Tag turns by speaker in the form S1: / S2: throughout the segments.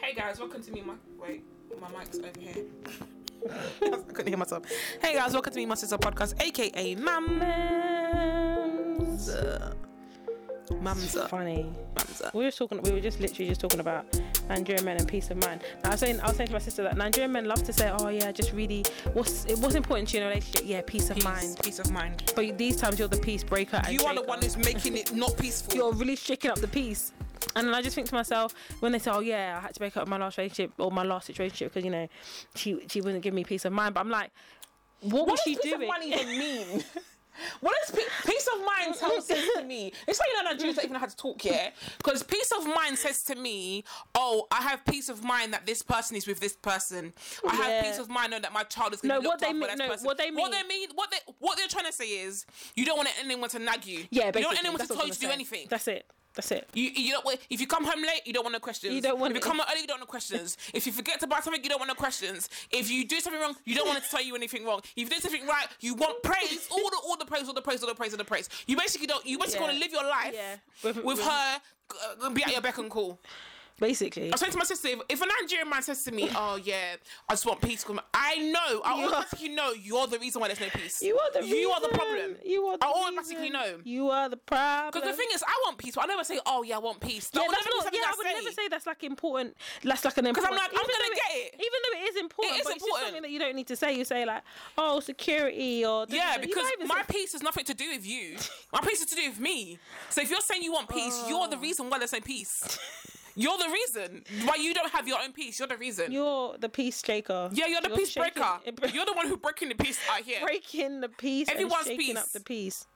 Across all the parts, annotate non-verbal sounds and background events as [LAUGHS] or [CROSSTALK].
S1: Hey guys, welcome to me. My wait, my mic's over here. [LAUGHS] I couldn't hear myself. Hey guys, welcome to me, my sister podcast, aka Mamza. Mamza.
S2: funny.
S1: Mamza.
S2: We were talking. We were just literally just talking about Nigerian men and peace of mind. Now, I was saying, I was saying to my sister that Nigerian men love to say, "Oh yeah, just really, what's it what's important to you in a relationship? Yeah, peace of
S1: Peace,
S2: mind."
S1: peace of mind.
S2: But these times you're the peace breaker. and
S1: You are the
S2: shaker.
S1: one who's making it not peaceful.
S2: You're really shaking up the peace. And then I just think to myself, when they say, "Oh yeah, I had to break up my last relationship or my last situation because you know, she she wouldn't give me peace of mind." But I'm like, what, was
S1: what
S2: she
S1: does peace
S2: doing?
S1: of mind even mean? What does pe- peace of
S2: [LAUGHS]
S1: mind tell says to me? It's like you know Nigerians don't even know how to talk yet. Because peace of mind says to me, oh, I have peace of mind that this person is with this person. I
S2: Yeah.
S1: have peace of mind knowing that my child is going
S2: No,
S1: to be
S2: what
S1: looked
S2: they
S1: after
S2: mean-
S1: by this
S2: no,
S1: person.
S2: what they
S1: What
S2: mean-
S1: they mean, what they what they're trying to say is, you don't want anyone to nag you.
S2: [LAUGHS] yeah,
S1: you
S2: basically.
S1: don't want anyone
S2: that's
S1: to
S2: what I
S1: tell you
S2: was
S1: to do
S2: gonna say.
S1: anything.
S2: That's it. That's it.
S1: You, you don't, want- if you come home late, you don't want no questions.
S2: You don't want
S1: if
S2: it.
S1: you come home early, you don't want no questions. if you forget to buy something, you don't want no questions. If you do something wrong, you don't want it to tell you anything wrong. If you do something right, you want
S2: [LAUGHS]
S1: praise. All the all the praise, all the praise, all the praise, all the praise. You basically don't. You basically
S2: Yeah.
S1: want to live your life
S2: Yeah.
S1: with,
S2: With- with-
S1: her. Uh, be at your beck and call.
S2: Basically.
S1: I was saying to my sister, if, if a Nigerian man says to
S2: [LAUGHS]
S1: me, "Oh yeah, I just want peace," to come," I know, I
S2: You are-
S1: automatically know you're the reason why there's no peace.
S2: You are the
S1: you are the
S2: reason.
S1: problem.
S2: You are the
S1: I automatically
S2: reason.
S1: know.
S2: You are the problem.
S1: Because the thing is, I want peace, but I never say, "Oh yeah, I want peace." That
S2: yeah,
S1: would
S2: that's
S1: never be
S2: not,
S1: something
S2: yeah, I would never say that's like important. That's like an important.
S1: I'm like, I'm
S2: even
S1: gonna get
S2: though
S1: it.
S2: Even though it is important,
S1: It is
S2: but it's just
S1: important.
S2: something that you don't need to say. You say like, oh, security or da-
S1: Yeah,
S2: da- da. You
S1: because
S2: can't even
S1: my
S2: say-
S1: peace has nothing to do with you. My peace is to do with me. So if you're saying you want peace, you're
S2: Oh.
S1: the reason why there's no peace. You're the reason why you don't have your own peace. You're the reason.
S2: [LAUGHS] you're the peace shaker.
S1: yeah, you're the peace
S2: shaking-
S1: breaker. You're the one who's breaking the peace out here.
S2: [LAUGHS] breaking the peace.
S1: Everyone's
S2: and shaking
S1: peace.
S2: up the peace.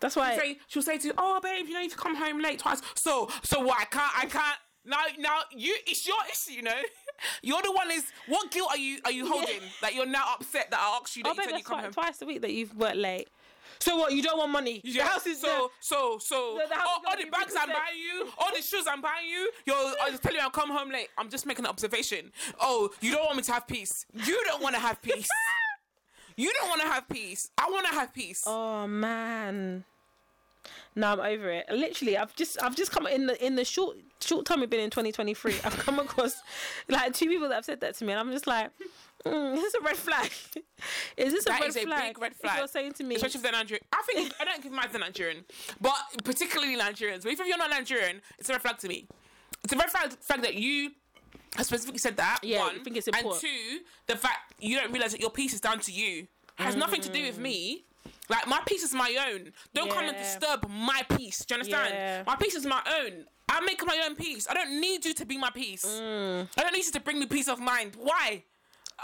S2: That's why.
S1: Say- She'll say to you, "Oh, babe, you know you've come home late twice. So, so what? I can't. I can't." Now, now you. It's your issue. You know, [LAUGHS] you're the one. Is what guilt are you are you holding that you're now upset that I asked you that
S2: Oh,
S1: you
S2: babe,
S1: said you
S2: that's
S1: come
S2: twi-
S1: home?
S2: twice a week that you've worked late. So what? You don't want money.
S1: Yeah.
S2: The house is
S1: so,
S2: there.
S1: so so
S2: The- the house
S1: all,
S2: is gonna
S1: all the
S2: be
S1: bags I'm
S2: repossessed.
S1: buying you, all the shoes I'm buying you. Yo, I was telling you I come home late. I'm just making an observation. Oh, you don't want me to have peace. You don't want to have
S2: [LAUGHS]
S1: peace. [LAUGHS] you don't want to have peace. I want to have peace.
S2: Oh man. No, I'm over it. Literally, I've just I've just come in the in the short short time we've been in 2023. I've come across like two people that have said that to me, and I'm just like, mm, is this a red flag? is this a
S1: That
S2: red
S1: is a
S2: flag?
S1: big red
S2: If
S1: flag.
S2: You're saying to me,
S1: Especially if they're Nigerian. I think I don't give mine to Nigerian, but particularly Nigerians. But if you're not Nigerian, it's a red flag to me. It's a red flag, flag that you have specifically said that.
S2: Yeah,
S1: one,
S2: I think it's
S1: And
S2: important.
S1: two, the fact you don't realize that your piece is down to you has nothing to do with me. Like my piece is my own. Don't come and
S2: Mm. Yeah.
S1: disturb my piece. Do you understand?
S2: Yeah.
S1: My piece is my own. I make my own peace. I don't need you to be my peace.
S2: Mm.
S1: I don't need you to bring me peace of mind. Why?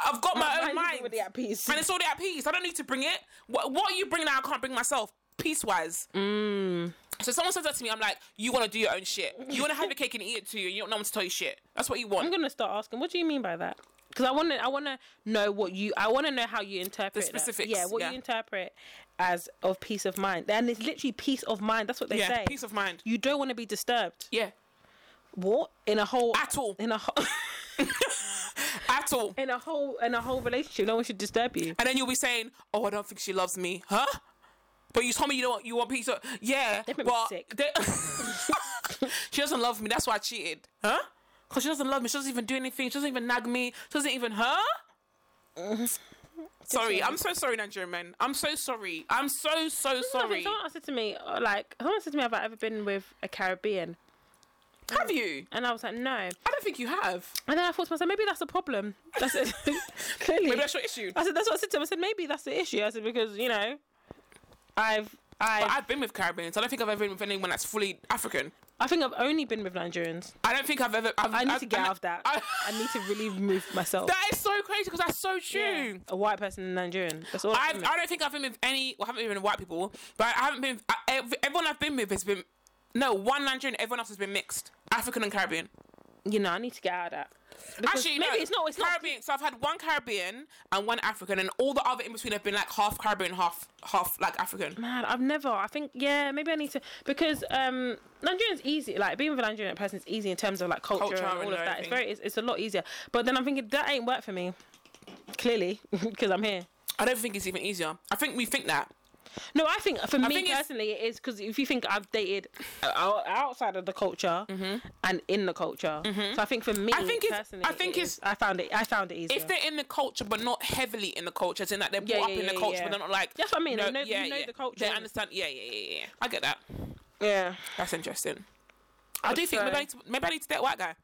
S1: I've got my, own
S2: mind
S1: mind.
S2: is already at peace.
S1: And it's already at peace. I don't need to bring it. What, what are you bringing that I can't bring myself? Peace wise.
S2: Mm.
S1: So someone says that to me, I'm like, you want to do your own
S2: [LAUGHS]
S1: shit. You want to have your cake and eat it too. You don't want no one to tell you shit. That's what you want.
S2: I'm gonna start asking, what do you mean by that? Because I want to I want to know what you I want to know how you interpret that.
S1: specifics,
S2: Yeah, what
S1: yeah.
S2: you interpret as of peace of mind. And it's literally peace of mind. That's what they
S1: yeah,
S2: say.
S1: peace of mind.
S2: you don't want to be disturbed.
S1: Yeah, [LAUGHS]
S2: What in a whole
S1: At all.
S2: in a whole. [LAUGHS]
S1: at all.
S2: in a whole in a whole relationship, no one should disturb you.
S1: And then you'll be saying, oh, I don't think she loves me, huh? But you told me you don't. You want peace. of- Yeah,
S2: They make me
S1: but
S2: sick.
S1: they- [LAUGHS] she doesn't love me. That's why I cheated, huh? Because she doesn't love me. She doesn't even do anything. She doesn't even nag me. She doesn't even,
S2: [LAUGHS]
S1: huh? sorry, I'm so sorry, Nigerian men. I'm so sorry. I'm so so sorry.
S2: Someone asked it to me, uh, like, someone said to me, "Have I ever been with a Caribbean?"
S1: Have you?
S2: And I was like, "No."
S1: I don't think you have.
S2: And then I thought to myself, maybe that's a problem. That's it.
S1: [LAUGHS]
S2: Clearly,
S1: Maybe that's your issue.
S2: I said that's what I said to him. I said maybe that's the issue. I said because you know, I've
S1: But
S2: I
S1: I've been with Caribbeans. I don't think I've ever been with anyone that's fully African.
S2: I think I've only been with Nigerians.
S1: I don't think I've ever. I've,
S2: I need
S1: I've-
S2: to get
S1: and-
S2: out
S1: [LAUGHS]
S2: of that. I,
S1: I-
S2: need to really remove myself.
S1: that is so crazy because that's so true.
S2: Yeah, a white person and Nigerian. That's all.
S1: I've,
S2: I've,
S1: I don't think I've been with any. Well, I haven't been with white people, but I haven't been. I, ev- everyone I've been with has been no one Nigerian. Everyone else has been mixed, African and Caribbean.
S2: you know, I need to get out of that. Because
S1: Actually,
S2: maybe
S1: no,
S2: it's not. It's not
S1: Caribbean. So I've had one Caribbean and one African, and all the other in between have been like half Caribbean, half half like African.
S2: Man, I've never. I think yeah, maybe I need to because um Nigerian's easy. Like being with a Nigerian person is easy in terms of like culture,
S1: Culture
S2: and all
S1: and
S2: of that. It's
S1: everything.
S2: very. It's, it's a lot easier. But then I'm thinking that ain't work for me. Clearly, [LAUGHS] because I'm here.
S1: I don't think it's even easier. I think we think that
S2: No, I think for me
S1: think it's-
S2: personally, it is because if you think I've dated o- outside of the culture and in the culture, so I think for me,
S1: Mm-hmm. I think it's-
S2: personally,
S1: I think
S2: it is- I found it. I found it easier.
S1: If they're in the culture but not heavily in the culture, as in that they're
S2: Yeah,
S1: brought
S2: yeah,
S1: up in the
S2: yeah,
S1: culture
S2: yeah.
S1: but they're not like
S2: That's what I mean, you know- you know the culture
S1: They
S2: and-
S1: understand. Yeah, yeah, yeah, yeah. I get that.
S2: yeah,
S1: That's interesting. I do think
S2: So-
S1: maybe I, need to, maybe I need to date a white guy.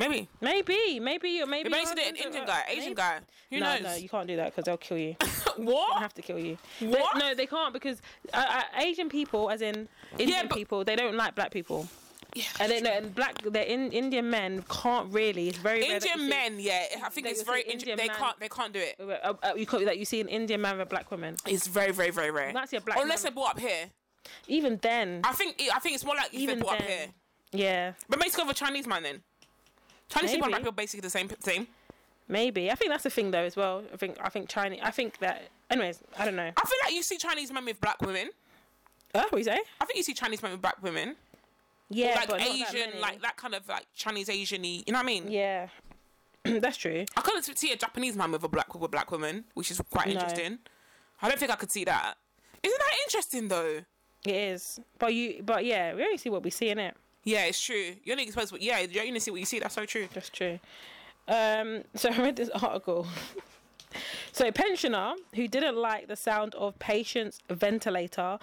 S1: Maybe.
S2: maybe, maybe, or maybe.
S1: Maybe I need
S2: you're
S1: to date an
S2: onto
S1: Indian
S2: it.
S1: guy, Asian
S2: Maybe-
S1: guy. Who
S2: no,
S1: knows?
S2: no, you can't do that because they'll kill you. They
S1: [LAUGHS] what?
S2: have to kill you. They-
S1: What?
S2: no, they can't because uh, uh, Asian people, as in Indian
S1: but-
S2: people, they don't like black people.
S1: Yeah.
S2: And they no, and black, the in, Indian men can't really. It's very rare that you
S1: Indian
S2: see-
S1: men, yeah. I think
S2: that
S1: it's
S2: you'll
S1: very
S2: see
S1: Indian.
S2: Indian
S1: They
S2: man-
S1: can't. They can't do it.
S2: uh, uh, you call, that you see an Indian man with a black woman.
S1: It's very, very, very rare.
S2: That's your black
S1: Unless
S2: man.
S1: they're brought up here.
S2: Even then,
S1: I think. I think it's more like if they're
S2: Even
S1: brought up
S2: then.
S1: here.
S2: yeah,
S1: But maybe go with a Chinese man then. Chinese people and black
S2: Maybe.
S1: people are basically the same thing.
S2: maybe. I think that's the thing though as well. I think I think China. I think that. Anyways, I don't know.
S1: I feel like you see Chinese men with black women.
S2: Oh, what you say?
S1: I think you see Chinese men with black women.
S2: Yeah,
S1: like
S2: but not that
S1: Asian,
S2: many.
S1: like that kind of like Chinese Asian y, you know what I mean?
S2: Yeah, [CLEARS THROAT] that's true.
S1: I couldn't see a Japanese man with a black with a black woman, which is quite
S2: No.
S1: interesting. I don't think I could see that. Isn't that interesting though?
S2: It is. But you. But yeah, we only see what we see in it.
S1: Yeah, it's true. You're only exposed, but yeah, you're only see what you see. That's so true.
S2: That's true. Um, [LAUGHS] so I read this article. [LAUGHS] so pensioner who didn't like the sound of patient's ventilator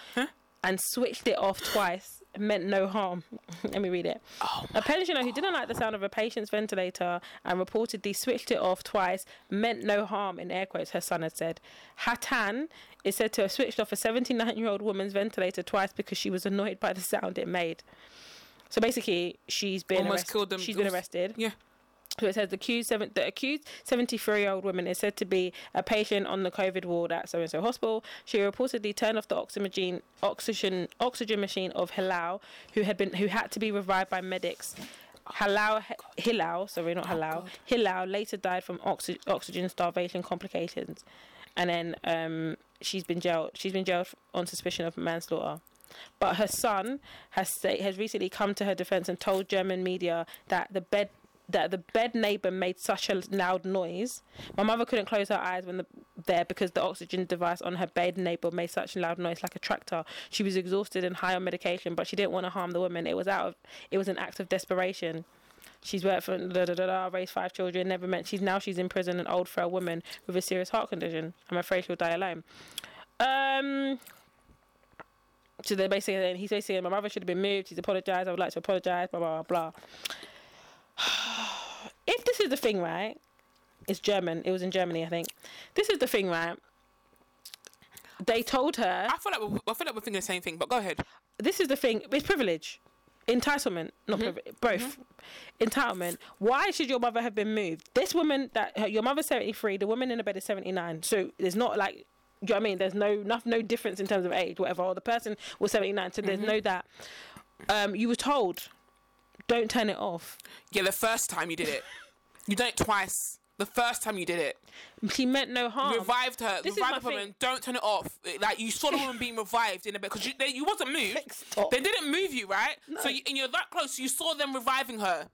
S2: and switched it off twice meant no harm. [LAUGHS] Let me read it.
S1: Oh
S2: a pensioner who didn't like the sound of a patient's ventilator and reportedly switched it off twice meant no harm in air quotes her son had said. Hatan is said to have switched off a 79-year-old woman's ventilator twice because she was annoyed by the sound it made. So basically, she's been
S1: Almost
S2: arrest-
S1: killed them.
S2: She's been
S1: Almost-
S2: arrested.
S1: Yeah.
S2: So it says the accused, seven, the accused 73 year old woman is said to be a patient on the COVID ward at so and so hospital. She reportedly turned off the oxygen oxygen oxygen machine of Hilal, who had been who had to be revived by medics. Halal, Hilal, sorry, not Halal. Hilal later died from oxy- oxygen starvation complications, and then um, she's been jailed. She's been jailed on suspicion of manslaughter. But her son has say, has recently come to her defense and told German media that the bed that the bed neighbor made such a loud noise. My mother couldn't close her eyes when the there because the oxygen device on her bed neighbor made such a loud noise like a tractor. She was exhausted and high on medication, but she didn't want to harm the woman. It was out of it was an act of desperation. She's worked for da da da da, raised five children, never met. She's now she's in prison and old for a woman with a serious heart condition. I'm afraid she'll die alone. Um. So they're basically saying he's basically saying my mother should have been moved. She's apologized. I would like to apologize. Blah blah blah. [SIGHS] if this is the thing, right? It's German. It was in Germany, I think. This is the thing, right? They told her
S1: I feel like we're, I feel like we're thinking the same thing. But go ahead.
S2: this is the thing it's privilege entitlement
S1: Mm-hmm.
S2: not privi- both entitlement why should your mother have been moved this woman that her, your mother's 73 the woman in the bed is 79 so there's not like do you know what I mean? There's no, no no difference in terms of age, whatever. Or the person was 79, so
S1: Mm-hmm.
S2: there's no that. Um, you were told, don't turn it off.
S1: Yeah, the first time you did
S2: [LAUGHS]
S1: it, you done it twice. The first time you did it,
S2: She meant no harm.
S1: revived her,
S2: Um, this is
S1: revived the
S2: my
S1: woman. Don't turn it off. Like you saw the woman being revived in a bit because you, they- you wasn't moved.
S2: Stop.
S1: They didn't move you, right? So you, and you're that close. You saw them reviving her.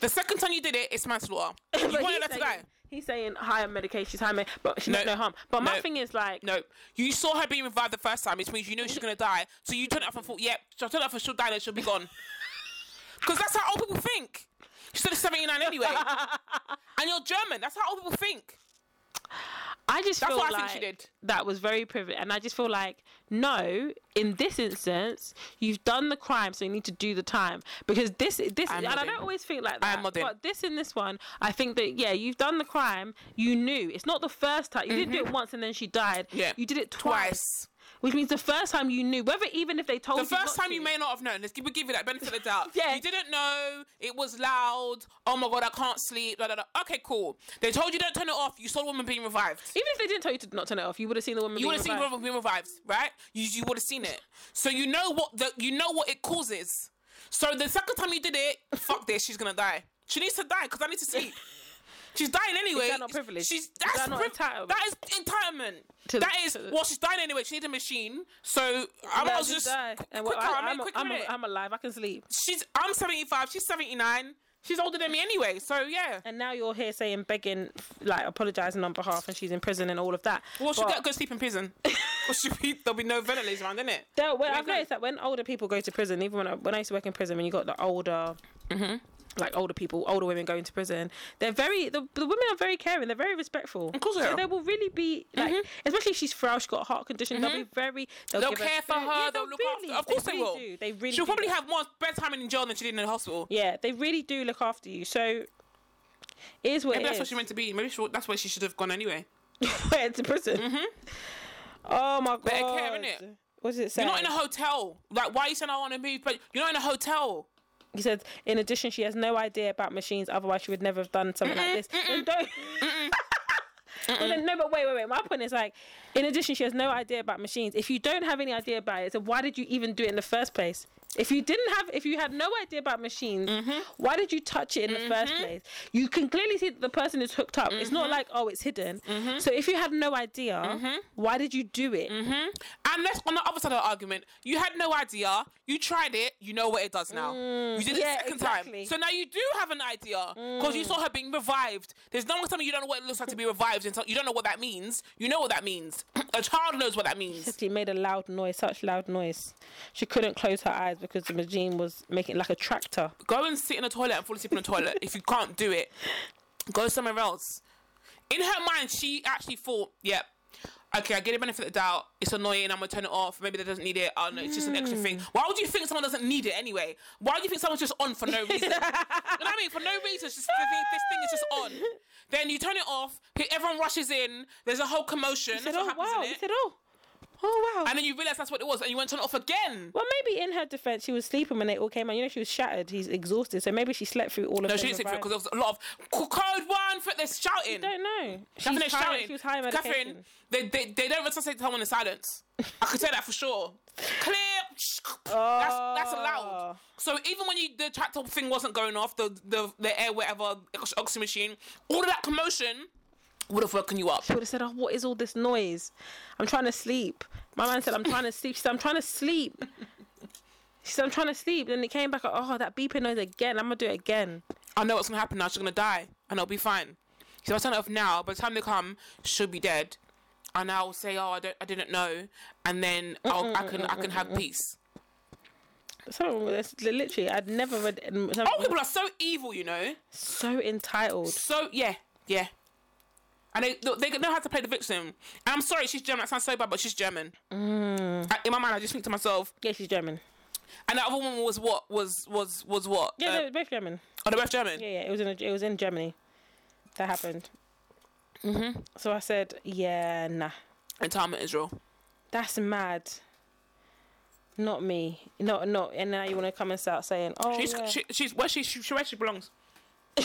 S1: The second time you did it, it's
S2: [LAUGHS]
S1: manslaughter. You
S2: But
S1: wanted
S2: he's
S1: her to die.
S2: saying- He's saying higher medication, she's higher, med- but she meant
S1: No.
S2: no harm. But my
S1: No.
S2: thing is like,
S1: No, you saw her being revived the first time, which means you knew she's gonna die. So you turned it off and thought, "Yep, she'll turn it off and she'll die, then she'll be
S2: [LAUGHS]
S1: gone." Because that's how old people think. She's still 79
S2: [LAUGHS]
S1: anyway, and you're German. That's how old people think.
S2: I just
S1: That's
S2: feel
S1: what I
S2: like
S1: think she did.
S2: that was very privileged, and I just feel like no, in this instance, you've done the crime, so you need to do the time because this, this, and I
S1: nodding.
S2: don't always think like
S1: I
S2: that.
S1: am nodding.
S2: But this in this one, I think that yeah, you've done the crime. You knew it's not the first time. You didn't do it once and then she died.
S1: Mm-hmm. Yeah.
S2: you did it twice,
S1: Twice.
S2: which means the first time you knew. Whether even if they told
S1: The
S2: you
S1: first
S2: not
S1: time you
S2: to.
S1: may not have known. Let's give, we give you that benefit of the doubt.
S2: [LAUGHS] Yeah.
S1: You didn't know. It was loud. Oh my god, I can't sleep. Da, da, da. Okay, cool. They told you don't turn it off. You saw the woman being revived.
S2: Even if they didn't tell you to not turn it off, you would have seen the woman.
S1: You
S2: being
S1: would have seen the
S2: revived.
S1: woman being revived, right? You you would have seen it. So you know what the you know what it causes. So the second time you did it, fuck this, she's gonna die. She needs to die because I need to
S2: [LAUGHS]
S1: sleep. She's dying anyway.
S2: that not privilege?
S1: She's
S2: Is
S1: that's
S2: that not
S1: priv-
S2: entitlement?
S1: That is entitlement.
S2: To the-
S1: that is
S2: to the-
S1: well, she's dying anyway. She needs a machine. So I'm
S2: Yeah,
S1: I was
S2: she'd
S1: just
S2: die. And well,
S1: quicker.
S2: I-
S1: I, am
S2: I'm-
S1: quicker.
S2: I'm-
S1: innit?
S2: I'm alive. I can sleep.
S1: she's I'm 75. She's 79. She's older than me anyway. So yeah.
S2: And now you're here saying begging, like apologising on behalf, and she's in prison and all of that.
S1: Well, she'll
S2: But- [LAUGHS]
S1: get good sleep in prison. Or should be, there'll be no ventilators around, innit?
S2: Though, when,
S1: Yeah,
S2: I've
S1: go.
S2: noticed that when older people go to prison, even when I, when I used to work in prison, when you got the older,
S1: Mm-hmm.
S2: like older people, older women going to prison, they're very the, the women are very caring. They're very respectful. Of
S1: course they
S2: so
S1: are. Mm-hmm.
S2: they will really be like, especially if she's frail, she's got a heart condition. They'll be very. They'll,
S1: They'll
S2: give
S1: care for
S2: food.
S1: her,
S2: Yeah,
S1: they'll look
S2: really,
S1: after Of course they,
S2: really
S1: will.
S2: do. They really.
S1: She'll
S2: do
S1: probably
S2: that.
S1: have more bedtime in jail than she did in the hospital.
S2: Yeah, they really do look after you. So. It is what
S1: Maybe
S2: it
S1: that's what
S2: is.
S1: she meant to be. Maybe she, that's where she should have gone anyway.
S2: [LAUGHS] went to prison. Oh my god!
S1: Mm-hmm. Better care, innit?
S2: What's it say?
S1: You're not in a hotel. Like, why are you saying I want to move? But you're not in a hotel.
S2: He said, in addition, she has no idea about machines, otherwise, she would never have done something like this. And don't. [LAUGHS] Well, then, no, but wait, wait, wait. My point is like, in addition, she has no idea about machines. If you don't have any idea about it, so why did you even do it in the first place? If you didn't have, if you had no idea about machines,
S1: Mm-hmm.
S2: why did you touch it in the first place? You can clearly see that the person is hooked up. It's
S1: Mm-hmm.
S2: not like oh, it's hidden. So if you had no idea, why did you do it?
S1: And that's on the other side of the argument. You had no idea. You tried it. You know what it does now. you did it
S2: Mm. yeah,
S1: the second
S2: exactly. Mm.
S1: time. So now you do have an idea because you saw her being revived. There's no one telling you you don't know what it looks like to be revived. Until you don't know what that means. You know what that means. [CLEARS THROAT] a child knows what that means.
S2: She made a loud noise, such loud noise. She couldn't close her eyes because the machine was making like a tractor.
S1: Go and sit in a toilet and fall asleep in a toilet. if you can't do it, go somewhere else. In her mind, she actually thought, "Yep." Okay, I get the benefit of the doubt. It's annoying. I'm gonna turn it off. Maybe they doesn't need it. Oh no, it's just an extra thing.
S2: Hmm.
S1: Why would you think someone doesn't need it anyway? Why do you think someone's just on for no reason? you know what I mean? For no reason, it's just the thing, this thing is just on. Then you turn it off. pe- Everyone rushes in. There's a whole commotion.
S2: Said,
S1: That's
S2: oh
S1: what happens
S2: wow!
S1: in
S2: He
S1: it.
S2: said, oh, oh wow.
S1: and then you realize that's what it was, and you want to turn it off again.
S2: well, maybe in her defense, she was sleeping when they all came out. You know, she was shattered. He's exhausted, so maybe she slept through all of.
S1: No, she didn't sit through it because there was a lot of "C- code one for this shouting.
S2: don't know. She's
S1: Catherine, they're
S2: high-
S1: shouting.
S2: She was high on
S1: Catherine,
S2: medication.
S1: they, they, they don't resuscitate someone in silence. I could say that for sure. Clear. That's that's
S2: Oh.
S1: allowed. So even when you, the tractor thing wasn't going off, the the, the air whatever ox- oxygen machine, all of that commotion would have woken you up.
S2: She would have said, "Oh, what is all this noise? I'm trying to sleep." My man said, "I'm trying to sleep." She said, "I'm trying to sleep." She said, "I'm trying to sleep." Then it came back. Oh, that beeping noise again. I'm gonna do it again.
S1: I know what's gonna happen now. She's gonna die, and it'll be fine. So if I turn it off now. By the time they come, she'll be dead, and I'll say, "Oh, I don't, I didn't know," and then I'll, I can, I can have peace.
S2: Something wrong with this. Li- Literally, I'd never read. um, something-
S1: Old Oh, people are so evil, you know.
S2: so entitled.
S1: So yeah, yeah. And they they know how to play the victim. And I'm sorry, she's German. That sounds so bad, but she's German.
S2: Mm.
S1: I, in my mind, I just think to myself,
S2: Yeah, she's German.
S1: and that other woman was what was was was what?
S2: Yeah,
S1: uh,
S2: they're both German.
S1: oh, they're both German.
S2: Yeah, yeah. It was in a, it was in Germany. That happened. Mm-hmm. So I said, yeah, nah,
S1: And time in Israel.
S2: Oh, that's mad. Not me. Not not. And now you want to come and start saying, oh,
S1: She's
S2: yeah.
S1: she, she's where she, she where she belongs.
S2: [LAUGHS]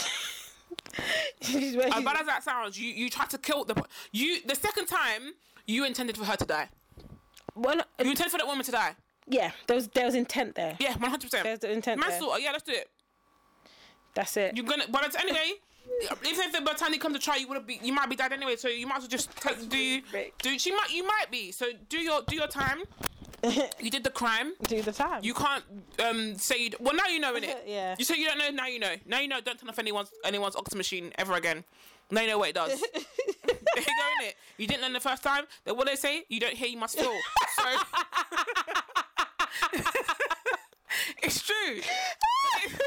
S2: She's where
S1: As
S2: she's-
S1: bad as that sounds, you you tried to kill the you the second time you intended for her to die.
S2: well, no,
S1: You intended for that woman to die.
S2: yeah. There was there was intent there.
S1: Yeah, one hundred
S2: There's
S1: percent.
S2: the intent there.
S1: Manslaughter. Yeah, let's do it.
S2: That's it.
S1: You're gonna, but it's anyway. Even if the by the time they come to try, you would be, you might be dead anyway. So you might as well just t- do,
S2: Rick.
S1: do. She might, you might be. So do your, do your time. You did the crime.
S2: [LAUGHS] Do the time. [LAUGHS]
S1: You [LAUGHS] can't um say you. d- Well, now you know in it.
S2: Yeah.
S1: You say you don't know. Now you know. Now you know. Don't turn off anyone's anyone's oxygen machine ever again. Now you know what it does. there you go in it. You didn't learn the first time. Then what they say, you don't hear, you must feel. So. [LAUGHS] it's true. [LAUGHS]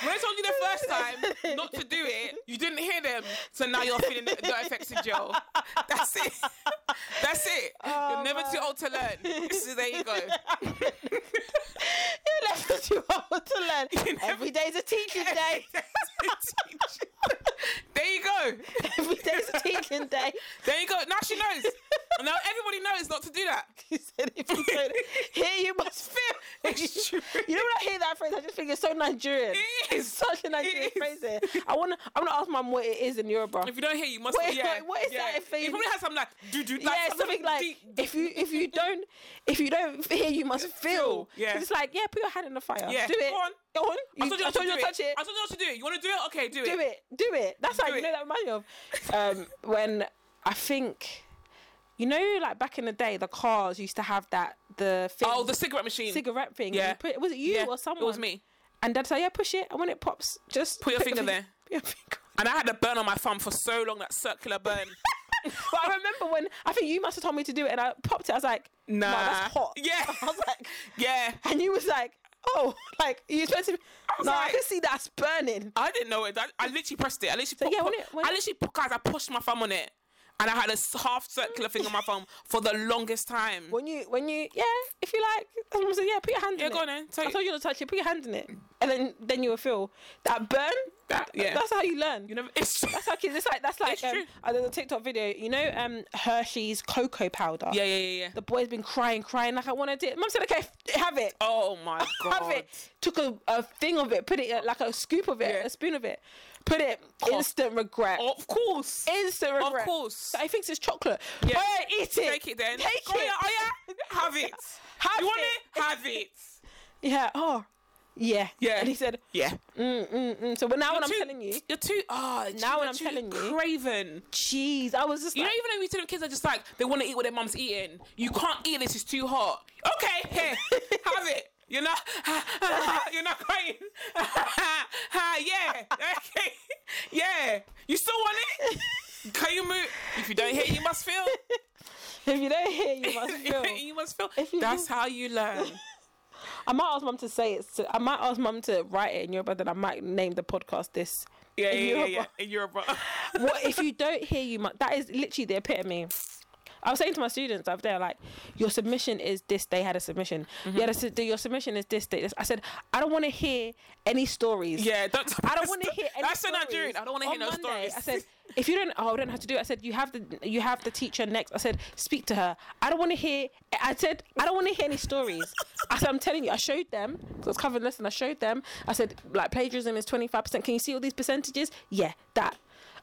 S1: When I told you the first time not to do it, you didn't hear them. So now you're feeling the, the effects in jail. That's it. That's it. you're never too old to learn. So there you go.
S2: You're never too old
S1: [LAUGHS]
S2: to learn.
S1: never- Every
S2: day's a teaching day.
S1: [LAUGHS] there you go.
S2: Every day's a teaching day.
S1: There you go. Now she knows. And now everybody knows not to do that.
S2: [LAUGHS] He said, if you don't hear, you must feel.
S1: [LAUGHS] It's true.
S2: [LAUGHS] You know when I hear that phrase, I just think it's so Nigerian.
S1: It is.
S2: [LAUGHS] It's such a Nigerian
S1: It is.
S2: phrase. there. I wanna, I wanna ask mum what it is in Yoruba.
S1: If you don't hear, you must.
S2: Wait,
S1: yeah,
S2: wait, what is
S1: yeah.
S2: that thing?
S1: It probably has some like do do. Like,
S2: yeah, something like
S1: deep.
S2: if you if you don't if you don't hear, you must feel.
S1: yeah.
S2: it's like yeah, put your hand in the fire.
S1: Yeah,
S2: do it.
S1: go on.
S2: Go on. You,
S1: I told you, not to do
S2: touch it.
S1: I told you not to do it. You want to do it? Okay, do it.
S2: do it, do it. That's how
S1: Do
S2: you know
S1: it.
S2: that reminds
S1: [LAUGHS]
S2: me of um, when I think you know, like back in the day, the cars used to have that the thing,
S1: Oh, the cigarette machine.
S2: cigarette thing.
S1: Yeah.
S2: You put, was it you
S1: yeah,
S2: or someone?
S1: It was me.
S2: And dad said, yeah, push it, and when it pops, just
S1: Put your finger there.
S2: Put your [LAUGHS] finger. [LAUGHS]
S1: And I had a burn on my thumb for so long that circular burn.
S2: but I remember when I think you must have told me to do it, and I popped it. I was like,
S1: Nah.
S2: "Nah, that's hot."
S1: Yeah.
S2: [LAUGHS] I was like,
S1: yeah.
S2: and you was like, "Oh, [LAUGHS] like you expected?" me-
S1: was
S2: No, I
S1: like-
S2: can see that's burning.
S1: I didn't know it. I, I literally pressed it. I literally, put,
S2: yeah,
S1: put-
S2: when it- when-
S1: I literally, put, guys, I pushed my thumb on it, and I had a s- half circular thing on my thumb for the longest time.
S2: When you, when you, yeah, if you like, that's what I'm saying, yeah, put your hand.
S1: yeah,
S2: in
S1: go
S2: it.
S1: on then.
S2: I
S1: Take
S2: told you not to touch it. Put your hand in it, and then then you will feel that burn.
S1: that. Yeah.
S2: That's how you learn.
S1: you never. It's
S2: That's like it's like that's like
S1: It's
S2: um,
S1: true.
S2: uh, there's a TikTok video. You know, um, Hershey's cocoa powder.
S1: [LAUGHS] yeah, yeah, yeah, yeah.
S2: The boy's been crying, crying like I wanted it. Mum said, "Okay, f- have it,
S1: Oh my
S2: have
S1: god.
S2: it." Took a, a thing of it, put it uh, like a scoop of it,
S1: Yeah.
S2: a spoon of it, put it. Instant regret.
S1: Of course.
S2: Instant
S1: of
S2: regret.
S1: course.
S2: I think it's chocolate.
S1: Yeah.
S2: Yeah. Oh, yeah, eat it.
S1: Take it then.
S2: Take
S1: oh,
S2: it.
S1: Yeah, oh yeah.
S2: [LAUGHS]
S1: Have it.
S2: Have
S1: you want
S2: it.
S1: it? Have it.
S2: Yeah. Oh. [LAUGHS] Yeah.
S1: Yeah.
S2: And he said,
S1: Yeah.
S2: mm, mm, mm. So but now when I'm
S1: Too-
S2: telling you,
S1: You're too. Ah. Oh,
S2: Now when I'm telling you-
S1: Craven.
S2: jeez, I was just
S1: You
S2: like,
S1: don't even know we tell them kids are just like they want to eat what their mum's eating. You can't eat this; it's too hot. Okay, here,
S2: [LAUGHS]
S1: have it. You're not, [LAUGHS] you're not crying. [LAUGHS] yeah, okay, yeah. You still want it? Can you move? If you don't hear, you must feel.
S2: [LAUGHS] if you don't hear,
S1: [LAUGHS]
S2: you must feel.
S1: you must feel.
S2: If you
S1: That's
S2: do-
S1: how you
S2: [LAUGHS]
S1: learn.
S2: I might ask mum to say it. So I might ask mum to write it in Yoruba, then I might name the podcast this.
S1: Yeah,
S2: In
S1: yeah, yeah,
S2: Yoruba.
S1: yeah. In Europe,
S2: What if you don't hear you? Mu- that is literally the epitome. I was saying to my students the other day, like, your submission is this. They had a submission. Yeah, the su- your submission is this. They, this. I said, I don't want to hear any stories.
S1: [LAUGHS] yeah, don't.
S2: I don't want to hear. Any
S1: That's so
S2: stories.
S1: Nigerian. I don't want to hear
S2: On
S1: no
S2: Monday,
S1: stories.
S2: I said, if you don't, oh, I don't have to do it. I said, you have the, you have the teacher next. I said, speak to her. I don't want to hear. I said, I don't want to hear any stories. I said, I'm telling you, I showed them 'cause I was covering this, and I showed them. I said, like plagiarism is 25. percent Can you see all these percentages? Yeah, that.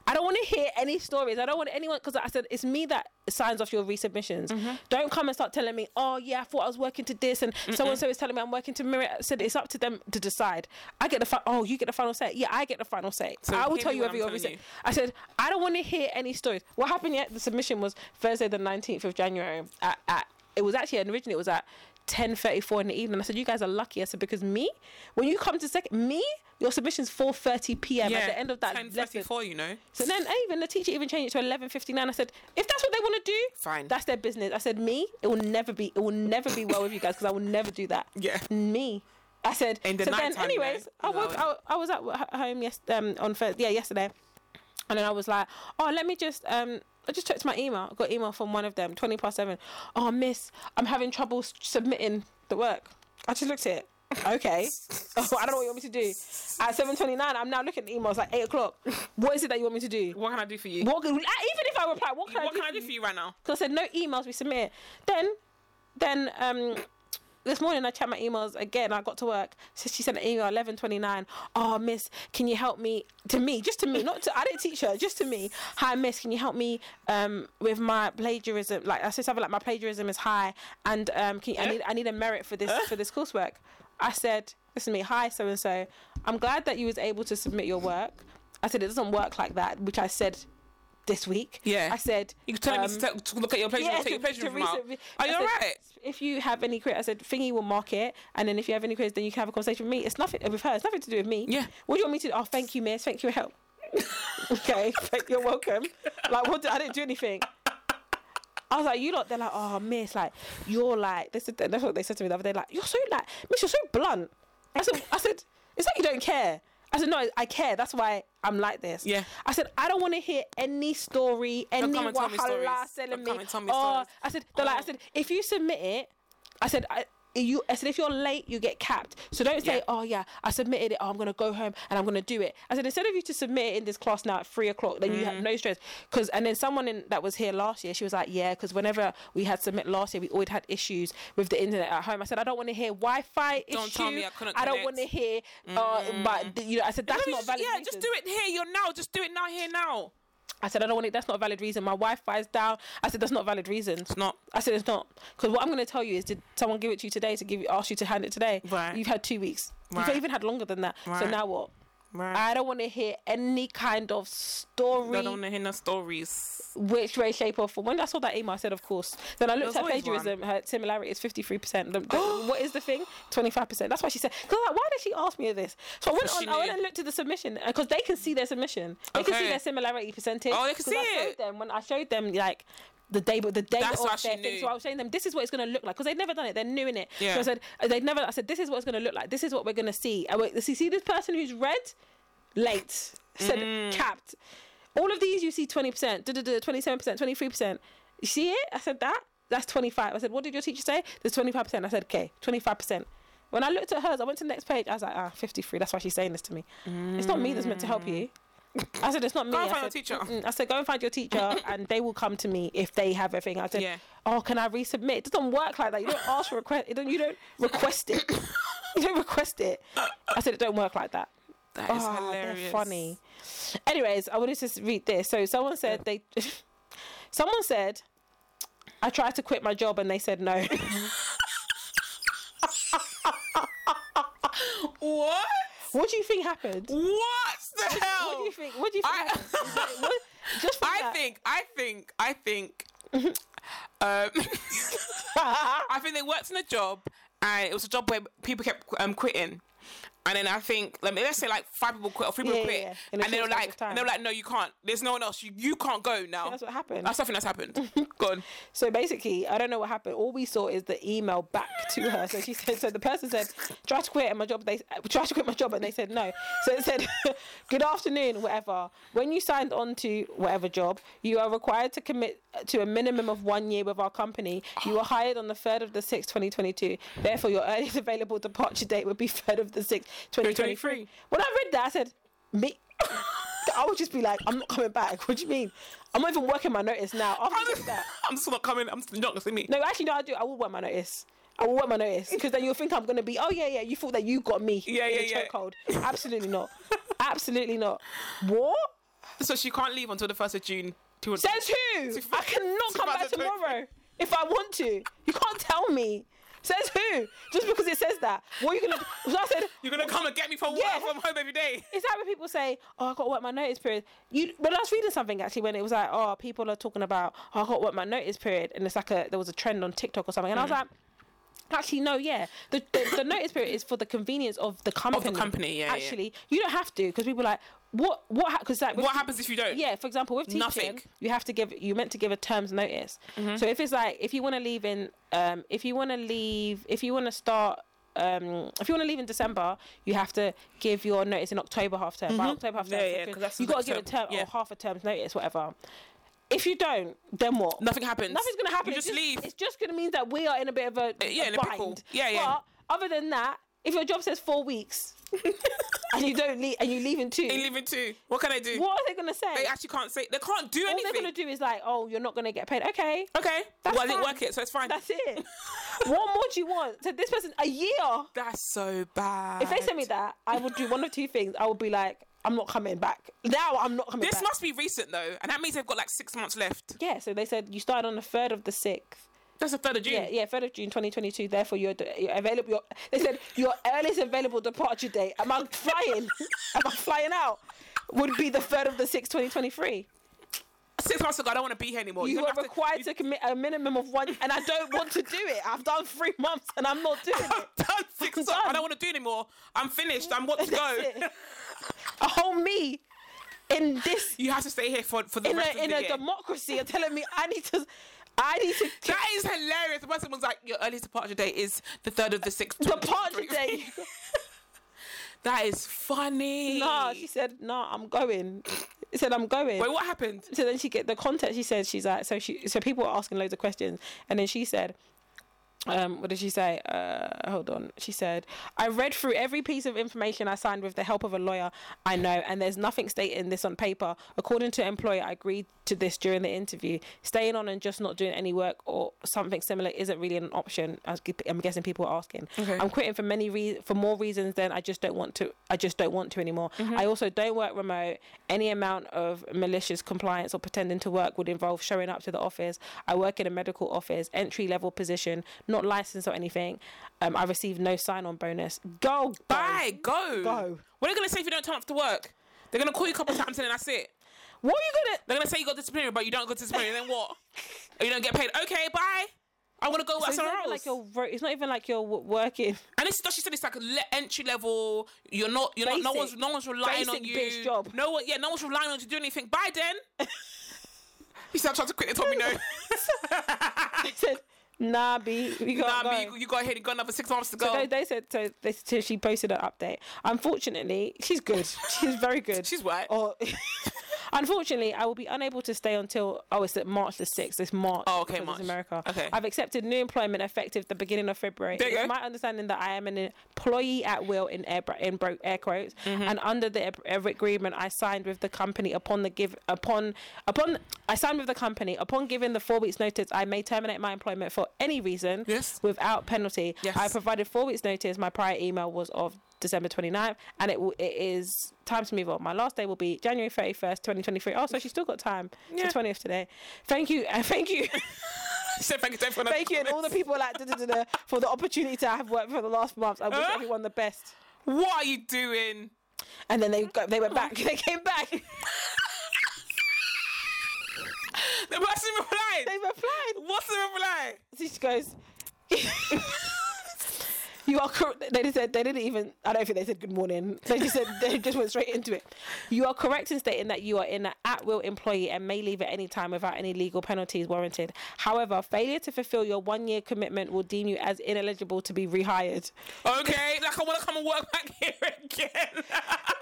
S2: I don't want to hear any stories. I don't want anyone because I said it's me that signs off your resubmissions.
S1: Mm-hmm.
S2: Don't come and start telling me, oh yeah, I thought I was working to this, and so and so is telling me I'm working to mirror. I said it's up to them to decide. I get the fi- oh, you get the final say. Yeah, I get the final say.
S1: So
S2: I will
S1: hear
S2: tell
S1: me
S2: you
S1: when
S2: every
S1: I'm
S2: your reason.
S1: telling you.
S2: I said I don't want to hear any stories. What happened yet? The submission was Thursday the nineteenth of January. At, at it was actually originally it was at. 10:34 in the evening. I said, "You guys are lucky." I said, "Because me, when you come to second, me, your submission's 4:30 p.m.
S1: yeah,
S2: at the end of that
S1: ten
S2: lesson.
S1: thirty-four. You know,
S2: So then even the teacher even changed it to eleven fifty nine. I said, if that's what they want to do,
S1: Fine.
S2: that's their business. I said, me, it will never be, it will never be well with you guys because I will never do that.
S1: [LAUGHS] Yeah.
S2: me. I said.
S1: In the
S2: so then,
S1: nighttime, you know,
S2: anyways, I woke. I,
S1: allowing.
S2: I was at wo- home yes um on Thursday, yeah yesterday, and then I was like, oh let me just um. I just checked my email. I got email from one of them, twenty past seven. Oh, miss, I'm having trouble s- submitting the work. I just looked at it. Okay. [LAUGHS] oh, I don't know what you want me to do. At seven twenty nine, I'm now looking at emails like eight o'clock. What is it that you want me to do?
S1: what can I do for you?
S2: What could, even if I reply, what can,
S1: what
S2: I, do
S1: can I do for you right now?
S2: Because I said no emails we submit. Then, then um, this morning I checked my emails again. I got to work. So she sent an email eleven twenty nine. Oh, Miss, can you help me? To me, just to me, not to. I didn't teach her, just to me. Hi, Miss, can you help me um with my plagiarism? Like I said something like my plagiarism is high, and um, can you, I need I need a merit for this for this coursework. I said, listen to me. Hi, so and so. I'm glad that you was able to submit your work. I said it doesn't work like that, which I said this week.
S1: Yeah.
S2: I said
S1: You're telling
S2: um,
S1: me to, t- to look at your pleasure,
S2: yeah,
S1: and take your
S2: [LAUGHS] to- to
S1: pleasure from out.
S2: resub-
S1: Are
S2: I
S1: you
S2: said,
S1: alright?
S2: If you have any queries, I said thingy will mark it, and then if you have any queries, then you can have a conversation with me. It's nothing with her. It's nothing to do with me.
S1: Yeah.
S2: What do you want me to? do? Oh, thank you, Miss. Thank you for help. [LAUGHS] okay, thank- you're welcome. Like, what? Did, I didn't do anything. I was like, you lot. They're like, oh, Miss, like you're like. They said, that's what they said to me the other day. Like, you're so like, Miss, you're so blunt. I said, I said, it's like you don't care. I said, no, I care. That's why I'm like this.
S1: Yeah.
S2: I said, I don't want to hear any story, any
S1: come and tell me stories.
S2: wahala selling
S1: Don't
S2: me.
S1: come and tell me
S2: Oh,
S1: stories.
S2: I said, they're like, I said, if you submit it, I said, I, you, I said, if you're late, you get capped. So don't say,
S1: Yeah.
S2: oh yeah, I submitted it. Oh, I'm gonna go home and I'm gonna do it. I said, instead of you to submit it in this class now at three o'clock, then you
S1: Mm.
S2: have no stress. Because and then someone in, that was here last year, she was like, yeah, because whenever we had submit last year, we always had issues with the internet at home. I said, I don't want to hear Wi-Fi
S1: Don't
S2: issue.
S1: tell me I couldn't
S2: don't
S1: connect."
S2: want to hear, uh, but you know, I said that's
S1: Maybe
S2: not
S1: just-
S2: valid.
S1: Yeah, just
S2: reasons."
S1: do it here. You're now. Just do it now. Here now.
S2: I said, I don't want it. That's not a valid reason. My Wi-Fi is down. I said, that's not a valid reason.
S1: It's not.
S2: I said, it's not. Because what I'm going to tell you is, did someone give it to you today to give you, ask you to hand it today?
S1: Right.
S2: You've had two weeks.
S1: Right.
S2: You've even had longer than that. So
S1: Right.
S2: now what?
S1: Right.
S2: I don't want to hear any kind of story,
S1: I don't want to hear no stories. [LAUGHS]
S2: which way, shape, or form. When I saw that email, I said, "Of course." Then I looked
S1: There's
S2: at
S1: always
S2: plagiarism. Her similarity is fifty-three percent.
S1: [GASPS]
S2: What is the thing? Twenty-five percent. That's why she said. Because like, why did she ask me this? So I went
S1: So she
S2: on. I went
S1: knew.
S2: and looked at the submission because they can see their submission. They can see
S1: Okay.
S2: their similarity percentage.
S1: Oh, they can
S2: 'Cause I
S1: see
S2: showed
S1: it.
S2: Them when I showed them like. The day, but the day
S1: That's why
S2: of
S1: she
S2: their thing.
S1: knew.
S2: So I was showing them this is what it's going to look like because they'd never done it. They're new in it.
S1: Yeah.
S2: So I said they'd never. I said this is what it's going to look like. This is what we're going to see. And we, see, see this person who's red late said
S1: Mm.
S2: capped all of these you see 20% duh, duh, duh, 27% 23% you see it i said that that's 25 i said what did your teacher say there's 25% i said okay 25% when i looked at hers i went to the next page i was like ah 53 that's why she's saying this to me it's not me that's meant to help you I said it's not me.
S1: Mm. and
S2: I
S1: find your
S2: said,
S1: teacher.
S2: "Mm-mm." Mm, I said go and find your
S1: [LAUGHS]
S2: teacher, and they will come to me if they have everything. I said,
S1: Yeah.
S2: oh, can I resubmit? It doesn't work like that. You don't ask for request. You don't, you don't request it. [LAUGHS] you don't request it. I said it don't work like that.
S1: That is
S2: Ah, they're
S1: hilarious.
S2: funny. Anyways, I wanted to s- read this. So someone said they, [LAUGHS] someone said, I tried to quit my job and they said no. [LAUGHS]
S1: What?
S2: what do you think happened?
S1: What the hell?
S2: What do you think? What do you think?
S1: I-
S2: happened?
S1: [LAUGHS]
S2: Is it- what- just from
S1: I
S2: that-
S1: think, I think, I think.
S2: [LAUGHS]
S1: um, [LAUGHS] I think they worked in a job, and it was a job where people kept um, quitting. And then I think, like, let's say like five people quit or three people
S2: Yeah, yeah,
S1: quit,
S2: yeah. In a
S1: and they were
S2: short space of
S1: like, and they were
S2: time.
S1: like, no, you can't. There's no one else. You you can't go now.
S2: That's what happened.
S1: That's something that's
S2: [LAUGHS]
S1: happened. Gone.
S2: So basically, I don't know what happened. All we saw is the email back to her. So she said, so the person said, try to quit and my job. They tried to quit my job and they said no. So it said, [LAUGHS] good afternoon, whatever. When you signed on to whatever job, you are required to commit to a minimum of one year with our company. You were hired on the third of the sixth, 2022. Therefore, your earliest available departure date would be third of the sixth, 2023.
S1: 2023.
S2: When I read that, I said, me. [LAUGHS] I would just be like, I'm not coming back. What do you mean? I'm not even working my notice now. After just that,
S1: [LAUGHS] I'm still not coming. I'm still not gonna see me.
S2: no, actually, no, I do. I will wear my notice. I will wear my notice because then you'll think I'm gonna be. Oh yeah, yeah. You thought that you got me.
S1: Yeah,
S2: in
S1: yeah,
S2: the
S1: yeah. [LAUGHS]
S2: Chokehold. Absolutely not. Absolutely not. What?
S1: So she can't leave until the first of June. Two-
S2: Says who? I cannot come back
S1: 2023.
S2: tomorrow if I want to. You can't tell me. Says who? Just because it says that. What are you gonna? do? So I said.
S1: You're gonna come and get me from
S2: Yeah.
S1: work from home every
S2: [LAUGHS]
S1: day.
S2: It's like when people say, "Oh, I got to work my notice period." You when I was reading something actually, when it was like, "Oh, people are talking about oh, I got to work my notice period," and it's like a there was a trend on TikTok or something, and I was
S1: Hmm.
S2: like. Actually, no, yeah. The, the, the notice period is for the convenience of the company.
S1: company, yeah, yeah.
S2: Actually, you don't have to because people are like, what, what, because like, with
S1: What
S2: te-
S1: happens if you [LAUGHS] don't?
S2: Yeah, for example, with teaching,
S1: Nothing. Mm-hmm.
S2: you have to give, you meant to give a term's notice. So if it's like, if you want to leave in, um, if you want to leave, if you want to start, um, if you want to leave in December, you have to give your notice in October half term. By October half term,
S1: Mm-hmm. Yeah,
S2: it's
S1: yeah,
S2: like
S1: 'cause that's
S2: you got to give a
S1: October,
S2: term
S1: yeah.
S2: or half a term's notice, whatever. If you don't, then what?
S1: Nothing happens.
S2: Nothing's gonna happen.
S1: You
S2: It's
S1: just leave. Uh,
S2: It's just gonna mean that we are in a bit of a
S1: yeah, in a pickle.
S2: bind.
S1: Yeah, yeah.
S2: But other than that, if your job says four weeks
S1: [LAUGHS]
S2: and you don't leave and you leave in two,
S1: You leaving too. What can I do?
S2: what are they gonna say?
S1: They actually can't say. They can't do
S2: All they're
S1: anything.
S2: gonna do is like, oh, you're not gonna get paid.
S1: [LAUGHS]
S2: Okay,
S1: Okay.
S2: That's
S1: well, I didn't
S2: fine.
S1: work it, so it's fine. [LAUGHS]
S2: that's it. what more do you want? So this person, a year.
S1: That's so bad.
S2: If they send me that, I would do one of two things. I would be like, I'm not coming back. Now I'm not coming
S1: This
S2: back.
S1: must be recent though, and that means they've got like six months left.
S2: yeah, so they said you started on the third of the sixth.
S1: That's the third of June.
S2: Yeah, yeah, third of June, twenty twenty two. Therefore, you're, you're available. You're, they said your earliest available departure date. Am I flying? Am I flying out? Would be the third of the sixth, twenty twenty three.
S1: Six months ago, I don't want to be here anymore.
S2: You
S1: You're
S2: are
S1: gonna have to-
S2: required to commit a minimum of one, and I don't want to do it. I've done three months, and I'm not
S1: [LAUGHS]
S2: doing it.
S1: I'm done. Six
S2: I'm
S1: months. I
S2: done.
S1: don't want to do anymore. I'm finished. I'm what to
S2: That's
S1: go.
S2: it. A whole me in this
S1: [LAUGHS] [LAUGHS] You have to stay here for, for the
S2: in
S1: rest
S2: a in
S1: of the
S2: a
S1: year.
S2: democracy are telling me I need to I need to
S1: [LAUGHS] that is hilarious. The person was like, "Your earliest departure date is the third of the sixth
S2: [LAUGHS] departure date. [LAUGHS]
S1: [LAUGHS] That is funny.
S2: no, she said no. I'm going. She said I'm going.
S1: Wait, what happened?
S2: so then she get the context. She said she's like so she so people were asking loads of questions, and then she said. Um, what did she say? Uh, hold on. She said, I read through every piece of information I signed with the help of a lawyer I know, and there's nothing stating this on paper. According to employer, I agreed to this during the interview. Staying on and just not doing any work or something similar isn't really an option. I was g- I'm guessing people are asking.
S1: Okay.
S2: I'm quitting for many re- for more reasons than I just don't want to. I just don't want to anymore.
S1: Mm-hmm.
S2: I also don't work remote. Any amount of malicious compliance or pretending to work would involve showing up to the office. I work in a medical office, entry level position, not not licensed or anything. Um, I received no sign on bonus. Go, bye.
S1: Bye, go.
S2: Go.
S1: What are they gonna say if you don't turn up to work? They're gonna call you a couple times and then that's it.
S2: What are you gonna?
S1: They're gonna say you got disciplinary, but you don't got disciplinary. then what?
S2: [LAUGHS]
S1: Or you don't get paid. Okay, bye. I'm gonna go work
S2: It's not,
S1: somewhere
S2: even
S1: else.
S2: like you're, ro- it's not even like you're w- working. [LAUGHS]
S1: And this is she said it's like le- entry level. You're not. You're not. No one's.
S2: Basic-
S1: No one's relying on
S2: basic
S1: you.
S2: bitch job.
S1: No one. Yeah. No one's relying on you to do anything. Bye,
S2: [LAUGHS]
S1: then. he said, "I'm trying to quit." They told me no.
S2: They said, nah, B, we got
S1: nah, B, you, you got here. You got another six months to go.
S2: Oh,
S1: [LAUGHS]
S2: So they, they said so. They, so she posted an update. Unfortunately, she's good. [LAUGHS] She's very good.
S1: She's white.
S2: Or, [LAUGHS] unfortunately, I will be unable to stay until oh, it's at March the sixth. It's March.
S1: Oh, okay,
S2: because it's
S1: March.
S2: America.
S1: Okay.
S2: I've accepted new employment effective the beginning of February.
S1: There you
S2: it's
S1: go.
S2: my understanding that I am an employee at will in air br- in bro- air quotes,
S1: Mm-hmm.
S2: and under the air- air agreement I signed with the company upon the give upon upon I signed with the company upon giving the four weeks notice I may terminate my employment for any reason
S1: Yes.
S2: without penalty.
S1: Yes.
S2: I provided four weeks' notice. My prior email was of December 29th, and it will, it is time to move on. My last day will be January 31st, 2023. Oh, so she's still got time.
S1: Yeah.
S2: It's the 20th today. Thank you. [LAUGHS] And thank you.
S1: She said, "Thank you, Dave, for another
S2: thank you. And all the
S1: comment."
S2: people like, da, da, da, da, for the opportunity to have worked for the last month. I wish
S1: Huh?
S2: everyone the best.
S1: What are you doing?
S2: And then they go, they went back. [LAUGHS] They came back. They
S1: The person replied.
S2: replied.
S1: What's the reply?
S2: She just goes. [LAUGHS] You are correct. They just said they didn't even. I don't think they said good morning. They just said they just went straight into it. You are correct in stating that you are in an at-will employee and may leave at any time without any legal penalties warranted. However, failure to fulfill your one-year commitment will deem you as ineligible to be rehired.
S1: Okay, like I want to come and work back [LAUGHS] here
S2: [LAUGHS]
S1: again.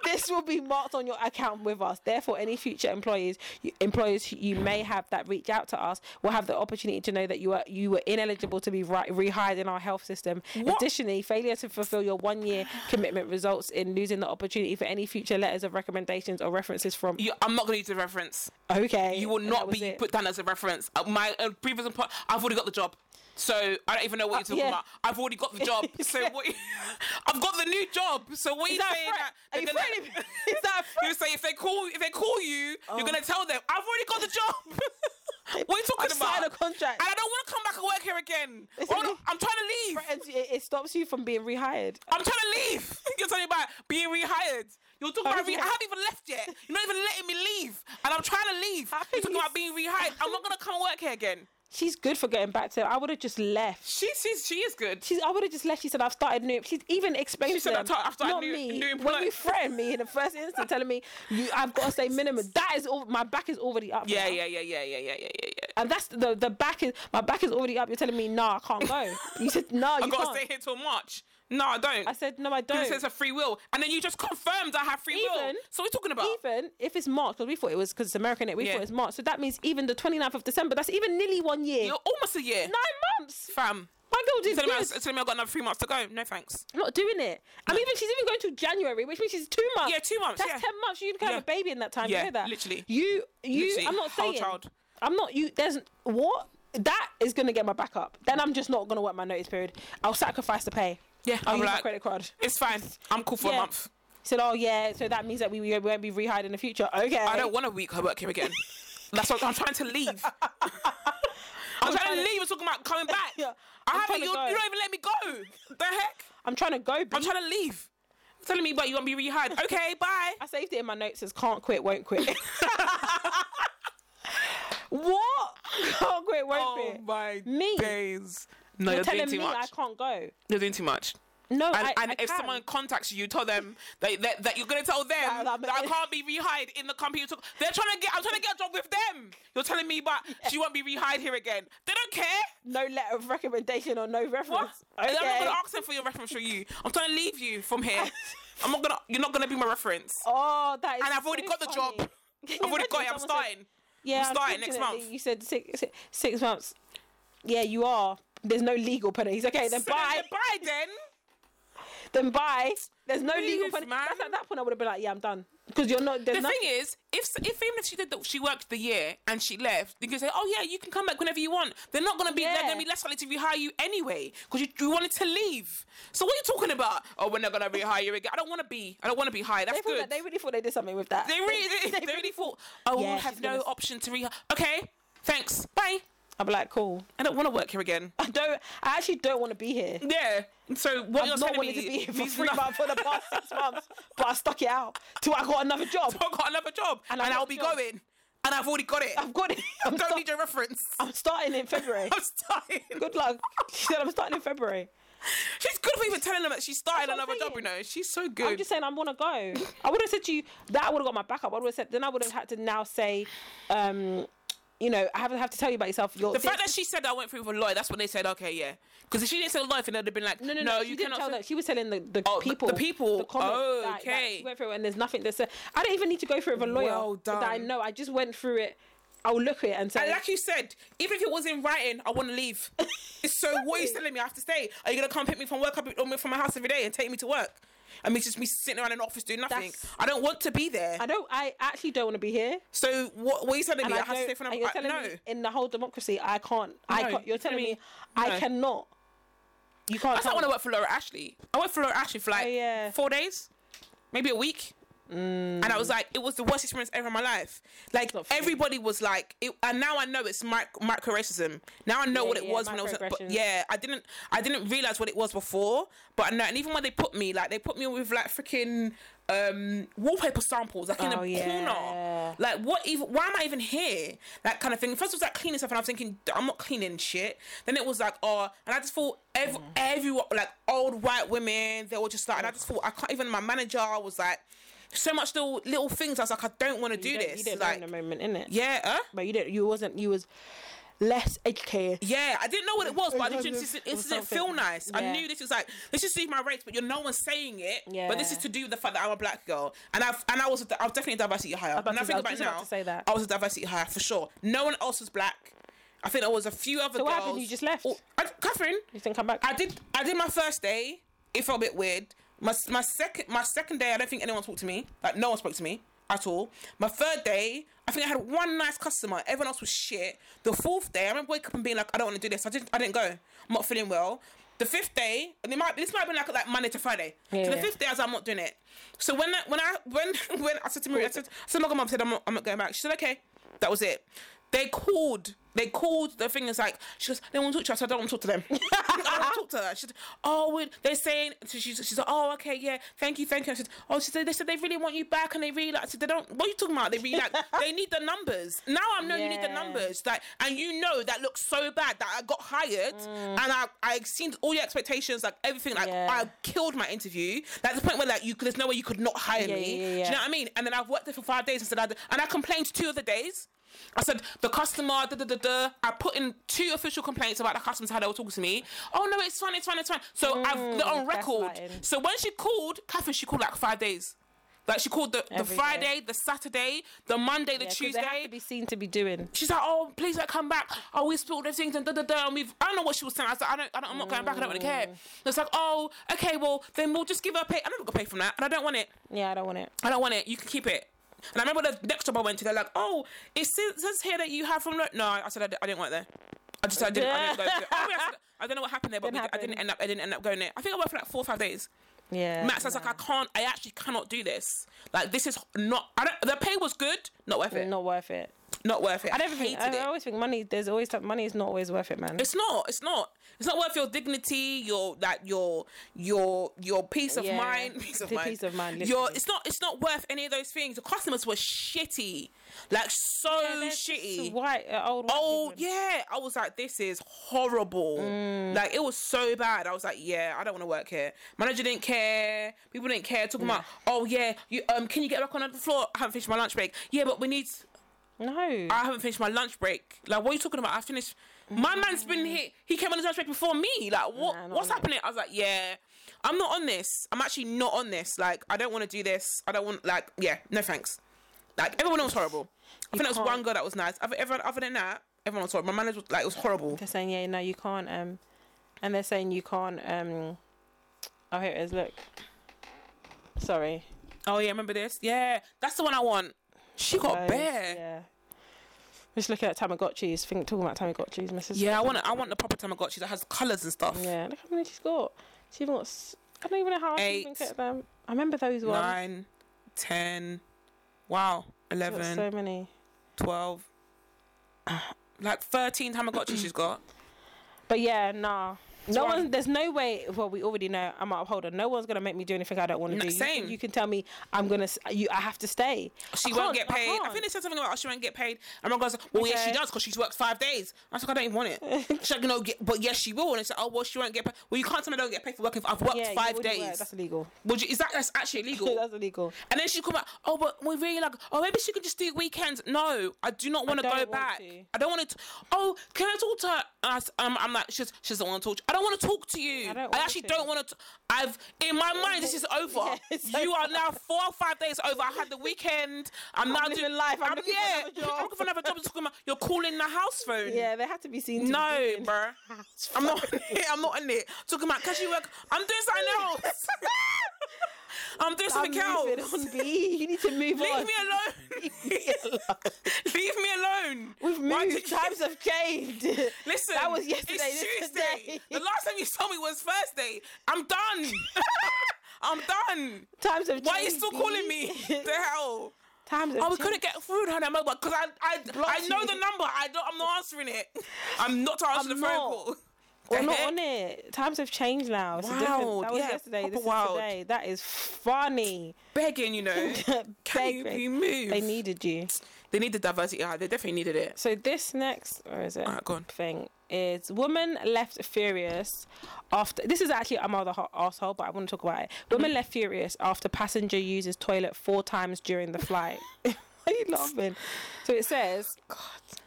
S2: This will be marked on your account with us. Therefore, any future employees, you, employers you may have that reach out to us will have the opportunity to know that you are you were ineligible to be ri- rehired in our health system. Additionally, failure to fulfill your one year commitment results in losing the opportunity for any future letters of recommendations or references from.
S1: you, I'm not going to use the reference.
S2: okay,
S1: You will
S2: and that
S1: not
S2: was
S1: be
S2: it.
S1: put down as a reference. Uh, my uh, previous employer, I've already got the job. So I don't even know what you're talking
S2: Uh, yeah.
S1: about. I've already got
S2: [LAUGHS]
S1: the job. So what? [LAUGHS] I've got the new job. So what are you
S2: that a
S1: saying?
S2: threat?
S1: they're
S2: Are you
S1: gonna-
S2: threatening
S1: [LAUGHS]
S2: me? [LAUGHS] Is that a threat?
S1: You say if they call if they call you, you're gonna tell them I've already got the job.
S2: [LAUGHS]
S1: [LAUGHS] what are you talking
S2: I've
S1: about?
S2: signed a contract.
S1: And I don't want to come back and work here again.
S2: Listen,
S1: Hold on, I'm trying to leave.
S2: And it, it stops you from being rehired.
S1: I'm trying to leave. [LAUGHS] You're talking about being rehired. You're talking about re-
S2: Okay.
S1: I haven't even left yet. You're not even letting me leave, and I'm trying to leave.
S2: How
S1: You're
S2: can
S1: talking
S2: you
S1: about being rehired. I'm not gonna come and work here again.
S2: She's good for getting back to. Her. I would have just left.
S1: She she's, she is good.
S2: She's, I would have just left. She said, I've started new. She's even explained
S1: She
S2: to
S1: said,
S2: them,
S1: "I've tar- I've started
S2: not
S1: new-
S2: me.
S1: new
S2: when
S1: employ-
S2: you threatened me in the first instance, telling me you, I've got to say minimum. That is all. My back is already up.
S1: Yeah,
S2: now.
S1: yeah, yeah, yeah, yeah, yeah, yeah, yeah. yeah.
S2: And that's the the back is my back is already up. You're telling me, nah, I can't go. You said, nah,
S1: [LAUGHS]
S2: you
S1: I gotta
S2: can't.
S1: stay here till March. No, I don't.
S2: I said, no, I
S1: you
S2: don't.
S1: said it's a free will, and then you just confirmed I have free will.
S2: Even-
S1: So what are you talking about?
S2: Even if it's March, because we thought it was because it's American, it we
S1: Yeah.
S2: thought it's March. So that means even the 29th of December. That's even nearly one year,
S1: You're almost a year,
S2: nine months.
S1: fam.
S2: My girl did
S1: Telling me, I,
S2: good.
S1: telling me I've got another three months to go. No thanks.
S2: I'm not doing it. I'm even she's even going to January, which means she's two months.
S1: Yeah, two months,
S2: That's
S1: yeah.
S2: ten months. You can have
S1: Yeah.
S2: a baby in that time.
S1: Yeah,
S2: you know that.
S1: literally.
S2: You you.
S1: Literally,
S2: I'm not
S1: whole
S2: saying.
S1: child.
S2: I'm not you. There's what that is going to get my back up. Then I'm just not going to work my notice period. I'll sacrifice the pay.
S1: Yeah,
S2: I'll
S1: I'm
S2: use my
S1: like,
S2: credit card.
S1: it's fine. I'm cool for a
S2: Yeah.
S1: month.
S2: He said, oh yeah, so that means that we, we won't be rehired in the future. Okay.
S1: I don't want a week. I work here again. That's what I'm trying to leave.
S2: [LAUGHS]
S1: I'm, trying,
S2: trying
S1: to
S2: to-
S1: leave. You're talking about coming back.
S2: [LAUGHS] Yeah,
S1: I
S2: I'm
S1: haven't.
S2: trying
S1: You,
S2: to
S1: you
S2: go.
S1: don't even let me go. The heck?
S2: I'm trying to go.
S1: I'm
S2: bitch.
S1: trying to leave. You're telling me, but you won't be rehired. Okay, bye.
S2: I saved it in my notes as can't quit, won't quit.
S1: [LAUGHS]
S2: [LAUGHS] what? Can't quit, won't quit.
S1: Oh my
S2: Me?
S1: days. No, you're,
S2: You're
S1: doing
S2: telling
S1: too
S2: me
S1: much.
S2: I can't go.
S1: You're doing too much.
S2: No,
S1: And,
S2: I,
S1: and
S2: I
S1: if
S2: can.
S1: someone contacts you, you tell them that, that, that you're gonna tell them that,
S2: That- that-
S1: I can't be rehired in the company. you took. They're trying to get. I'm trying to get a job with them. You're telling me,
S2: [LAUGHS]
S1: but she won't be rehired here again. They don't care.
S2: no letter of recommendation or no reference. [LAUGHS]
S1: What? And I'm not
S2: Okay.
S1: gonna ask them for your reference for you. I'm trying to leave you from here. I'm not gonna. You're not gonna be my reference.
S2: Oh, that is.
S1: and I've already
S2: so
S1: got the
S2: funny.
S1: job.
S2: Can you
S1: [LAUGHS] I've already
S2: imagine
S1: got it.
S2: if
S1: I'm
S2: someone said,
S1: starting.
S2: Yeah,
S1: starting next month."
S2: unfortunately, You said six, six, six months. Yeah, you are. There's no legal penalties. Okay, then
S1: So [LAUGHS] then
S2: bye.
S1: they're bye
S2: [LAUGHS]
S1: then.
S2: Then bye. There's no
S1: Please,
S2: legal penalties.
S1: man.
S2: That's at that point I would have been like, yeah, I'm done. Because you're not. There's
S1: The
S2: no.
S1: thing is, if if even if she did, the, she worked the year and she left, they can say, "Oh yeah, you can come back whenever you want." They're not gonna be. They're
S2: Yeah.
S1: gonna be less likely to rehire you anyway because you, you wanted to leave. So what are you talking about? Oh, we're not gonna rehire you again. I don't want to be. I don't want to be hired. That's
S2: they, thought
S1: good.
S2: that they really thought [LAUGHS] they did something with that.
S1: They really, they, they really thought, oh,
S2: Yeah,
S1: we'll have
S2: she's
S1: no
S2: gonna s-
S1: option to re. Okay, thanks, bye.
S2: I'll be like, cool.
S1: I don't want to work here again.
S2: I don't. I actually don't want to be here.
S1: Yeah. So what you're
S2: I've not
S1: telling
S2: wanted
S1: me
S2: to be here for
S1: means
S2: three
S1: nothing. [LAUGHS]
S2: months for the past six months, but I stuck it out till I got another job.
S1: I've got another job, and,
S2: And I've got
S1: I'll
S2: a
S1: be
S2: job.
S1: going, and I've already got it.
S2: I've got it. I'm,
S1: [LAUGHS] don't
S2: sta-
S1: need your reference.
S2: [LAUGHS] I'm starting
S1: [LAUGHS]
S2: in February.
S1: I'm starting.
S2: Good luck. She said I'm starting in February.
S1: She's good for even telling them that she's starting
S2: That's what I'm
S1: another job. You
S2: saying.
S1: know, she's so
S2: I'm
S1: good.
S2: just saying I want to go. I would have said to you that I would have got my backup. I would have said then I would have had to now say, um, you know, I haven't have to tell you about yourself. Your
S1: the fact that she said I went through with a lawyer, that's when they said, okay, yeah. Because if she didn't say a lawyer, then they'd have been like, no,
S2: no, no,
S1: you
S2: she didn't
S1: cannot.
S2: tell
S1: say-
S2: that. She was telling the, the
S1: Oh, the- the
S2: people,
S1: people. Oh,
S2: that- that
S1: okay.
S2: she went through it and there's nothing that said. I don't even need to go through it with a lawyer
S1: Well
S2: that I
S1: done.
S2: know. I just went through it. I'll look at it and say,
S1: And [LAUGHS] like you said, even if it was in writing, I want to
S2: [LAUGHS]
S1: leave. It's so what are you
S2: Exactly.
S1: telling me? I have to stay. Are you gonna come pick me from work up or from my house every day and take me to work? I mean, just me sitting around an office doing nothing.
S2: That's-
S1: I don't want to be there.
S2: I don't. I actually don't want to be here.
S1: So what? What are you telling me? I, have to
S2: don't-
S1: stay for
S2: and you're
S1: another. I,
S2: telling
S1: no,
S2: me in the whole democracy, I can't. I
S1: No,
S2: can't. You're telling me,
S1: no.
S2: I cannot. You can't.
S1: I don't
S2: tell
S1: want to
S2: me.
S1: work for Laura Ashley. I worked for Laura Ashley for like
S2: Oh, yeah. Mm.
S1: four days, maybe a week. And I was like, it was the worst experience ever in my life. Like
S2: not for me.
S1: everybody was like, it, and now I know it's mic- micro racism. Now I know
S2: Yeah,
S1: what it
S2: yeah,
S1: was when I was. But
S2: microaggressions.
S1: yeah, I didn't, I didn't realize what it was before. But I know, and even when they put me, like they put me with like freaking um wallpaper samples, like in a
S2: Oh, yeah.
S1: corner. Like what? Even why am I even here? That kind of thing. First it was like cleaning stuff, and I was thinking, "D- I'm not cleaning shit. Then it was like, oh, and I just thought every,
S2: Mm-hmm.
S1: everyone like old white women, they were just like, and I just thought I can't even. My manager was like. So much little little things. I was like, I don't want to do
S2: You don't-
S1: this.
S2: You didn't
S1: like,
S2: know in the moment, innit?
S1: yeah, uh? huh?
S2: But you didn't. You wasn't. You was less educated.
S1: Yeah, I didn't know what it was, but I didn't. This,
S2: Or
S1: this didn't
S2: something.
S1: feel nice. I
S2: Yeah.
S1: knew this was like let's just see my rates, but you're no one saying it. But this is
S2: Yeah.
S1: to do with the fact that I'm a black girl, and I've and I was a, I was definitely a diversity hire.
S2: about
S1: When I
S2: to-
S1: think
S2: I was
S1: about it
S2: just about
S1: now,
S2: to say that.
S1: I was a diversity hire for sure. No one else was black. I think there was a few other
S2: So
S1: girls.
S2: what happened? You just left.
S1: Oh, I, Catherine,
S2: You didn't come back.
S1: I did. I did my first day. It felt a bit weird. My s- my second my second day, I don't think anyone spoke to me. Like no one spoke to me at all. My third day, I think I had one nice customer. Everyone else was shit. The fourth day, I remember waking up and being like, I don't want to do this. I didn't. I didn't go. I'm not feeling well. The fifth day, and it might this might have been like like Monday to Friday. So the
S2: Yeah.
S1: fifth day, I was like, I'm not doing it. So when I, when I when [LAUGHS] when I said to Maria, I said, I said look, mom said I'm not, I'm not going back. She said, okay. That was it. They called. They called the thing is like she goes, they want to talk to us. I said, I don't want to talk to them. [LAUGHS] I don't want to talk to her. She said, oh, we- they're saying. So she's she's like, oh, okay, yeah, thank you, thank you. I said, oh, she said they said they really want you back and they really like. I said, they don't. What are you talking about? They really like. they need the numbers. Now I know you need the
S2: Yeah.
S1: numbers. Like, and you know that looks so bad that I got hired and I I exceeded all your expectations, like everything. Like
S2: Mm. Yeah.
S1: I killed my interview. Like the point where like you there's no way you could not hire
S2: Yeah,
S1: me.
S2: yeah, yeah,
S1: Do you
S2: yeah.
S1: know what I mean? And then I've worked there for five days and said, I, d- and I complained two of the days. I said the customer, da da da da. I put in two official complaints about the customers how they were talking to me. Oh no, it's fine, it's fine, it's fine. So
S2: Mm,
S1: I've they're on record.
S2: gaslighting.
S1: So when she called, Catherine, she called like five days. Like she called the, the
S2: Every day.
S1: Friday, the Saturday, the Monday, the
S2: 'cause they have
S1: Tuesday.
S2: to be seen to be doing.
S1: She's like, oh, please don't come back. Oh, we spilled those things and da da da. And we've, I don't know what she was saying. I was like, I don't, I don't I'm not going back. I don't really
S2: Mm.
S1: care. And it's like, oh, okay, well, then we'll just give her a pay. I'm not gonna pay from that, and I don't want it.
S2: Yeah, I don't want it.
S1: I don't want it. You can keep it. And I remember the next job I went to, they're like, oh, it says says here that you have from. Lo-. No, I said I, d- I didn't work there. I just I didn't. I, didn't go to it. I, mean, I, said- I don't know what happened there, but we,
S2: Didn't
S1: I didn't
S2: happen.
S1: end up. I didn't end up going there. I think I worked for like four or five days.
S2: Yeah.
S1: Max, I was like, I can't. I actually cannot do this. Like this is not. I don't. The pay was good. Not worth it.
S2: not worth it.
S1: Not worth it. I
S2: Mm. I never think.
S1: hated
S2: I,
S1: it.
S2: always think money. There's always like, money is not always worth it, man.
S1: It's not. It's not. It's not worth your dignity, your that your your your peace of
S2: Yeah.
S1: mind, peace of
S2: The
S1: mind,
S2: peace of mind,
S1: Your
S2: literally.
S1: it's not. It's not worth any of those things. The customers were shitty, like so
S2: Yeah, they're just
S1: shitty.
S2: White, uh, old. white
S1: Oh
S2: people.
S1: yeah, I was like, this is horrible.
S2: Mm.
S1: Like it was so bad. I was like, yeah, I don't want to work here. Manager didn't care. People didn't care. Talking about, oh yeah, you um, can you get back on the floor? I haven't finished my lunch break. Yeah, but we need
S2: No.
S1: I haven't finished my lunch break. Like, what are you talking about? I finished. My man's been here. He came on his lunch break before me. Like, what?
S2: Mm. Nah, not
S1: what's
S2: on it.
S1: happening? I was like, yeah, I'm not on this. I'm actually not on this. Like, I don't want to do this. I don't want. Like, yeah, no thanks. Like, everyone else was horrible. I think there was
S2: can't-
S1: one girl that was nice. Other, everyone, other than that, everyone was horrible. My manager was like, it was horrible.
S2: They're saying, yeah, no, you can't. Um, and they're saying you can't. Um, oh, here it is. Look. Sorry.
S1: Oh yeah, remember this? Yeah, that's the one I want. She got
S2: Those,
S1: bare. Yeah.
S2: Yeah. Just looking at Tamagotchis. Think talking about Tamagotchis. Mrs.
S1: I want. I want the proper Tamagotchi that has colors and stuff.
S2: Yeah. Look how many she's got. She even got. s- I don't even know how I can even
S1: Eight.
S2: get them. I remember those ones.
S1: Nine, ten, wow,
S2: She's got
S1: eleven,
S2: so many.
S1: twelve. [SIGHS] like 13 Tamagotchi
S2: [CLEARS THROAT]
S1: she's got.
S2: But yeah, nah. No
S1: why I'm-
S2: one, there's no way. Well, we already know I'm an upholder. No one's gonna make me do anything I don't want to
S1: No,
S2: do. You can- You,
S1: same.
S2: can tell me I'm gonna. s- You, I have to stay.
S1: She
S2: I
S1: won't
S2: can't-
S1: get paid. I,
S2: can't.
S1: think they said something about oh, she won't get paid. And my girl's like, well, yes, she
S2: Okay.
S1: does because she's worked five days. I was like, I don't even want it.
S2: [LAUGHS]
S1: She's like, no, get, but yes, she will. And it's like, oh, well, she won't get paid. Well, you can't tell me I don't get paid for working. I've worked
S2: you
S1: five
S2: wouldn't work.
S1: days.
S2: That's illegal.
S1: Would you, is that that's actually illegal?
S2: [LAUGHS] That's illegal.
S1: And then she come back. Oh, but we really like. Oh, maybe she could just do weekends. No, I do not want to
S2: don't
S1: go
S2: want
S1: back.
S2: to.
S1: I don't want to. Oh, can I talk to her? And I s- um, I'm like, she's she's don't want to talk. To you. I don't want to talk to you.
S2: I
S1: I,
S2: don't want
S1: actually
S2: to.
S1: don't want to. I've in
S2: [LAUGHS]
S1: my mind, this is over.
S2: Yeah, it's
S1: you
S2: over.
S1: are now four or five days over. I had the
S2: [LAUGHS]
S1: weekend. I'm, now
S2: living
S1: doing
S2: life. I'm looking for
S1: yeah,
S2: another job.
S1: I'm looking for another job. Talking about you're calling the house phone.
S2: Yeah, they had to be seen. To
S1: No,
S2: be doing- [LAUGHS]
S1: bruh. I'm not [LAUGHS] in it. I'm not in it. Talking about casual work. I'm doing
S2: [LAUGHS]
S1: something else. [LAUGHS] I'm doing
S2: I'm
S1: something
S2: moving
S1: else.
S2: on, B. You need to
S1: Leave
S2: move on.
S1: me [LAUGHS] alone. Leave me alone.
S2: We've
S1: Why
S2: moved.
S1: did you-
S2: Times have changed.
S1: [LAUGHS] Listen,
S2: that was yesterday.
S1: It's
S2: this is
S1: Tuesday.
S2: today.
S1: The last time you saw me was Thursday. I'm [LAUGHS] done. I'm done.
S2: Times have changed.
S1: Why are you still calling me?
S2: B.
S1: [LAUGHS] The hell?
S2: Times have
S1: Oh, we
S2: changed.
S1: couldn't get through on that mobile because I, I, I
S2: Blocked
S1: know
S2: you.
S1: the number. I don't. I'm not answering it. [LAUGHS] I'm not to answer
S2: I'm
S1: the phone
S2: not.
S1: call.
S2: We're
S1: The
S2: not
S1: heck?
S2: on it. Times have changed now. It's different.
S1: Wild,
S2: That was
S1: yeah,
S2: yesterday. This
S1: proper
S2: is
S1: wild.
S2: today. That is funny.
S1: Begging, you [LAUGHS] know. Can you
S2: Begging.
S1: be moved?
S2: They needed you.
S1: They need the diversity. Yeah, they definitely needed it. [LAUGHS]
S2: So this next, or is it?
S1: Alright, go on.
S2: Thing is, woman left furious after. This is actually I'm another hot asshole, but I want to talk about it. Woman left furious after passenger uses toilet four times during the flight. [LAUGHS] Are you laughing? So it says.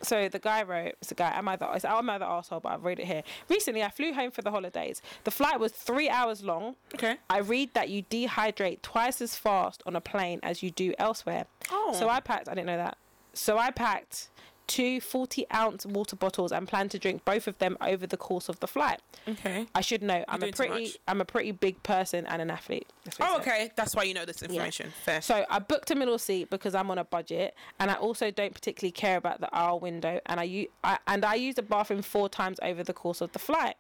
S2: So the guy wrote, it's a guy, am I the, it's, am I the asshole? But I've read it here. Recently, I flew home for the holidays. The flight was three hours long.
S1: Okay.
S2: I read that you dehydrate twice as fast on a plane as you do elsewhere.
S1: Oh.
S2: So I packed, I didn't know that. So I packed two 40 ounce water bottles and planned to drink both of them over the course of the flight.
S1: Okay.
S2: I should know I'm
S1: doing
S2: a
S1: too
S2: pretty
S1: much.
S2: I'm a pretty big person and an athlete. That's what it
S1: Oh,
S2: said.
S1: okay. That's why you know this information. Fair.
S2: So I booked a middle seat because I'm on a budget, and I also don't particularly care about the aisle window. And I, u- I and I used the bathroom four times over the course of the flight.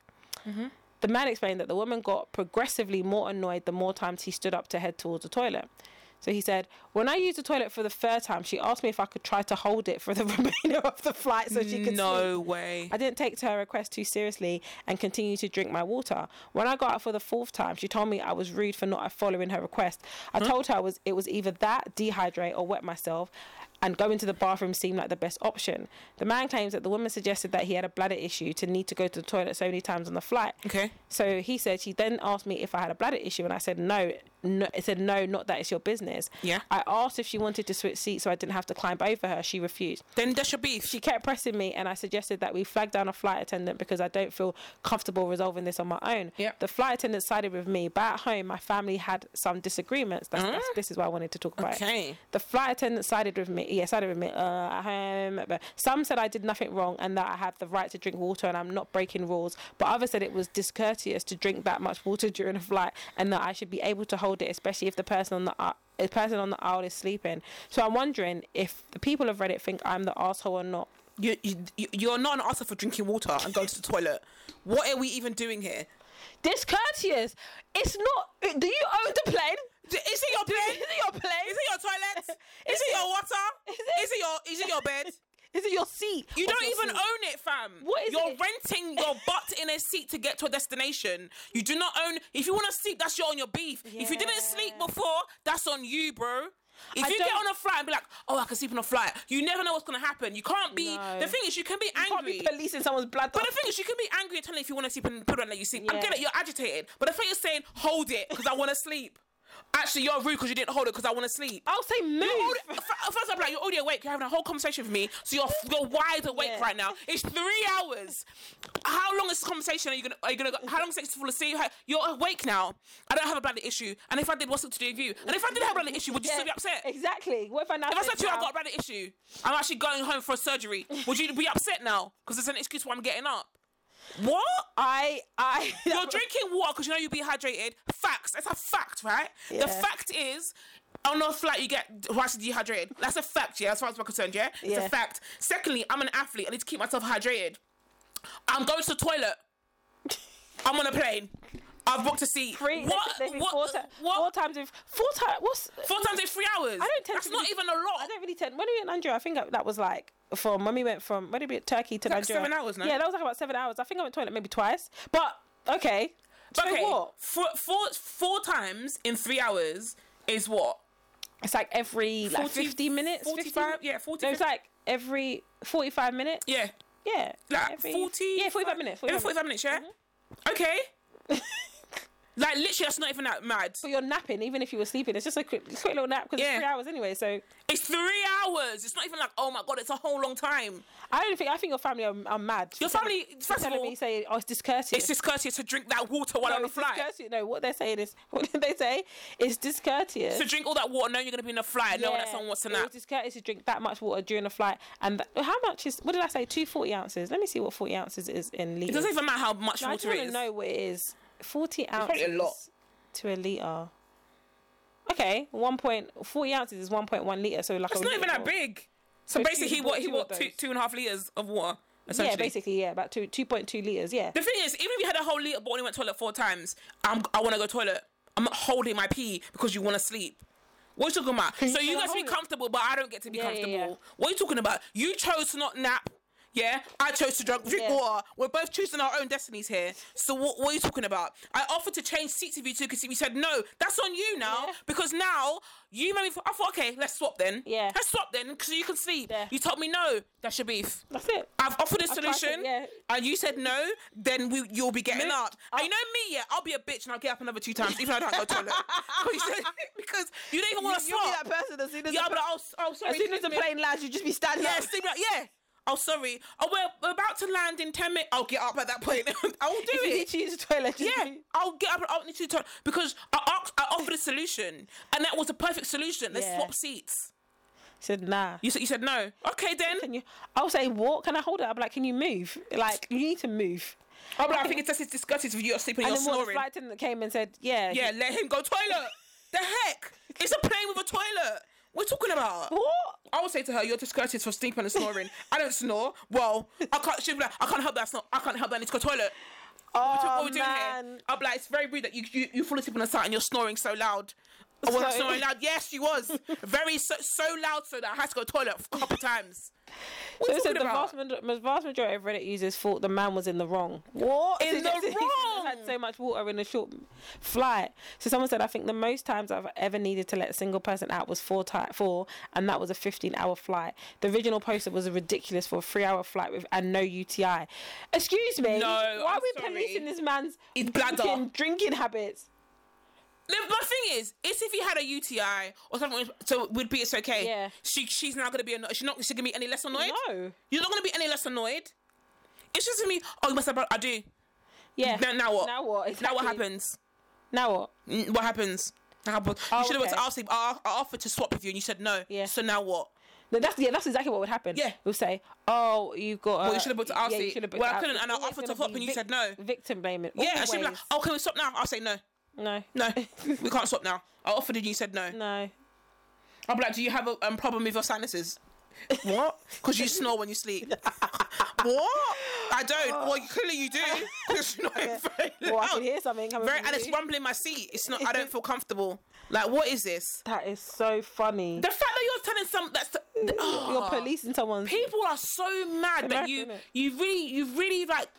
S2: The man explained that the woman got progressively more annoyed the more times he stood up to head towards the toilet. So he said, "When I used the toilet for the third time, she asked me if I could try to hold it for the [LAUGHS] remainder of the flight so she could sleep.
S1: no way.
S2: I didn't take to her request too seriously and continued to drink my water. When I got out for the fourth time, she told me I was rude for not following her request. I told her I was it was either that, dehydrate, or wet myself, and going to the bathroom seemed like the best option. The man claims that the woman suggested that he had a bladder issue to need to go to the toilet so many times on the flight.
S1: Okay.
S2: So he said she then asked me if I had a bladder issue, and I said no. No, I said no, not that it's your business.
S1: Yeah.
S2: I asked if she wanted to switch seats so I didn't have to climb over her. She refused.
S1: Then that's your beef.
S2: She kept pressing me, and I suggested that we flag down a flight attendant because I don't feel comfortable resolving this on my own.
S1: Yep.
S2: The flight attendant sided with me, but at home, my family had some disagreements. That's, that's, this is why I wanted to talk about it.
S1: Okay.
S2: The flight attendant sided with me. Yeah, sided with me. Uh, at home, but some said I did nothing wrong and that I have the right to drink water and I'm not breaking rules. But others said it was discourteous to drink that much water [LAUGHS] during a flight and that I should be able to hold it, especially if the person on the uh, the person on the aisle is sleeping. So I'm wondering if the people of Reddit think I'm the asshole or not.
S1: You, you, you- you're not an answer for drinking water and going to the toilet. What are we even doing here?
S2: Discourteous. It's not. Do you own the plane?
S1: D- Is it your
S2: Is
S1: bed?
S2: it your plane?
S1: Is it your
S2: [LAUGHS]
S1: toilet? Is it your water?
S2: Is it-
S1: Is it your is it your bed?
S2: Is it your seat?
S1: You
S2: What's
S1: don't
S2: your
S1: even
S2: seat?
S1: own it, fam.
S2: What is
S1: You're
S2: it?
S1: renting
S2: [LAUGHS]
S1: your butt in a seat to get to a destination. You do not own. If you want to sleep, that's your on your beef. If you didn't sleep
S2: Yeah.
S1: before, that's on you, bro. If
S2: I
S1: you get
S2: don't-
S1: on a flight and be like, "Oh, I can sleep on a flight," you never know what's gonna happen. You can't be.
S2: No.
S1: The thing is, you can be
S2: Can't
S1: angry.
S2: be policing someone's blood.
S1: But the thing is, you can be angry and tell me if you want to sleep and put on let you sleep. I
S2: Yeah.
S1: get it, you're agitated. But the fact you're saying, hold it, because I want to sleep. Actually, you're rude because you didn't hold it because I want to sleep.
S2: I'll say move.
S1: Already- f- First, I'm like, you're already awake. You're having a whole conversation with me, so you're you're wide awake
S2: Yeah.
S1: right now. It's three hours. How long is this conversation? Are you gonna? Are you gonna? Go, how long is it takes to fall asleep? How- You're awake now. I don't have a bladder issue. And if I did, what's it to do with you? And if I did have a bladder issue, would you
S2: Yeah,
S1: still be upset?
S2: Exactly. What if I now?
S1: If I said to you, I've got a bladder issue. I'm actually going home for a surgery. Would you be upset now? Because there's an excuse why I'm getting
S2: [LAUGHS]
S1: up. What?
S2: I, I. [LAUGHS]
S1: You're drinking water because you know you'll be hydrated. Facts. That's a fact, right?
S2: Yeah.
S1: The fact is, on a flight you get twice dehydrated. That's a fact, yeah, as far as we're concerned, yeah? It's
S2: Yeah.
S1: a fact. Secondly, I'm an athlete. I need to keep myself hydrated. I'm going to the toilet. I'm on a plane. I've booked a seat.
S2: Three,
S1: what?
S2: [LAUGHS] they think
S1: what?
S2: four, ti-
S1: what?
S2: four times in four times. What's
S1: Four times in three hours.
S2: I don't tend
S1: That's
S2: to
S1: not
S2: be-
S1: even a lot.
S2: I don't really tend. When we were in Nigeria, I think that was like from when we went from when did we went Turkey to
S1: like
S2: Nigeria.
S1: seven hours, no?
S2: Yeah, that was like about seven hours. I think I went to the toilet maybe twice. But okay, so
S1: okay,
S2: what?
S1: Four, four, four times in three hours is what?
S2: It's like every like
S1: 40
S2: fifty minutes,
S1: 45?
S2: 50?
S1: Yeah, 40.
S2: No, it's like every forty-five minutes.
S1: yeah,
S2: Yeah,
S1: like
S2: every-
S1: 40.
S2: Yeah, forty-five minutes.
S1: Every 45 minutes, yeah?
S2: Mm-hmm.
S1: Okay. Like, literally, that's not even that mad.
S2: [LAUGHS] But you're napping, even if you were sleeping. It's just a quick, quick little nap because
S1: Yeah.
S2: it's three hours anyway. So
S1: It's three hours. It's not even like, oh my god, it's a whole long time.
S2: I don't think I think your family are, are mad.
S1: Your
S2: They're
S1: family,
S2: telling-
S1: first
S2: they're
S1: of
S2: telling
S1: all,
S2: me say oh it's discourteous.
S1: it's discourteous to drink that water while
S2: no,
S1: on a
S2: it's
S1: flight.
S2: discourteous. No, what they're saying is [LAUGHS] what did they say? It's discourteous.
S1: To drink all that water, knowing you're gonna be in a flight, knowing that someone wants to
S2: It was
S1: nap.
S2: discourteous to drink that much water during a flight. And th- how much is? What did I say? Two forty ounces. Let me see what forty ounces is in liters.
S1: It doesn't even matter how much
S2: I just
S1: water
S2: want
S1: it
S2: to
S1: is.
S2: know what it is. Forty ounces.
S1: probably a lot.
S2: To a liter. Okay, one point forty ounces is one point one liter. So like
S1: It's
S2: a
S1: not even
S2: liter.
S1: that big. So
S2: So she-
S1: basically,
S2: he
S1: he
S2: bought
S1: what he
S2: two of
S1: bought two
S2: those.
S1: two and a half liters of water. Essentially.
S2: Yeah, basically, yeah, about two two point two liters. Yeah.
S1: The thing is, even if you had a whole liter, but only went toilet four times, I'm, I want to go toilet. I'm not holding my pee because you want to sleep. What you talking about? So you
S2: wanna
S1: guys be
S2: hold it.
S1: comfortable, but I don't get to be
S2: Yeah, yeah,
S1: comfortable.
S2: yeah.
S1: What are you talking about? You chose to not nap. Yeah, I chose to drink, drink
S2: Yeah.
S1: water. We're both choosing our own destinies here. So what, what are you talking about? I offered to change seats if you two because you said no. That's on you now
S2: Yeah.
S1: because now you made me. I thought okay, let's swap then.
S2: Yeah.
S1: let's swap then because you can sleep.
S2: Yeah.
S1: You told me no. That's your beef.
S2: That's it.
S1: I've offered a
S2: tried to-
S1: solution,
S2: yeah.
S1: and you said no. Then we, you'll be getting
S2: Me-
S1: up. And you know me, yeah. I'll be a bitch and I'll get up another two times, even though I don't go to
S2: [LAUGHS]
S1: the toilet [LAUGHS] because, because you don't even want to
S2: You'll be
S1: swap.
S2: that person as soon as
S1: Yeah,
S2: a
S1: I'll be like, oh, s- oh, sorry.
S2: As soon as the
S1: excuse me.
S2: plane lands, you just be standing
S1: yeah,
S2: up.
S1: sleep like, yeah. Oh, sorry. Oh, we're, we're about to land in ten minutes. I'll get up at that point. [LAUGHS] I'll do
S2: If you
S1: it.
S2: need to use the toilet, just
S1: Yeah,
S2: be-
S1: I'll get up and I'll need to talk because I asked, I offered a solution, and that was the perfect solution. Let's
S2: Yeah.
S1: swap seats.
S2: Said nah.
S1: You said you said no. Okay, then.
S2: Can you? I'll say walk. Can I hold it? I'll be like, can you move? Like you need to move.
S1: I'm like, I think it's just it's disgusting if you're sleeping, and
S2: And
S1: you're
S2: then what, the
S1: snoring.
S2: flight attendant came and said, yeah,
S1: Yeah, let him go toilet. the heck? It's a plane with a toilet. We're talking about.
S2: What?
S1: I would say to her, "You're discourteous for sleeping and snoring. I don't snore. Well, I can't. She'd be like, I can't help that. I snore. I can't help that. I need to go toilet.
S2: Oh
S1: What we doing
S2: man.
S1: here? I'll be like, it's very rude that you you, you fall asleep on the side and you're snoring so loud. I was I
S2: So-
S1: snoring loud. Yes, she was very so, so loud so that I had to go to the toilet a couple times. What are
S2: So it
S1: you
S2: said
S1: talking
S2: the
S1: about?
S2: vast, major- the vast majority of Reddit users thought the man was in the wrong.
S1: [LAUGHS]
S2: What? [LAUGHS]
S1: In the wrong?
S2: Had so much water in a short flight. So someone said, I think the most times I've ever needed to let a single person out was four, ti four, and that was a 15-hour flight. The original poster was ridiculous for a three-hour flight with and no UTI. Excuse me.
S1: No,
S2: why
S1: I'm
S2: are we
S1: sorry.
S2: policing this man's
S1: His bladder.
S2: drinking, drinking habits?
S1: The, my thing is, is if he had a UTI or something, so would be it's okay.
S2: Yeah.
S1: She she's not gonna be annoyed. She's not she's gonna be any less annoyed.
S2: No.
S1: You're not gonna be any less annoyed. It's just to me. Oh, you must have. bro- I do.
S2: Yeah.
S1: Now, now what?
S2: Now what?
S1: Now what
S2: Exactly.
S1: happens?
S2: Now what?
S1: Mm, What happens? Now what happens? you should have
S2: Oh, okay.
S1: went to ask him. I, I offered to swap with you, and you said no.
S2: Yeah.
S1: So now what?
S2: No, that's yeah, that's exactly what would happen.
S1: Yeah.
S2: we'll say, oh, you've got.
S1: Well, you should have booked it out,
S2: Yeah,
S1: see.
S2: you should have booked
S1: Well,
S2: it
S1: I
S2: out.
S1: couldn't,
S2: It's
S1: and I
S2: always
S1: offered to
S2: gonna
S1: fuck
S2: be
S1: and you
S2: vic-
S1: said no.
S2: Victim blaming.
S1: Yeah. And she'd be like,
S2: always.
S1: "Oh, can we swap now?" I'll say no.
S2: no, [LAUGHS]
S1: No, we can't swap now. I offered and you said no.
S2: no.
S1: I'll be like, "Do you have a um, problem with your sinuses?" [LAUGHS] What? Because you snore when you sleep. [LAUGHS] what? Oh. I don't. Well, clearly you do. Because [LAUGHS] you're not very
S2: [LAUGHS] Well, I
S1: loud.
S2: can hear something coming.
S1: Very,
S2: from
S1: and it's
S2: you.
S1: rumbling my seat. It's not. I don't feel comfortable. Like, what is this?
S2: That is so funny.
S1: The fact that you're telling some that's the, [GASPS]
S2: You're policing someone's.
S1: People are so mad that
S2: America,
S1: you
S2: innit?
S1: you really you really like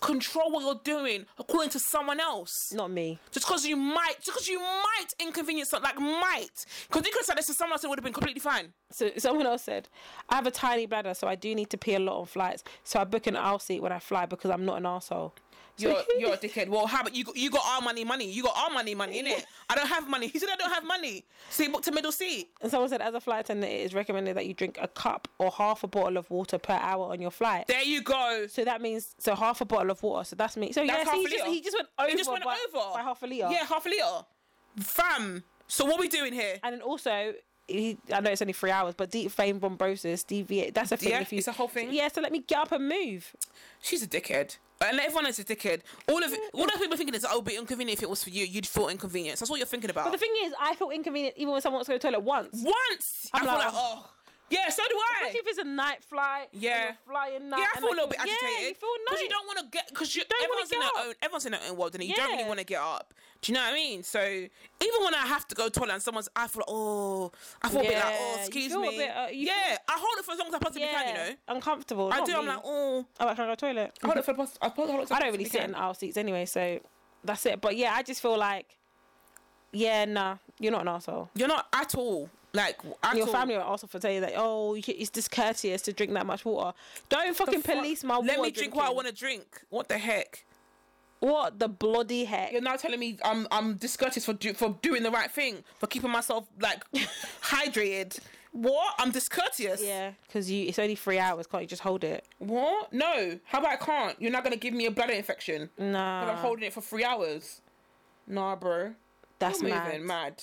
S1: control what you're doing according to someone else.
S2: Not me.
S1: Just because you might, just because you might inconvenience, some- like might, because you could have said this to someone else, it would have been completely fine.
S2: So someone else said, I have a tiny bladder, so I do need to pee a lot on flights. So I book an aisle seat when I fly because I'm not an arsehole. So- [LAUGHS]
S1: You're, you're a dickhead. Well, how about you? Got, you got our money, money. You got our money, money, innit? I don't have money. He said I don't have money, so he booked a middle seat.
S2: And someone said, as a flight attendant, it is recommended that you drink a cup or half a bottle of water per hour on your flight.
S1: There you go.
S2: So that means so half a bottle of water. So that's me. So yeah,
S1: That's
S2: so
S1: half
S2: he,
S1: a
S2: just,
S1: litre.
S2: he just went over.
S1: He just went
S2: by,
S1: over
S2: by half a liter.
S1: Yeah, half a liter. Fam. So what we doing here?
S2: And then also, he, I know it's only three hours, but deep vein thrombosis, DVA, that's a thing.
S1: Yeah,
S2: if you,
S1: it's a whole thing.
S2: Yeah, so let me get up and move.
S1: She's a dickhead. And everyone is a dickhead. All of all of people are thinking is, oh, it'd be inconvenient if it was for you. You'd feel inconvenience. That's what you're thinking about.
S2: But the thing is, I feel inconvenient even when someone wants to go to the toilet once.
S1: Once I
S2: I'm
S1: feel like,
S2: like,
S1: oh, yeah, so do I.
S2: Especially if it's a night flight. and
S1: Yeah.
S2: you're flying night.
S1: yeah, I
S2: and
S1: feel a
S2: like
S1: little
S2: you-
S1: bit agitated.
S2: Yeah, you feel
S1: Because
S2: nice.
S1: you don't want to get because you
S2: wanna
S1: everyone's in
S2: get
S1: their
S2: up.
S1: own everyone's in their own world, and you don't really
S2: Yeah.
S1: want to get up. Do you know what I mean? So even when I have to go to toilet and someone's, I feel like, oh, I feel a bit like
S2: Yeah,
S1: oh,
S2: you
S1: excuse
S2: feel a
S1: me.
S2: bit, uh, you
S1: yeah, I hold it for as long as I possibly
S2: yeah.
S1: can. You know,
S2: Uncomfortable.
S1: I
S2: not
S1: do. I'm
S2: me.
S1: like, oh,
S2: Oh, can I go to the toilet?
S1: I hold it for the pos- I hold it for
S2: I don't really sit in
S1: Can.
S2: aisle seats anyway, so that's it. But yeah, I just feel like, yeah, nah, you're not an asshole.
S1: You're not at all like at
S2: Your
S1: all.
S2: family will also for tell you that oh, you- it's discourteous to drink that much water. Don't
S1: The
S2: fucking
S1: fuck?
S2: police my water.
S1: Let me drink what I
S2: drinking.
S1: want to drink. What the heck?
S2: What the bloody heck?
S1: You're now telling me I'm I'm discourteous for do, for doing the right thing for keeping myself
S2: [LAUGHS]
S1: like hydrated. What? I'm discourteous.
S2: Yeah, because you it's only three hours. Can't you just hold it?
S1: What? No. How about I can't? You're not gonna give me a bladder infection.
S2: Nah,
S1: I'm holding it for three hours. Nah, bro.
S2: that's
S1: I'm
S2: mad.
S1: moving mad.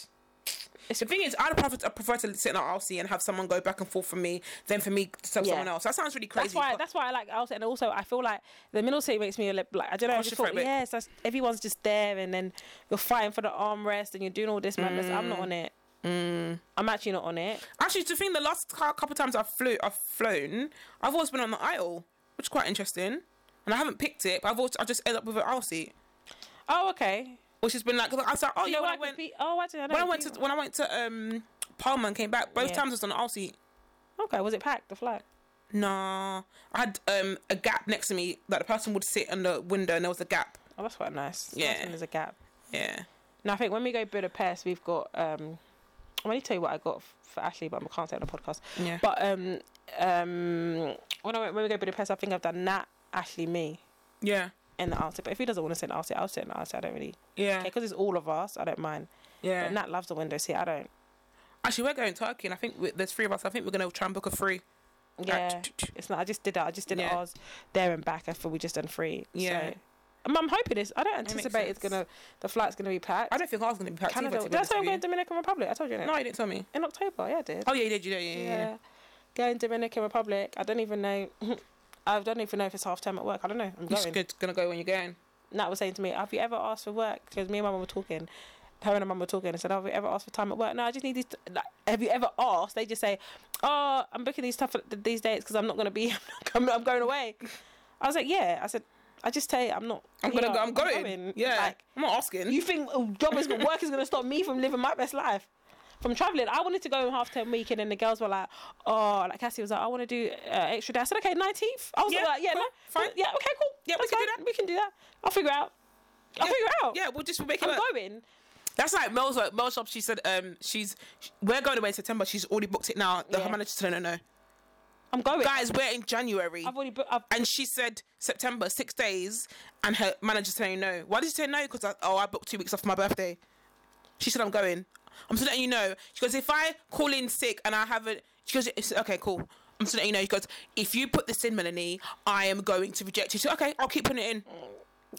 S1: the thing is, I'd prefer, I prefer to sit in an RC and have someone go back and forth for me than for me to tell
S2: Yeah.
S1: someone else. That sounds really crazy.
S2: That's why.
S1: but-
S2: That's why I like Alsa, and also I feel like the middle seat makes me a lip, like I don't know. I just thought,
S1: Claustrophobic.
S2: yes, that's, everyone's just there, and then you're fighting for the armrest, and you're doing all this madness. I'm
S1: Mm.
S2: not on it. I'm actually not on it.
S1: Actually, to think the last cou- couple times I've flew, I've flown, I've always been on the aisle, which is quite interesting. And I haven't picked it, but I've always, I just ended up with an aisle seat,
S2: Oh, okay.
S1: which has been like 'cause I was like, oh yeah, when I
S2: like
S1: went,
S2: repeat- oh, I didn't.
S1: when I went to when I went to um Palma and came back, both
S2: Yeah.
S1: times I was on an aisle seat.
S2: okay, was it packed the flight?
S1: Nah, I had um a gap next to me that the person would sit in the window, and there was a gap.
S2: Oh, that's quite nice. It's nice
S1: Yeah.
S2: when there's a gap.
S1: Yeah.
S2: Now I think when we go Budapest, we've got. um I'm going to tell you what I got f- for Ashley, but I can't say it on the podcast.
S1: Yeah.
S2: But um, um, when I went, when we go Budapest, I think I've done that. Ashley, me,
S1: Yeah.
S2: in the outfit. But if he doesn't want to sit in the outfit, I'll sit in the outfit. I don't really
S1: Yeah.
S2: care because it's all of us. I don't mind.
S1: Yeah.
S2: But Nat loves the window seat. I don't.
S1: Actually, we're going Turkey, and I think we, there's three of us. I think we're gonna try and book a free.
S2: Yeah,
S1: t- t- t-
S2: it's not. I just did that. I just did
S1: Yeah.
S2: ours there and back after we just done three.
S1: Yeah.
S2: So, Um, I'm hoping it's. I don't
S1: makes
S2: anticipate it's
S1: sense.
S2: gonna. The flight's gonna be packed.
S1: I don't think I was gonna be packed. either, to
S2: Canada.
S1: be honest
S2: That's why I'm
S1: with
S2: going to Dominican Republic. I told you.
S1: you.
S2: innit?
S1: No, you didn't tell me.
S2: In October. Yeah, I did.
S1: Oh yeah, you did. You did. Yeah, yeah. yeah.
S2: yeah. Going Dominican Republic. I don't even know. [LAUGHS] I don't even know if it's half term at work. I don't know. I'm
S1: You're just
S2: going.
S1: good, gonna go when you're going.
S2: Nat was saying to me, "Have you ever asked for work?" Because me and my mum were talking. Her and her mum were talking and said, "Have you ever asked for time at work?" No, I just need these. Like, have you ever asked? They just say, "Oh, I'm booking these stuff for th- these dates because I'm not going to be. [LAUGHS] I'm, I'm going away." I was like, "Yeah." I said, "I just tell you, I'm not.
S1: I'm gonna
S2: here.
S1: go. I'm going. Yeah,
S2: Like,
S1: I'm not asking.
S2: you think a job is work is going to stop me from living my best life? From traveling, I wanted to go in half term weekend, and the girls were like, "Oh, like Cassie was like, I want to do uh, extra day." I said, "Okay, 19th. I was
S1: Yeah,
S2: like, "Yeah,
S1: cool,
S2: no,
S1: fine.
S2: yeah, okay, cool.
S1: Yeah, we
S2: That's
S1: can do
S2: fine.
S1: that.
S2: We can do that. I'll figure it out. I'll figure it out.
S1: yeah, we'll just make it.
S2: I'm
S1: work.
S2: going.
S1: That's like Mel's work. Mel's shop. She said, um, she's we're going away in September. She's already booked it now. The
S2: Yeah.
S1: manager said, no, no, no,
S2: I'm going.
S1: guys, we're in January,
S2: I've already booked. I've,
S1: and she said September, six days, and her manager saying no. Why did she say no? Because I, oh, I booked two weeks off my birthday. She said, I'm going. I'm still letting you know. She goes, if I call in sick and I haven't, she goes, it's, okay, cool. I'm still letting you know. She goes, if you put this in, Melanie, I am going to reject you. She said, okay, I'll keep putting it in.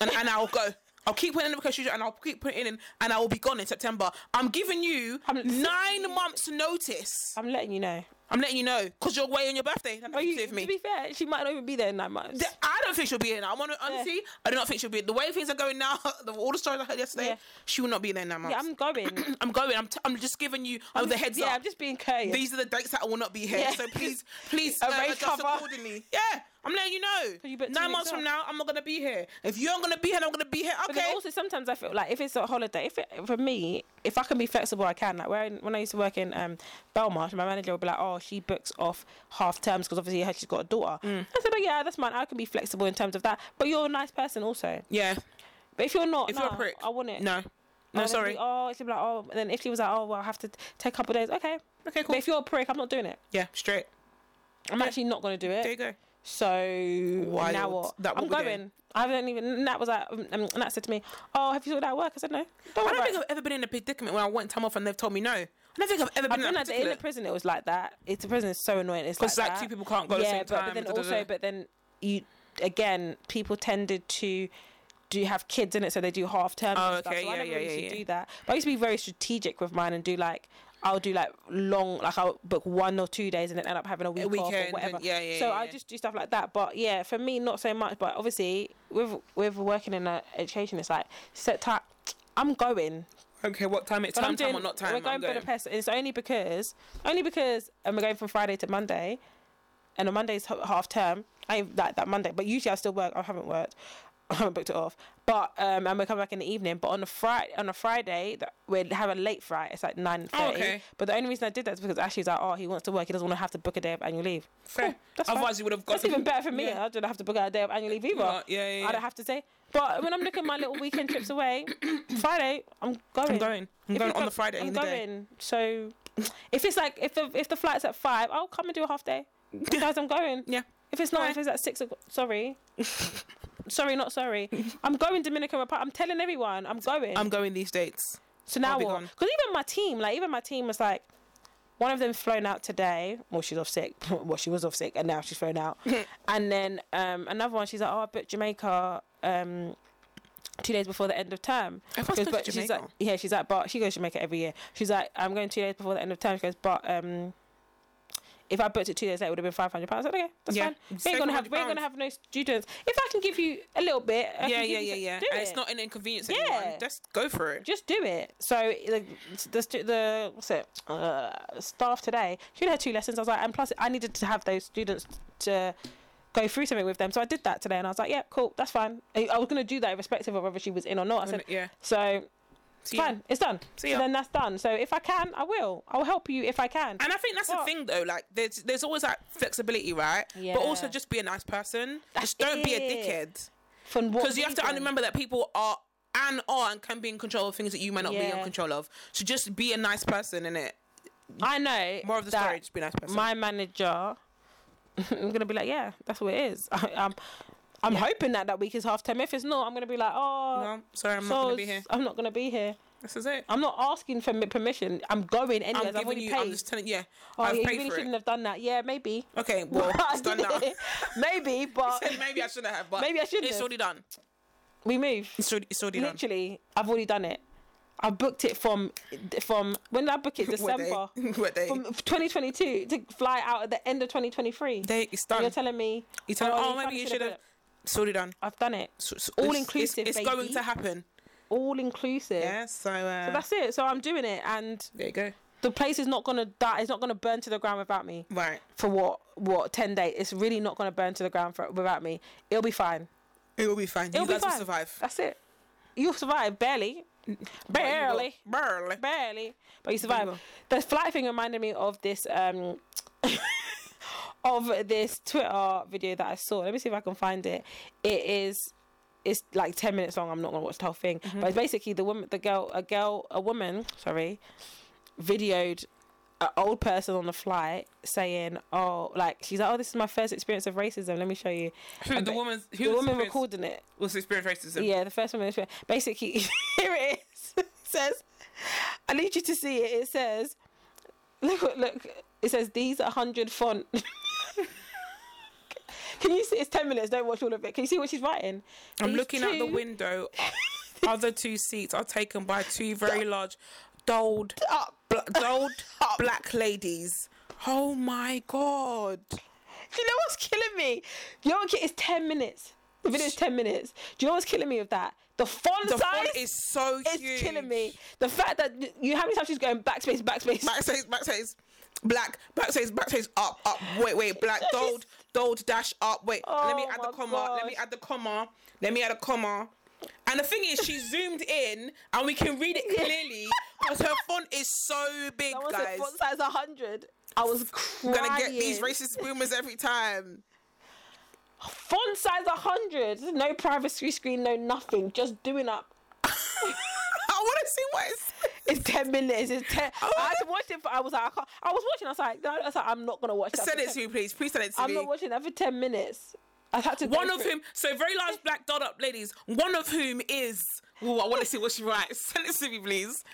S1: and, and I'll go. I'll keep putting in the application and I'll keep putting it in and I will be gone in September. I'm giving you
S2: I'm-
S1: nine months notice.
S2: I'm letting you know.
S1: I'm letting you know because you're away on your birthday. That
S2: Are
S1: you,
S2: you,
S1: with
S2: to
S1: me.
S2: be fair, she might not even be there in nine months.
S1: Th- I don't think she'll be in. I'm on honestly. I do not think she'll be. The way things are going now, [LAUGHS] the, all the stories I heard yesterday,
S2: Yeah.
S1: she will not be there now.
S2: yeah, I'm
S1: [CLEARS THROAT]
S2: going.
S1: I'm going. I'm, t- I'm just giving you I'm the heads
S2: yeah,
S1: up.
S2: I'm just being courteous.
S1: These are the dates that I will not be here.
S2: Yeah.
S1: So
S2: [LAUGHS]
S1: please, please
S2: A
S1: uh,
S2: race
S1: adjust
S2: cover.
S1: accordingly. Yeah, I'm letting you know.
S2: you booked two
S1: Nine
S2: weeks
S1: months from
S2: off.
S1: now, I'm not gonna be here. If you're not gonna be here, I'm gonna be here.
S2: But then
S1: Okay.
S2: also sometimes I feel like if it's a holiday, if it, for me, if I can be flexible, I can. Like when when I used to work in um, Belmarsh, my manager would be like, "Oh, she books off half terms because obviously her- she's got a daughter."
S1: Mm.
S2: I said, "Oh yeah, that's mine. I can be flexible in terms of that." But you're a nice person also.
S1: yeah.
S2: But if you're not,
S1: If you're a
S2: nah,
S1: prick,
S2: I want it.
S1: No,
S2: Oh,
S1: no,
S2: then she'd
S1: sorry.
S2: Be, oh, she'd be like, oh, and then if she was like, oh, well, I have to t- take a couple of days. Okay,
S1: Okay,
S2: but
S1: cool.
S2: if you're a prick, I'm not doing it.
S1: Yeah, straight.
S2: I'm actually not going to do
S1: There
S2: it.
S1: you go.
S2: So now
S1: Wild.
S2: what?
S1: That
S2: I'm
S1: what we're
S2: going.
S1: doing.
S2: I haven't even. Nat was like, um, um, Nat said to me, "Oh, have you sorted out work?" I said, "No."
S1: I
S2: Don't worry
S1: don't
S2: about
S1: think I've ever been in a predicament where I want time off and they've told me no. I don't think I've ever
S2: I've
S1: been,
S2: been
S1: in a
S2: at the, in the
S1: predicament.
S2: prison. It was like that. It's the prison is so annoying. It's like,
S1: Because like,
S2: that.
S1: two people can't go at
S2: yeah,
S1: the same
S2: but,
S1: time.
S2: but then
S1: da, da, da.
S2: also, but then you again, people tended to do have kids in it, so they do half term.
S1: Oh,
S2: and stuff.
S1: okay,
S2: So I
S1: yeah,
S2: never
S1: yeah,
S2: really
S1: yeah,
S2: used to
S1: yeah.
S2: do that. But I used to be very strategic with mine and do like. I'll do like long, like I'll book one or two days and then end up having a week off or
S1: weekend,
S2: whatever.
S1: and- yeah, yeah,
S2: so
S1: yeah,
S2: I
S1: yeah.
S2: just do stuff like that. But yeah, for me, not so much. But obviously, with with working in uh, education, it's like set time. I'm going.
S1: okay, what time? It's
S2: But
S1: time,
S2: I'm doing,
S1: time or not time?
S2: We're going
S1: I'm going.
S2: Budapest. and It's only because, only because, and we're going from Friday to Monday. and on Monday's h- half term. I that that Monday, but usually I still work. I haven't worked. [LAUGHS] I haven't booked it off, but um, and we come back in the evening. But on a Friday, on a Friday, that we have a late flight. It's like nine thirty.
S1: Oh, okay.
S2: But the only reason I did that is because Ashley's like, oh, he wants to work. He doesn't want to have to book a day of annual leave.
S1: Fair.
S2: Cool, that's fine.
S1: Otherwise, you would have got.
S2: That's even better for me.
S1: Yeah.
S2: I don't have to book out a day of annual leave either.
S1: Right, yeah, yeah,
S2: I
S1: yeah.
S2: don't have to say. But when I'm looking at my little weekend trips away, [COUGHS] Friday, I'm going.
S1: I'm going. I'm
S2: If
S1: going
S2: it's
S1: on
S2: a-
S1: the Friday
S2: I'm
S1: in the day.
S2: going. So if it's like if the if the flight's at five, I'll come and do a
S1: [LAUGHS]
S2: half day. Because I'm going.
S1: Yeah.
S2: If it's not,
S1: Alright.
S2: if it's at six o'clock,
S1: [LAUGHS]
S2: sorry. sorry, not sorry. I'm going Dominican Republic. I'm telling everyone I'm going.
S1: I'm going these
S2: [LAUGHS]
S1: dates.
S2: so now
S1: I'll be
S2: what?
S1: gone.
S2: Because even my team, like even my team was like, one of them flown out today. Well, she's off sick. [LAUGHS] well, she was off sick, and now she's flown out. and then um, another one, she's like, oh, I booked Jamaica. Um, Two days before the end of term,
S1: Everyone's
S2: She
S1: going
S2: goes,
S1: to
S2: "But-" She's like,
S1: Jamaica.
S2: yeah, she's like, but she goes to Jamaica every year. She's like, I'm going two days before the end of term. She goes, but um, if I booked it two days later, it would have been five hundred pounds. I said, okay, that's
S1: Yeah.
S2: fine. We ain't gonna have we ain't
S1: £700.
S2: gonna have no students. If I can give you a little bit, I
S1: Yeah,
S2: can
S1: yeah,
S2: give
S1: yeah,
S2: you-
S1: yeah.
S2: Do
S1: And
S2: it.
S1: it's not an inconvenience
S2: Yeah.
S1: anyone. Just go for it.
S2: Just do it. So the the, stu- the what's it? Uh, staff today. She only had two lessons. I was like, and plus, I needed to have those students to go through something with them. So I did that today, and I was like, yeah, cool, that's fine. I, I was gonna do that irrespective of whether she was in or not. I said,
S1: yeah.
S2: so
S1: See ya.
S2: fine, it's done.
S1: See
S2: so
S1: ya.
S2: then that's done. So if I can, I will. I'll help you if I can.
S1: And I think that's
S2: Well-
S1: the thing though, like there's there's always that flexibility, right?
S2: Yeah.
S1: But also just be a nice person.
S2: That's
S1: just don't be a
S2: it.
S1: dickhead.
S2: From what?
S1: Because you have to
S2: reason?
S1: remember that people are and are and can be in control of things that you might not be
S2: Yeah.
S1: in control of. So just be a nice person in it.
S2: I know
S1: More of the
S2: that
S1: story, just be a nice person.
S2: My manager, [LAUGHS] I'm gonna be like, yeah, that's what it is. [LAUGHS] I, I'm, I'm hoping that that week is half term. If it's not, I'm gonna be like, oh,
S1: Well, sorry, I'm
S2: so
S1: not gonna be here.
S2: I'm not gonna be here.
S1: This is it.
S2: I'm not asking for mi- permission. I'm going
S1: I'm
S2: anyways. I've
S1: giving
S2: already
S1: you
S2: paid.
S1: I'm just telling yeah.
S2: oh
S1: I've
S2: yeah, you
S1: paid
S2: really
S1: for
S2: shouldn't
S1: it.
S2: have done that. Yeah, maybe. [LAUGHS]
S1: Okay, well it's done now.
S2: maybe, but
S1: [LAUGHS] Maybe I shouldn't have, but
S2: Maybe I shouldn't
S1: It's
S2: have.
S1: already done.
S2: we move.
S1: It's already, it's already done.
S2: Literally, I've already done it. I booked it from from when did
S1: [LAUGHS]
S2: I book it?
S1: What day?
S2: December.
S1: What day?
S2: From 2022 to fly out at the end of 2023.
S1: They it's
S2: And
S1: done.
S2: you're telling me
S1: You tell
S2: Oh,
S1: oh,
S2: you
S1: maybe
S2: probably
S1: you
S2: should
S1: should
S2: have
S1: have. It's already done.
S2: I've done it.
S1: So- so
S2: All
S1: it's-
S2: inclusive,
S1: It's, it's going
S2: baby.
S1: to happen.
S2: All inclusive.
S1: Yeah. So, uh,
S2: So that's it. So I'm doing it, and
S1: there you go.
S2: the place is not gonna die. It's not gonna burn to the ground without me.
S1: Right.
S2: For what? What? Ten days? It's really not gonna burn to the ground for, without me. It'll be fine.
S1: It will be fine.
S2: It'll
S1: you
S2: be
S1: guys
S2: fine.
S1: will survive.
S2: That's it. You'll survive barely, barely.
S1: Barely.
S2: barely, but you survive.
S1: will.
S2: The flight thing reminded me of this um [LAUGHS] of this Twitter video that I saw. Let me see if I can find it. It is it's like ten minutes long. I'm not gonna watch the whole thing, but it's basically the woman, the girl, a girl, a woman, sorry, videoed an old person on the flight saying, "Oh, like she's like, oh, this is my first experience of racism. Let me show you."
S1: Who,
S2: And
S1: the
S2: ba-
S1: woman's who
S2: the woman
S1: experienced-
S2: recording it.
S1: was experienced racism.
S2: Yeah, the first one is basically [LAUGHS] here it is. It says, I need you to see it. It says, look, what- look. It says these are hundred font. [LAUGHS] Can you see? It's ten minutes. Don't watch all of it. Can you see what she's writing?
S1: I'm
S2: These
S1: looking out the
S2: two- [LAUGHS]
S1: window. Other two seats are taken by two very large, dulled,
S2: Up.
S1: bl-
S2: [LAUGHS]
S1: dulled black ladies. Oh my god!
S2: Do you know what's killing me? You know what? ki- It's ten minutes. The video's ten minutes. Do you know what's killing me with that? The font
S1: The
S2: size
S1: font is so
S2: is
S1: huge.
S2: killing me. The fact that y- you, how many times she's going backspace, backspace.
S1: Backspace, backspace, black, backspace, backspace, up, up. Wait, wait,
S2: [LAUGHS]
S1: black, gold, gold, dash, up. Wait, let me
S2: Oh
S1: add the
S2: my
S1: comma. Let me
S2: gosh.
S1: add the comma. Let me add a comma. And the thing is, she zoomed in, and we can read
S2: [LAUGHS]
S1: it clearly because her font is so big,
S2: Someone said
S1: guys.
S2: font size hundred. I was
S1: I'm
S2: crying.
S1: gonna get these racist boomers every time. [LAUGHS]
S2: font size 100 no privacy screen no nothing just doing up
S1: I want to see what it's.
S2: it's 10 minutes it's
S1: [LAUGHS]
S2: 10
S1: Oh,
S2: i had to watch it for i was like i, can't, I was watching i was like no I was like, i'm not gonna watch that
S1: Send
S2: for
S1: it
S2: 10
S1: to me, please. Please send it to
S2: i'm
S1: me.
S2: not watching that for 10 minutes i had to go
S1: One of
S2: through-
S1: whom, so very large black dolled up ladies, one of whom is. Ooh, I want to see what she writes. [LAUGHS] Send it to me, please.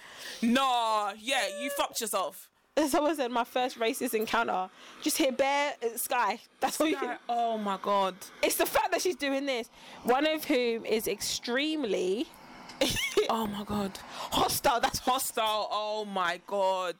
S1: Nah, yeah, you fucked yourself.
S2: [LAUGHS] someone said my first racist encounter just hit bare uh, sky that's all you can
S1: oh my god.
S2: [LAUGHS] it's the fact that she's doing this one of whom is extremely [LAUGHS]
S1: Oh my god.
S2: hostile that's
S1: Hostile. Oh my god.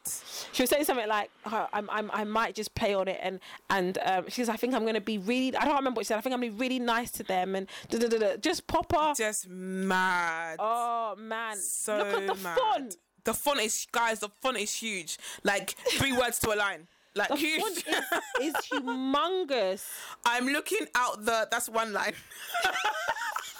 S2: she was saying something like oh, I'm, I'm, i might just play on it and and um, she says i think i'm going to be really i don't remember what she said i think i'm going to be really nice to them and da, da, da, da. just pop off
S1: Just mad.
S2: oh man
S1: so
S2: look at
S1: [LAUGHS]
S2: the
S1: mad.
S2: font
S1: The font is, guys, the font is huge. Like three words to a line. Like
S2: The
S1: huge.
S2: font is, is
S1: [LAUGHS]
S2: humongous.
S1: I'm looking out the. That's one line. [LAUGHS]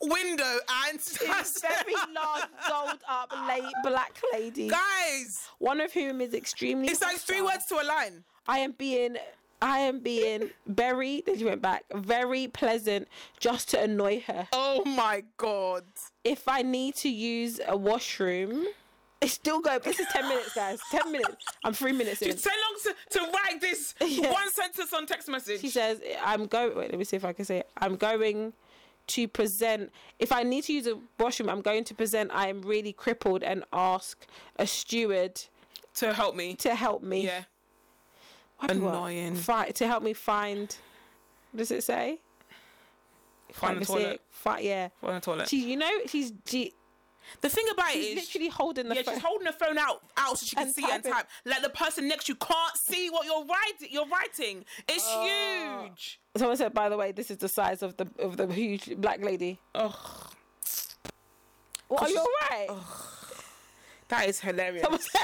S1: Window and [LAUGHS]
S2: It's very large, dolled up, late black lady.
S1: guys.
S2: One of whom is extremely.
S1: It's like three
S2: hostile.
S1: words to a line.
S2: I am being. I am being very. [LAUGHS] Then she went back. Very pleasant, just to annoy her.
S1: Oh my god.
S2: If I need to use a washroom, it's still go. This is ten minutes, guys. Ten minutes. I'm three minutes in.
S1: It's so long to, to write this
S2: Yeah.
S1: one sentence on text message.
S2: She says, "I'm going." Wait, let me see if I can say it. I'm going to present. If I need to use a washroom, I'm going to present. I am really crippled and ask a steward
S1: to help me.
S2: to help me.
S1: Yeah.
S2: Why do I-
S1: Annoying.
S2: Fi- to help me find. What does it say?
S1: Find the
S2: Can't see
S1: toilet.
S2: it. Fi- yeah.
S1: Go on the toilet.
S2: She, you know, she's she,
S1: the thing about it
S2: she's
S1: is.
S2: literally holding the
S1: yeah,
S2: phone.
S1: she's holding the phone out, out so she can
S2: And
S1: see and
S2: typing.
S1: type. Like the person next to you can't see what you're writing. You're writing. It's
S2: Oh.
S1: huge.
S2: Someone said, by the way, this is the size of the of the huge black lady.
S1: Oh,
S2: Well, are you
S1: she's-
S2: alright?
S1: that is hilarious.
S2: [LAUGHS] Someone said,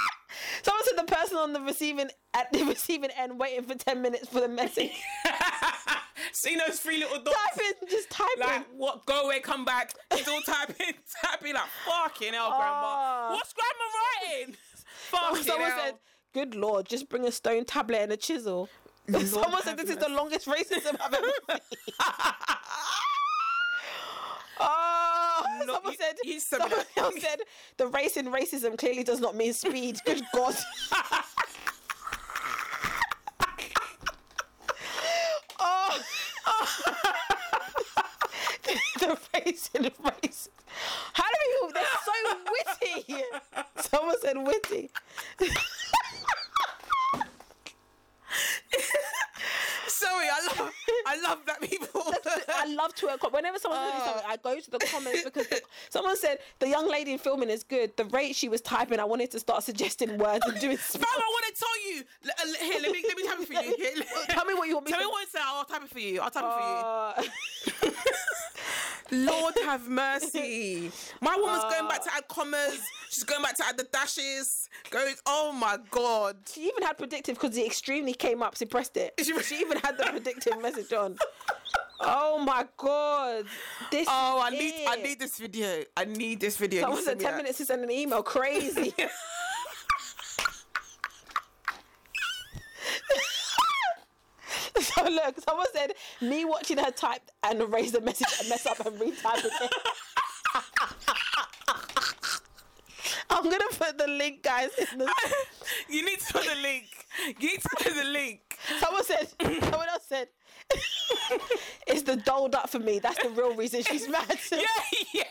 S2: [LAUGHS] Someone said the person on the receiving at the [LAUGHS] receiving end waiting for ten minutes for the message. [LAUGHS]
S1: See those three little dots.
S2: type in, just type
S1: Like
S2: in.
S1: what? Go away, come back. Still typing, [LAUGHS] typing like fucking hell, grandma.
S2: Oh.
S1: What's grandma writing? Fucking
S2: [LAUGHS] Someone
S1: hell.
S2: said, "Good lord, just bring a stone tablet and a chisel." [LAUGHS] Someone
S1: have
S2: said, "This is the longest racism I've ever." seen." [LAUGHS] Oh,
S1: Lord,
S2: someone
S1: you-
S2: said.
S1: you said
S2: someone
S1: that.
S2: [LAUGHS] else said the race in racism clearly does not mean speed. Good God. oh. [LAUGHS] the race in race. How do you? They're so witty. Someone said witty.
S1: [LAUGHS] Sorry, I love, I love that people.
S2: [LAUGHS] I love to work. Whenever someone says something,
S1: Oh.
S2: I go to the comments because the, someone said the young lady in filming is good. The rate she was typing, I wanted to start suggesting words and
S1: [LAUGHS] [LAUGHS]
S2: doing.
S1: Fam, I want to tell you. L- uh, Here, let me let me type it for you.
S2: [LAUGHS]
S1: Here, [LAUGHS] let-
S2: Tell me what you want me
S1: Tell
S2: to
S1: me what it says. I'll type it for you. I'll type
S2: [LAUGHS] Uh,
S1: it for you. Lord have
S2: [LAUGHS]
S1: mercy. My woman's going
S2: Oh.
S1: back to add commas. She's going back to add the dashes. Going. Oh my god.
S2: she even had predictive because the extremely came up, suppressed it.
S1: She-
S2: She even had the predictive message on. Oh my god! This.
S1: Oh, I
S2: is
S1: need I
S2: it.
S1: need this video. I need this video.
S2: That
S1: You
S2: was
S1: send
S2: at
S1: me
S2: ten
S1: that.
S2: minutes to send an
S1: [LAUGHS]
S2: email. Crazy. so look, someone said me watching her type and erase the message and mess up and retype again. [LAUGHS] I'm gonna put the link, guys. In the...
S1: [LAUGHS] you need to put the link. You need to put the link.
S2: [LAUGHS] Someone said. Someone else said. [LAUGHS] it's the dolled up for me. That's the real reason she's mad.
S1: [LAUGHS] Yeah, yeah.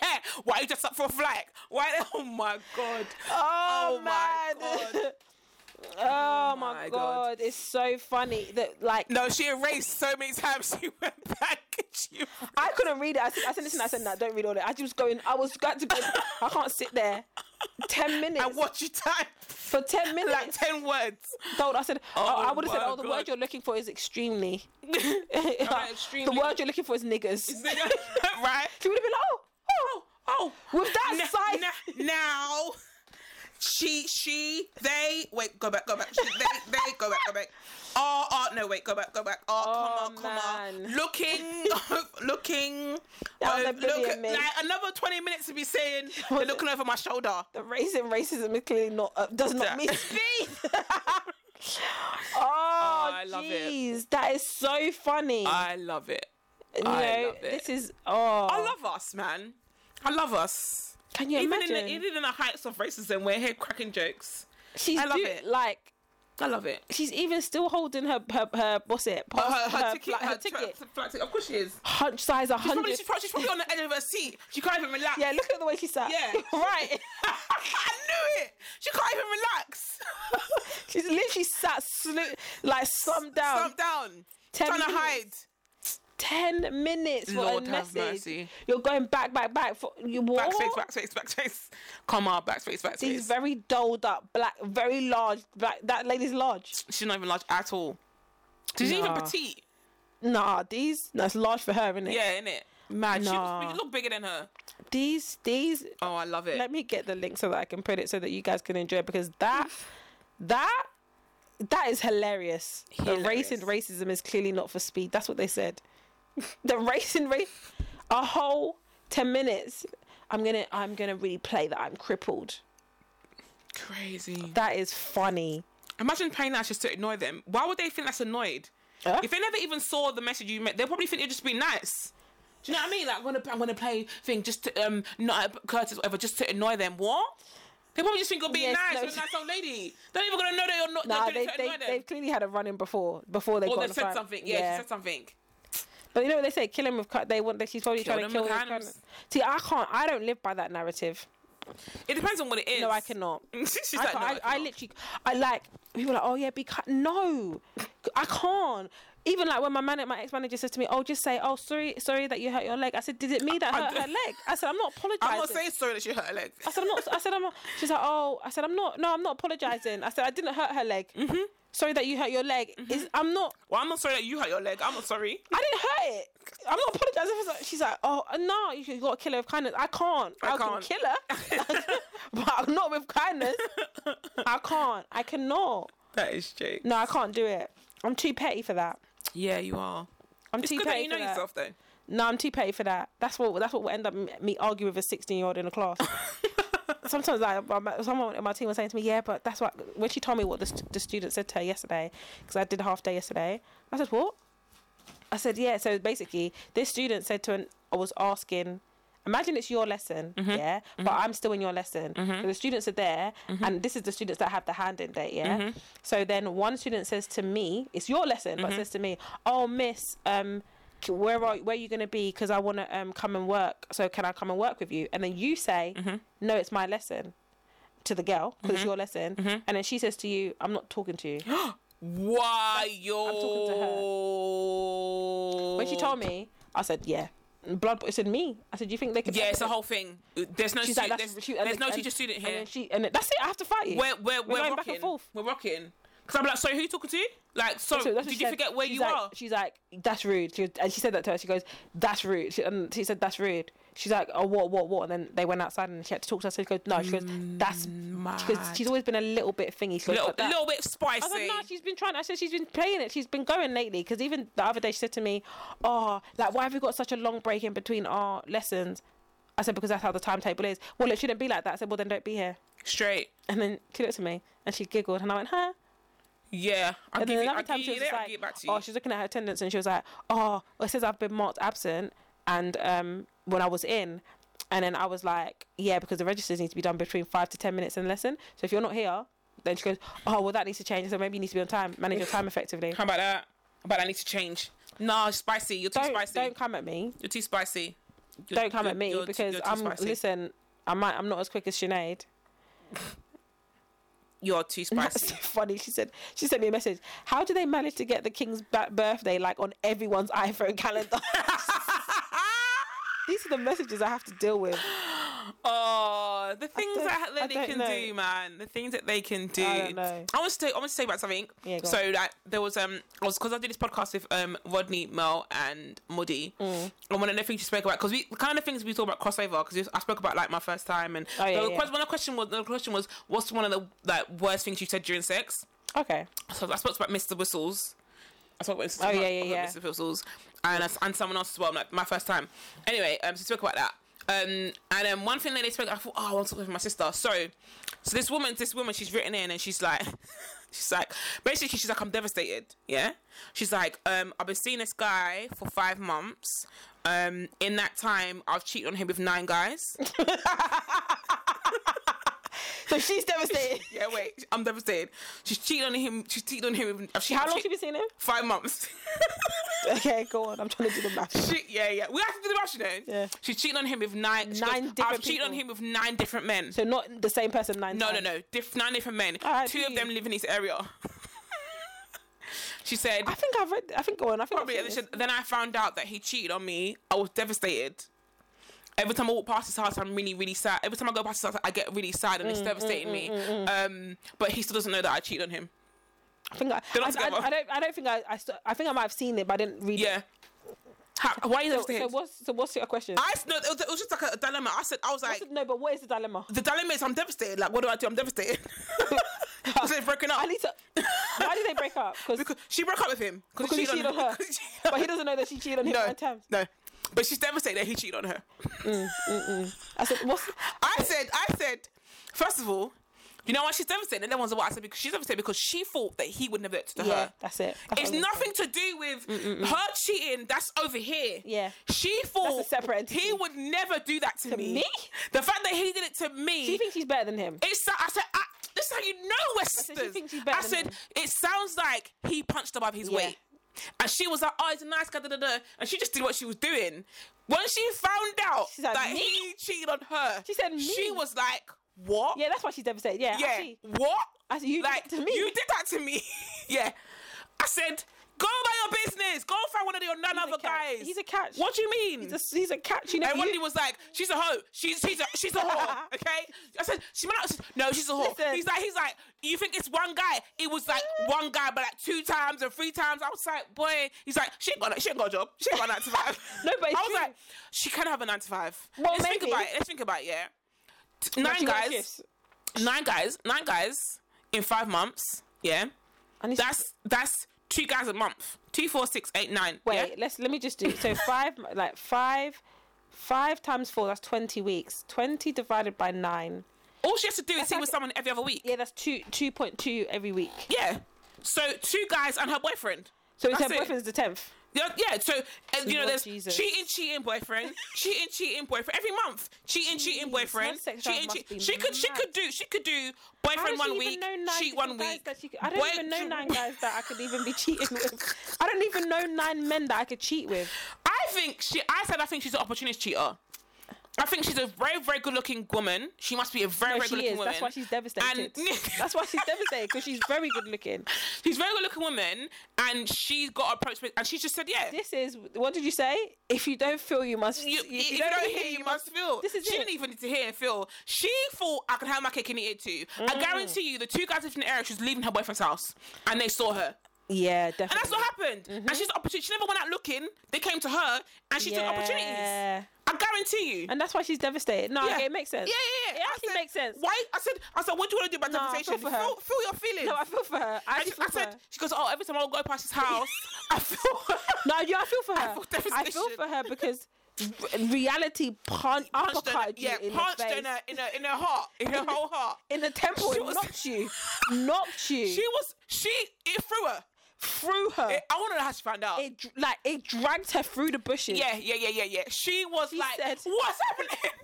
S1: Why are you just up for a flag? Why? Oh my god.
S2: Oh,
S1: Oh my
S2: man. [LAUGHS] oh, my,
S1: my
S2: god.
S1: God.
S2: it's so funny that like
S1: No, she erased so many times. [LAUGHS] She went back. And she.
S2: I couldn't read it. I said, I said listen, I said no, don't read all that. I just going. I was got to. Be, I can't sit there. Ten minutes
S1: And what you type? [LAUGHS]
S2: for ten minutes.
S1: Like ten words.
S2: told. I said
S1: Oh,
S2: I, I would have said,
S1: my
S2: oh, the
S1: God.
S2: word you're looking for
S1: [LAUGHS]
S2: is extremely. [LAUGHS]
S1: extremely-
S2: The word you're looking for is niggers.
S1: [LAUGHS] right?
S2: [LAUGHS] she would have been like, oh, oh,
S1: Oh,
S2: with that
S1: na-
S2: size.
S1: na- now. She, she, they. Wait, go back, go back. She, they, they. Go back, go back. Oh, oh, no, wait, go back, go back. Oh,
S2: Oh,
S1: come on, come on.
S2: man.
S1: Looking, [LAUGHS] looking.
S2: That was
S1: oh,
S2: a brilliant mate.
S1: like another twenty minutes to be
S2: [LAUGHS]
S1: saying. They're looking over my shoulder.
S2: the race and racism is clearly not uh, does
S1: Yeah. [LAUGHS]
S2: not mean speed. oh,
S1: I love it.
S2: jeez, that is so funny.
S1: I love it.
S2: you know,
S1: I love it.
S2: this is oh.
S1: I love us, man. I love us.
S2: Can you
S1: Even in,
S2: imagine?
S1: the, even in the heights of racism, we're here cracking jokes.
S2: she's
S1: I love
S2: do-
S1: it.
S2: like
S1: I love it.
S2: she's even still holding her her, her what's it?
S1: Oh, her,
S2: pass-
S1: her, ticket,
S2: flight-
S1: her,
S2: her
S1: tra-
S2: ticket.
S1: flight ticket. Of course she is.
S2: Hunch size a
S1: Probably,
S2: hundred.
S1: she's, probably, she's probably on the edge of her seat. She can't even relax.
S2: Yeah, look at the way she sat.
S1: Yeah.
S2: [LAUGHS] right.
S1: [LAUGHS] I knew it. She can't even relax.
S2: [LAUGHS] she's literally sat slu- like slumped down.
S1: Stomp down.
S2: Ten
S1: Trying to
S2: minutes.
S1: hide.
S2: Ten minutes for
S1: Lord
S2: a
S1: have
S2: message.
S1: mercy.
S2: You're going back, back, back for you. What?
S1: Backspace, backspace, backspace. Come on, backspace,
S2: She's
S1: backspace.
S2: very doled up, black, very large. Black, that lady's large.
S1: she's not even large at all. She's even
S2: Nah.
S1: petite.
S2: Nah, these. That's large for her, isn't it?
S1: Yeah, innit? Mad. She, was,
S2: Nah.
S1: she looked bigger than her.
S2: These, these.
S1: Oh, I love it.
S2: Let me get the link so that I can put it so that you guys can enjoy it because that, that that is hilarious. The race
S1: Hilarious.
S2: and racism is clearly not for speed. That's what they said. [LAUGHS] the race and race, a whole ten minutes. I'm gonna, I'm gonna really play that I'm crippled.
S1: Crazy.
S2: That is funny.
S1: Imagine playing that just to annoy them. Why would they think that's annoyed?
S2: Huh?
S1: If they never even saw the message you made, they'll probably think it'd just be nice. Do you know what I mean? Like, I'm gonna, I'm gonna play thing just to, um, not Curtis, whatever, just to annoy them. What? They probably just think you're being
S2: Yes,
S1: nice,
S2: no.
S1: you're a nice old lady. They're not even gonna know that you're not.
S2: Nah,
S1: they're
S2: they,
S1: doing it to
S2: they,
S1: annoy them.
S2: they've clearly had a run in before before they
S1: Or
S2: got
S1: they
S2: on the
S1: said
S2: phone.
S1: something. Yeah, she said something.
S2: But you know what they say, kill him with cut. They want. She's probably
S1: Kill
S2: trying
S1: them
S2: to kill
S1: with
S2: him. with
S1: kindness.
S2: kindness. See, I can't. I don't live by that narrative.
S1: It depends on what it is.
S2: No, I cannot.
S1: [LAUGHS] She's
S2: I,
S1: like,
S2: can't-
S1: no,
S2: I,
S1: I,
S2: I, literally, I like people are like, oh yeah, be cut. No, I can't. Even like when my man, my ex manager says to me, oh, just say, oh, sorry, sorry that you hurt your leg. I said, did it me that
S1: I-
S2: hurt her leg? I said, [LAUGHS] I'm not apologizing.
S1: am not saying sorry that she hurt her leg. [LAUGHS]
S2: I said, I'm not. I said, I'm. Not. She's like, oh. I said, I'm not. No, I'm not apologizing. I said, I didn't hurt her leg. Mm-hmm. Sorry that you hurt your leg. Is I'm not.
S1: Well, I'm not sorry that you hurt your leg. I'm not
S2: [LAUGHS]
S1: sorry. [LAUGHS]
S2: I didn't hurt it. I'm not apologizing for that. She's like, oh no, you, you got to kill her with kindness. I can't. I,
S1: can't.
S2: can kill her, [LAUGHS] but not with kindness. I can't. I cannot.
S1: That is Jake.
S2: No, I can't do it. I'm too petty for that.
S1: Yeah, you are.
S2: I'm
S1: It's
S2: too
S1: good that you
S2: petty
S1: know
S2: for that.
S1: yourself, though.
S2: No, I'm too petty for that. That's what. That's what will end up m- me arguing with a 16 year old in
S1: [LAUGHS]
S2: a class. Sometimes, like my- my- someone in my team was saying to me, "Yeah, but that's what." When she told me what the, st- the student said to her yesterday, because I did a half day yesterday, I said, "What?" I said, "Yeah." So basically, this student said to an, I was asking. Imagine it's your lesson,
S1: Mm-hmm.
S2: yeah, but I'm still in your lesson. So the students are there,
S1: Mm-hmm.
S2: and this is the students that have the hand in date, yeah. So then one student says to me, "It's your lesson,"
S1: Mm-hmm.
S2: but says to me, "Oh, miss, um, c- where are where are you gonna be? Because I want to um come and work. So can I come and work with you?" And then you say,
S1: Mm-hmm.
S2: "No, it's my lesson." To the girl, because it's your lesson,
S1: Mm-hmm.
S2: and then she says to you, "I'm not
S1: [GASPS]
S2: talking to you."
S1: Why yo?
S2: talking to
S1: her.
S2: When she told me, I said, "Yeah." Blood, it's in me. I said, "Do you think they could?"
S1: Yeah, it's the whole thing. There's no
S2: She's
S1: stu-
S2: like, that's,
S1: there's,
S2: she- and
S1: there's
S2: then-
S1: no
S2: and-
S1: teacher student
S2: And
S1: here.
S2: then she, and then- that's it. I have to fight you.
S1: We're we're
S2: We're
S1: we're
S2: going
S1: rocking.
S2: back and forth.
S1: We're rocking. Cause I'm like, sorry, who you talking to? Like, [LAUGHS] sorry,
S2: So that's what
S1: did
S2: she
S1: you
S2: said.
S1: forget where
S2: She's
S1: you
S2: like-
S1: are?
S2: She's like, that's rude. She, and she said that to her. She goes, that's rude. She, and she said, that's rude. She's like, oh, what, what, what? And then they went outside and she had to talk to her. So she goes, no. She goes, that's. She goes,
S1: Mm, Mad.
S2: she's always been a little bit thingy. She goes,
S1: little,
S2: "But that-
S1: little bit spicy.
S2: I said, no, she's been trying. I said, she's been playing it. She's been going lately. Because even the other day, she said to me, oh, like, why have we got such a long break in between our lessons? I said, because that's how the timetable is. Well, it shouldn't be like that. I said, well, then don't be here.
S1: Straight.
S2: And then she looked at me and she giggled. And I went, huh?
S1: Yeah. I'll
S2: And
S1: give
S2: then
S1: you,
S2: another
S1: I'll
S2: time
S1: give
S2: she
S1: you
S2: was
S1: that.
S2: just
S1: I'll
S2: like,
S1: get back to you.
S2: oh, she was looking at her attendance and she was like, oh, well, it says I've been marked absent and um, when I was in. And then I was like, yeah, because the registers need to be done between five to 10 minutes in the lesson. So if you're not here, then she goes, oh, well, that needs to change. So maybe you need to be on time, manage your time effectively.
S1: How about that? How About that, I need to change. No, spicy. You're too
S2: Don't,
S1: spicy.
S2: don't come at me.
S1: You're too spicy. You're-
S2: Don't come
S1: you're-
S2: at me
S1: you're too-
S2: because
S1: you're too
S2: I'm,
S1: spicy.
S2: listen, I might, I'm not as quick as Sinead. [LAUGHS]
S1: You're too
S2: That's
S1: spicy. [LAUGHS]
S2: [LAUGHS] so funny. She said she sent me a message. How do they manage to get the king's ba- birthday like on everyone's [LAUGHS] iPhone calendar? These are the messages I have to deal with.
S1: Oh, the things
S2: don't-
S1: that,
S2: I
S1: that they
S2: don't
S1: can
S2: know.
S1: do, man. The things that they can do.
S2: I don't know.
S1: I want to. Say, I want to say about something.
S2: Yeah, go
S1: so like there was um, I was because I did this podcast with um Rodney, Mel, and Muddy,
S2: Mm.
S1: and one of the things we spoke about because we the kind of things we talk about crossover because I spoke about like my first time and
S2: Oh, yeah,
S1: the
S2: yeah.
S1: quest- one of the question was the question was what's one of the like worst things you said during sex.
S2: Okay.
S1: So I spoke about Mr. Whistles. I spoke about Mr.
S2: Oh,
S1: about-
S2: yeah, yeah,
S1: about
S2: yeah.
S1: Mr. Whistles, and us- and someone else as well. Like my first time. Anyway, um, so spoke about that. Um, and um, one thing that they spoke, I thought, oh, I want to talk with my sister. So, so this woman, this woman, she's written in, and she's like, [LAUGHS] she's like, basically, she's like, I'm devastated. Yeah, she's like, um, I've been seeing this guy for five months. Um, in that time, I've cheated on him with nine guys. [LAUGHS]
S2: So
S1: [LAUGHS]
S2: she's devastated.
S1: yeah, wait, I'm devastated. She's cheated on him. She's cheated on him. With, I've cheated-
S2: How
S1: I've
S2: long have you
S1: cheated-
S2: been seeing him?
S1: Five months. [LAUGHS]
S2: Okay, go on. I'm trying to do the math.
S1: She, yeah, yeah. We have to do the rush then.
S2: Yeah.
S1: She's cheating on him with nine. she
S2: Nine
S1: I've
S2: different
S1: cheated on
S2: people."
S1: him with nine different men.
S2: So not the same person nine
S1: no, no,
S2: times.
S1: no. Diff- nine different men.
S2: Alright,
S1: Two of
S2: please.
S1: them live in his area. [LAUGHS] she said.
S2: I think I've read. I think go on. I think
S1: probably.
S2: I've
S1: And she
S2: seen this.
S1: said, then I found out that he cheated on me. I was devastated. Every time I walk past his house, I'm really, really sad. Every time I go past his house, I get really sad
S2: Mm,
S1: and it's devastating me. Um, but he still doesn't know that I cheated on him.
S2: I think I,
S1: They're
S2: I,
S1: not
S2: I,
S1: together.
S2: I don't. I don't think I. I, st- I think I might have seen it, but I didn't read it.
S1: Yeah. How, why are you
S2: So,
S1: devastated?
S2: so what's so what's your question?
S1: I s- no, it was, it was just like a, dilemma. I said, I was like, [LAUGHS]
S2: no, but what is the dilemma? [LAUGHS]
S1: the dilemma is I'm devastated. Like, what do I do? I'm devastated. Because they've broken up. [LAUGHS]
S2: I need to. Why did they break up?
S1: Because she broke up with him
S2: Because he cheated
S1: [LAUGHS]
S2: on her.
S1: because she-
S2: but he doesn't know that she cheated on him
S1: no,
S2: nine times.
S1: no. But she's devastated that he cheated on her.
S2: I said, what's
S1: [LAUGHS] I said, I said, first of all, you know why she's devastated? And everyone's what I said because she's devastated because she thought that he would never do it to
S2: yeah?
S1: her.
S2: That's it. That's
S1: It's
S2: what I'm
S1: nothing to do with her cheating. That's over here.
S2: mm, Yeah.
S1: She thought
S2: separate entity.
S1: he would never do that to, me.
S2: me?
S1: The fact that he did it to
S2: She
S1: me,
S2: thinks she's better than him.
S1: it's I said, I, this is how you know we're
S2: she
S1: sisters.
S2: thinks she's better
S1: I
S2: than
S1: said,
S2: him.
S1: it sounds like he punched above his
S2: Yeah.
S1: weight. And she was like, oh, he's a nice guy, da, da, da. And she just did what she was doing. When she found out
S2: She's like,
S1: that
S2: "Me?"
S1: he cheated on her,
S2: She said, "Me?"
S1: she was like, what?
S2: Yeah, that's why she's devastated. Yeah,
S1: Yeah.
S2: I see.
S1: What?
S2: I see. You did
S1: like
S2: that to me.
S1: you did that to me. [LAUGHS] yeah. I said, go about your business. Go find one of your none
S2: He's a
S1: other
S2: catch.
S1: guys.
S2: He's a catch.
S1: What do you mean?
S2: He's a, he's a catch. You know,
S1: and
S2: you-
S1: Wendy was like, "She's a hoe. She's she's a, she's a
S2: [LAUGHS]
S1: whore." Okay, I said, "She might not." she's- No, she's a whore.
S2: Listen.
S1: He's like, he's like, "You think it's one guy? It was like one guy, but like two times and three times." I was like, "Boy," he's like, "She ain't got, no- she ain't got a job. She ain't got a nine to five.
S2: [LAUGHS] No, but it's
S1: I was
S2: true.
S1: like, "She can have a nine to five.
S2: Well,
S1: Let's think
S2: maybe.
S1: about it. Let's think about it. Yeah, T-
S2: No,
S1: nine
S2: she got
S1: guys,
S2: a kiss.
S1: nine guys, nine guys in five months. Yeah,
S2: I need to-
S1: that's that's two guys a month. Two, four, six, eight, nine.
S2: Wait,
S1: yeah?
S2: let's let me just do so five like five five times four that's 20 weeks 20 divided by 9
S1: All she has to do is see
S2: like-
S1: with someone every other week.
S2: yeah that's 2 2.2 every week
S1: Yeah. So two guys and her boyfriend.
S2: so it's her
S1: That's it.
S2: boyfriend's the 10th
S1: Yeah, yeah, so uh, you know,
S2: Lord
S1: there's
S2: Jesus.
S1: cheating, cheating
S2: [LAUGHS]
S1: boyfriend, cheating, cheating boyfriend every month. Cheating, cheating
S2: Jeez,
S1: boyfriend,
S2: her sex drive
S1: cheating,
S2: must
S1: cheating.
S2: be
S1: She could, she
S2: mad.
S1: could do, she could do
S2: How
S1: boyfriend
S2: does she
S1: one
S2: even
S1: week,
S2: know nine
S1: cheat one
S2: different guys
S1: week.
S2: that she could- I don't
S1: Boy-
S2: even know
S1: [LAUGHS]
S2: nine guys that I could even be [LAUGHS] cheating with. I don't even know nine men that I could cheat with.
S1: I think she. I said I think she's an opportunist cheater. I think she's a very, very good-looking woman. She must be a very,
S2: No,
S1: very
S2: she
S1: good-looking
S2: is.
S1: woman.
S2: That's why she's devastated.
S1: And- [LAUGHS]
S2: That's why she's devastated because she's very good looking.
S1: She's a very good-looking woman, and she got approached, with, and she just said, "Yeah,
S2: This is what did you say? If you don't feel, you must.
S1: You, if you don't, hear, you must feel.
S2: This is
S1: she
S2: it.
S1: didn't even need to hear and feel. She thought I could have my cake and eat it too.
S2: Mm.
S1: I guarantee you, the two guys lived in the area. She was leaving her boyfriend's house, and they saw her.
S2: Yeah, definitely.
S1: And that's what happened.
S2: Mm-hmm.
S1: And she's the opportunity. She never went out looking. They came to her, and she took opportunities.
S2: Yeah.
S1: I guarantee you.
S2: And that's why she's devastated. No,
S1: Yeah.
S2: okay, it makes sense.
S1: Yeah, yeah, yeah.
S2: It
S1: I
S2: actually
S1: said,
S2: makes sense.
S1: Why? I said, I said, what do you want to do about
S2: No, I
S1: devastation?
S2: feel for her.
S1: Feel, feel your feelings.
S2: No, I feel for her. I,
S1: I, I
S2: actually feel for
S1: said,
S2: her.
S1: she goes, oh, every time I go past his
S2: [LAUGHS]
S1: house, I feel. [LAUGHS]
S2: No, you. I feel for her.
S1: feel
S2: I feel
S1: devastation. [LAUGHS]
S2: for her because re- reality pun-
S1: Punched her,
S2: uppercut you
S1: yeah,
S2: in
S1: punched
S2: the
S1: her
S2: face.
S1: in her, in her, in her heart, in her whole heart.
S2: in the temple,
S1: She
S2: it
S1: was- [LAUGHS]
S2: knocked you, knocked you,
S1: She was she it threw her.
S2: threw her. It,
S1: It- I want to know how she found out.
S2: dr- like it dragged her through the bushes.
S1: yeah, yeah, yeah, yeah, yeah. She was like,
S2: said-
S1: "What's happening? [LAUGHS]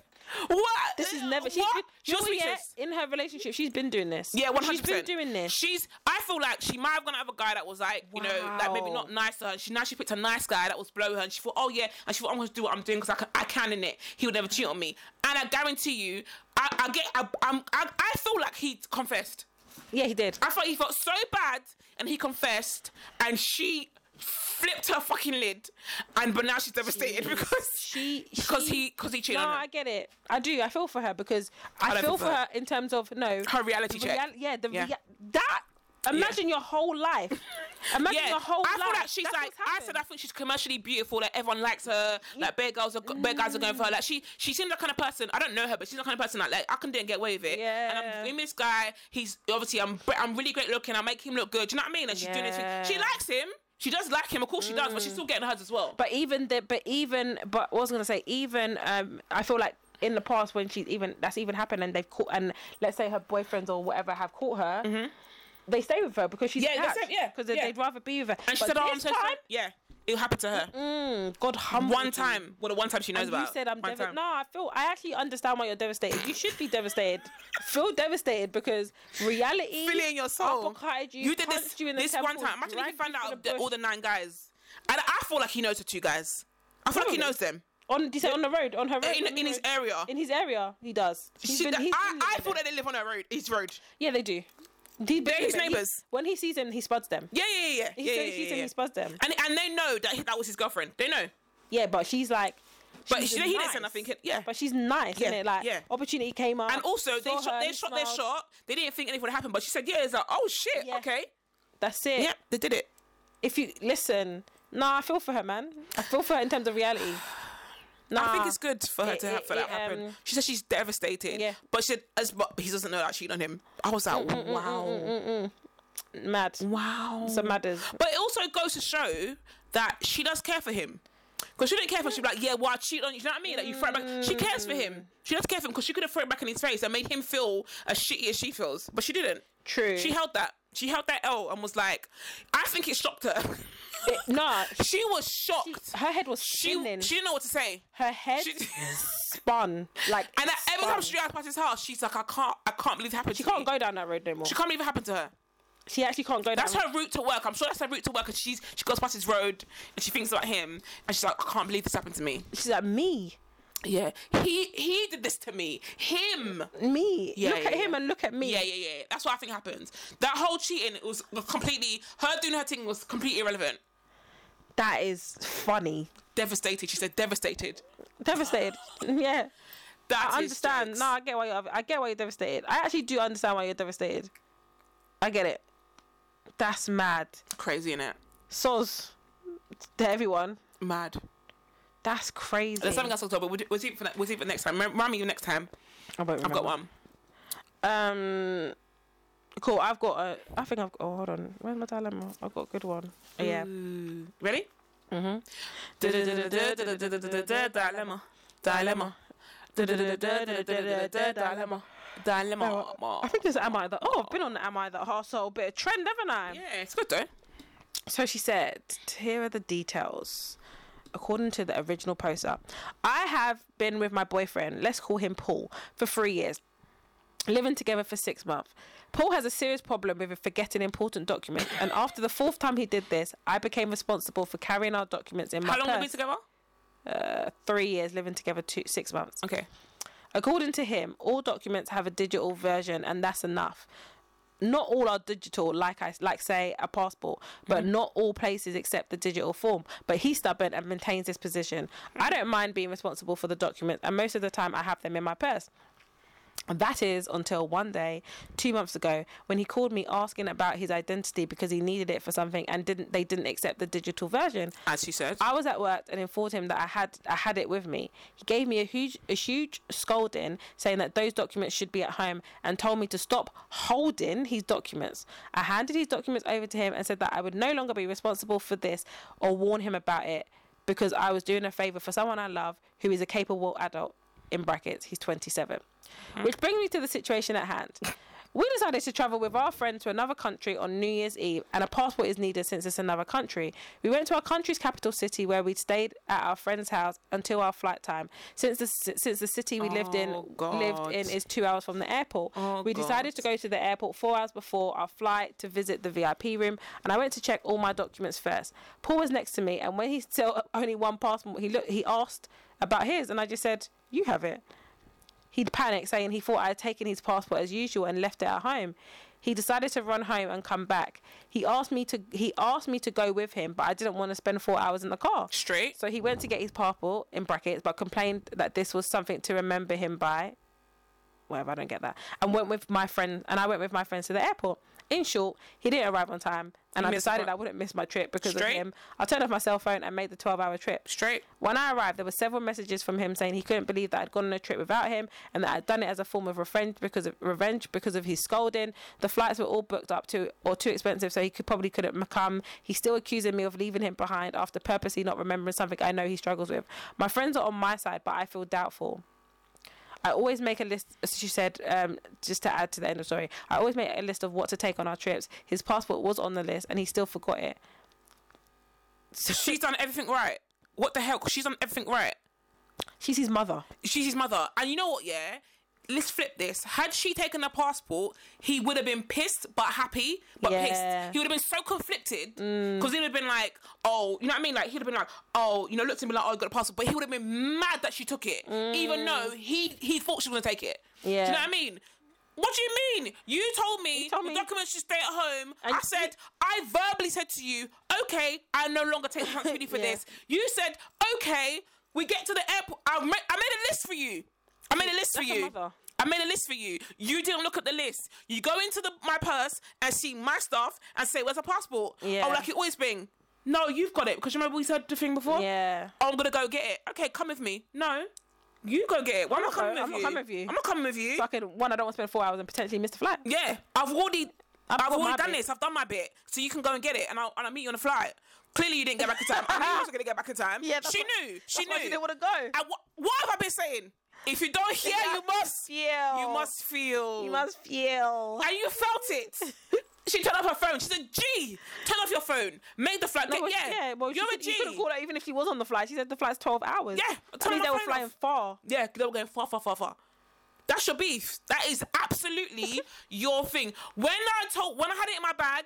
S1: What?
S2: this is never. She's
S1: what?
S2: been,
S1: she
S2: you
S1: was
S2: know what, yeah,
S1: speechless.
S2: in her relationship. She's been doing this.
S1: Yeah, one
S2: She's
S1: hundred
S2: been
S1: percent.
S2: doing this.
S1: She's. I feel like she might have gone out with a guy that was like, you know, like maybe
S2: Wow.
S1: not nice to her. She now she picked a nice guy that was below her, and she thought, oh yeah, and she thought I'm gonna do what I'm doing because I can, I can in it. He would never cheat on me, and I guarantee you, I, I get, I, I'm, I, I feel like he confessed.
S2: yeah, he did.
S1: I thought he felt so bad, and he confessed, and she flipped her fucking lid, and but now she's devastated because [LAUGHS]
S2: [LAUGHS] she
S1: because
S2: she-
S1: he because he cheated
S2: No,
S1: on her.
S2: I get it. I do. I feel for her because I,
S1: don't
S2: feel
S1: feel
S2: for
S1: for
S2: her in terms of no
S1: Her reality
S2: the
S1: check.
S2: reali- yeah, the
S1: Yeah.
S2: Rea- that. Imagine your
S1: [LAUGHS]
S2: whole life. Imagine
S1: yeah,
S2: your whole
S1: I
S2: life.
S1: feel like she's
S2: That's
S1: like
S2: what's
S1: I said. I
S2: happened.
S1: think she's commercially beautiful. Like everyone likes her. Like bad girls are bad guys are going for her. Like she she seems that kind of person. I don't know her, but she's the kind of person like like I can do and get away with it. and
S2: Yeah.
S1: I'm doing this guy. He's obviously I'm br- I'm really great looking. I make him look good. Do you know what I mean? And she's doing this.
S2: Yeah. Mm.
S1: Thing. She likes him. She does like him. Of course she does, but she's still getting hers as well.
S2: But even the but even but what I was gonna say even um I feel like in the past when she's even that's even happened and they've caught and let's say her boyfriends or whatever have caught her. They stay with her because she's
S1: Mm-hmm. Yeah, they
S2: out,
S1: stay- yeah,
S2: because
S1: yeah.
S2: they'd rather be with her.
S1: and she
S2: But
S1: said, "Oh, I'm
S2: this
S1: so
S2: time,
S1: sorry." Yeah, it happened to her.
S2: God humble
S1: One time, well, the one time she knows
S2: And
S1: about.
S2: you said I'm
S1: one
S2: devastated.
S1: time.
S2: No, I feel I actually understand why you're devastated. You should be devastated. [LAUGHS] feel devastated because reality
S1: Feel it in your soul.
S2: uppercutted you,
S1: You did this
S2: punched you in the
S1: this one
S2: temple,
S1: time. Imagine if you
S2: dragged
S1: found
S2: you to
S1: out
S2: the
S1: that all
S2: bush.
S1: the nine guys. And I feel like he knows the two guys. I feel like
S2: Probably.
S1: he knows them
S2: on. Did you say on the road? On her road?
S1: in,
S2: on the
S1: in his
S2: road?
S1: area.
S2: In his area, he does. He's
S1: She-
S2: been- he's
S1: I,
S2: been
S1: I
S2: living
S1: feel
S2: there.
S1: that they live on her road, his road.
S2: Yeah, they do. He-
S1: They're his
S2: when he-
S1: neighbours.
S2: when he sees them, he spuds them.
S1: Yeah, yeah, yeah, yeah.
S2: He
S1: yeah,
S2: said
S1: yeah,
S2: he sees
S1: yeah,
S2: them,
S1: yeah.
S2: he spuds them.
S1: And and they know that that was his girlfriend. They know,
S2: Yeah, but she's like,
S1: but
S2: she's
S1: she, he didn't
S2: nice.
S1: say nothing. Yeah.
S2: But she's nice,
S1: Yeah,
S2: isn't it? Like,
S1: yeah.
S2: opportunity came up.
S1: And also, they
S2: saw her,
S1: shot, they
S2: he
S1: shot their
S2: smiled.
S1: shot. They didn't think anything would happen, but she said, "Yeah." It's like, "Oh shit,
S2: Yeah.
S1: okay."
S2: That's it.
S1: Yeah, they did it.
S2: if you listen, nah, I feel for her, man. I feel for her in terms of reality. Nah,
S1: I think it's good for her
S2: Ah, It-
S1: to have
S2: it-
S1: for that
S2: it,
S1: happen.
S2: um,
S1: she said she's devastated.
S2: Yeah. Mm,
S1: But she as but he doesn't know that I cheated on him. I was like, wow.
S2: mad.
S1: Wow.
S2: So matters.
S1: But it also goes to show that she does care for him. Because she didn't care for him. She'd be like, yeah, well, I cheated on you. You know what I mean? Like, you throw it back. She cares for
S2: Mm.
S1: him. She does care for him because she could have thrown it back in his face and made him feel as shitty as she feels. But she didn't.
S2: True.
S1: She held that. She held that L and was like, I think it shocked her.
S2: It- nah,
S1: [LAUGHS] she was shocked.
S2: her head was
S1: She,
S2: spinning.
S1: she didn't know what to say.
S2: her head
S1: She, [LAUGHS]
S2: spun like.
S1: and
S2: it
S1: every time
S2: spun.
S1: she drives past his house, she's like, I can't, I can't believe it happened
S2: she
S1: to
S2: can't
S1: me.
S2: go down that road no more.
S1: She can't believe it happened to her.
S2: She actually can't go
S1: That's
S2: down.
S1: her route to work. I'm sure that's her route to work. And she's she goes past his road and she thinks about him and she's like, I can't believe this happened to me.
S2: She's like me,
S1: Yeah, he he did this to me. Him.
S2: me.
S1: Yeah,
S2: look
S1: yeah,
S2: at him
S1: yeah.
S2: and look at me.
S1: Yeah, yeah, yeah. That's what I think happened. That whole cheating it was completely her doing her thing was completely irrelevant.
S2: That is funny.
S1: Devastated. She said devastated.
S2: Devastated. [LAUGHS] yeah,
S1: That
S2: I
S1: is
S2: understand.
S1: jokes.
S2: No, I get why you're. I get why you're devastated. I actually do understand why you're devastated. I get it. That's mad.
S1: crazy in it.
S2: Soz to everyone.
S1: Mad.
S2: That's crazy.
S1: There's something else I thought, but we'll do- we'll see it for ne- we'll see it for next time. Rem- Remind me next time.
S2: I won't
S1: I've got one.
S2: Um, cool. I've got a. I think I've got. Oh, hold on. Where's my dilemma? I've got a good one. Oh, yeah.
S1: Ooh. Ready?
S2: Mhm.
S1: Dilemma. Dilemma. Dilemma.
S2: I
S1: Dilemma.
S2: think there's Am I the. Oh, I've been on the Am I the household bit of trend, haven't I?
S1: Yeah, it's good though.
S2: So she said, here are the details. According to the original poster, I have been with my boyfriend, let's call him Paul, for three years, living together for six months. Paul has a serious problem with forgetting important documents, and after the fourth time he did this, I became responsible for carrying our documents in my
S1: How long
S2: purse.
S1: have we been together?
S2: uh, three years, living together two, six months.
S1: Okay.
S2: According to him, all documents have a digital version, and that's enough. Not all are digital, like I like say a passport, but not all places accept the digital form. But he's stubborn and maintains his position. I don't mind being responsible for the documents, and most of the time I have them in my purse. And That is until one day, two months ago, when he called me asking about his identity because he needed it for something, and didn't they didn't accept the digital version.
S1: As you said.
S2: I was at work and informed him that I had I had it with me. He gave me a huge a huge scolding, saying that those documents should be at home, and told me to stop holding his documents. I handed his documents over to him and said that I would no longer be responsible for this or warn him about it because I was doing a favor for someone I love who is a capable adult. In brackets, he's 27.
S1: Hmm.
S2: Which brings me to the situation at
S1: [LAUGHS]
S2: hand. We decided to travel with our friend to another country on New Year's Eve, and a passport is needed since it's another country. We went to our country's capital city where we stayed at our friend's house until our flight time. Since the since the city we lived in
S1: Oh, God.
S2: lived in is two hours from the airport,
S1: Oh,
S2: we decided
S1: God.
S2: to go to the airport four hours before our flight to visit the VIP room, and I went to check all my documents first. Paul was next to me, and when he [LAUGHS] still only one passport, he looked he asked about his, and I just said, "You have it." He'd panicked, saying he thought I had taken his passport as usual and left it at home. He decided to run home and come back. He asked me to he asked me to go with him, but I didn't want to spend four hours in the car.
S1: Straight.
S2: So he went to get his passport in brackets, but complained that this was something to remember him by. Whatever, I don't get that. And went with my friend, and I went with my friends to the airport. In short, he didn't arrive on time, and
S1: You
S2: I
S1: missed the
S2: decided
S1: flight.
S2: I wouldn't miss my trip because
S1: Straight.
S2: of him. I turned off my cell phone and made the twelve-hour trip.
S1: Straight.
S2: When I arrived, there were several messages from him saying he couldn't believe that I'd gone on a trip without him and that I'd done it as a form of revenge because of revenge because of his scolding. The flights were all booked up to or too expensive, so he could probably couldn't m- come. He's still accusing me of leaving him behind after purposely not remembering something I know he struggles with. My friends are on my side, but I feel doubtful. I always make a list. as She said, um, just to add to the end of the story, I always make a list of what to take on our trips. His passport was on the list, and he still forgot it. So
S1: She's done everything right. What the hell? She's done everything right.
S2: she's his mother.
S1: She's his mother. And you know what, yeah? Let's flip this. Had she taken the passport, he would have been pissed but happy, but
S2: Yeah.
S1: pissed. He would have been so conflicted because he would have been like, oh, you know what I mean? Like, he'd have been like, oh, you know, looked at me like, oh, I got the passport. But he would have been mad that she took it, even though he he thought she was going to take it. Do
S2: Mm. Yeah.
S1: you know what I mean? What do you mean? You told me,
S2: told me-
S1: the documents should stay at home.
S2: And
S1: I said, I verbally said to you, okay, I no longer take responsibility for
S2: Yeah.
S1: this. You said, okay, we get to the airport. I, ma- I made a list for you. I made a list for
S2: That's a
S1: you.
S2: mother.
S1: I made a list for you. You didn't look at the list. You go into the, my purse and see my stuff and say, where's a passport?
S2: Yeah.
S1: Oh, like it always been. No, you've got it because remember we said the thing before.
S2: Yeah.
S1: Oh, I'm gonna go get it. Okay, come with me. No, you go get it. Why am I
S2: not
S1: coming
S2: go-
S1: with
S2: I'm not
S1: you?
S2: coming with you.
S1: I'm not coming with you.
S2: So I could one, I don't want to spend four hours and potentially miss the flight.
S1: Yeah, I've already, I've,
S2: got my
S1: already done
S2: bit.
S1: this. I've done my bit, so you can go and get it, and I'll, and I'll meet you on the flight. Clearly, you didn't get back in time. I knew you wasn't gonna get back in time.
S2: Yeah, that's
S1: she
S2: what-
S1: knew. She
S2: That's why
S1: knew.
S2: she didn't want to go.
S1: And what, what have I been saying? If you don't hear, you must.
S2: feel.
S1: You must feel.
S2: You must feel.
S1: And you felt it.
S2: [LAUGHS]
S1: she turned off her phone. She said, "G, turn off your phone. Make the flight.
S2: No,
S1: get,
S2: well,
S1: yeah,
S2: yeah. Well,
S1: you're
S2: she
S1: a
S2: said, you
S1: G.
S2: could have called her even if she was on the flight. She said the flight's twelve hours.
S1: Yeah,
S2: I
S1: turn
S2: mean
S1: my
S2: they were
S1: phone
S2: flying
S1: off.
S2: far.
S1: Yeah, they were going far, far, far, far. That's your beef. That is
S2: [LAUGHS]
S1: absolutely your thing. When I told, when I had it in my bag,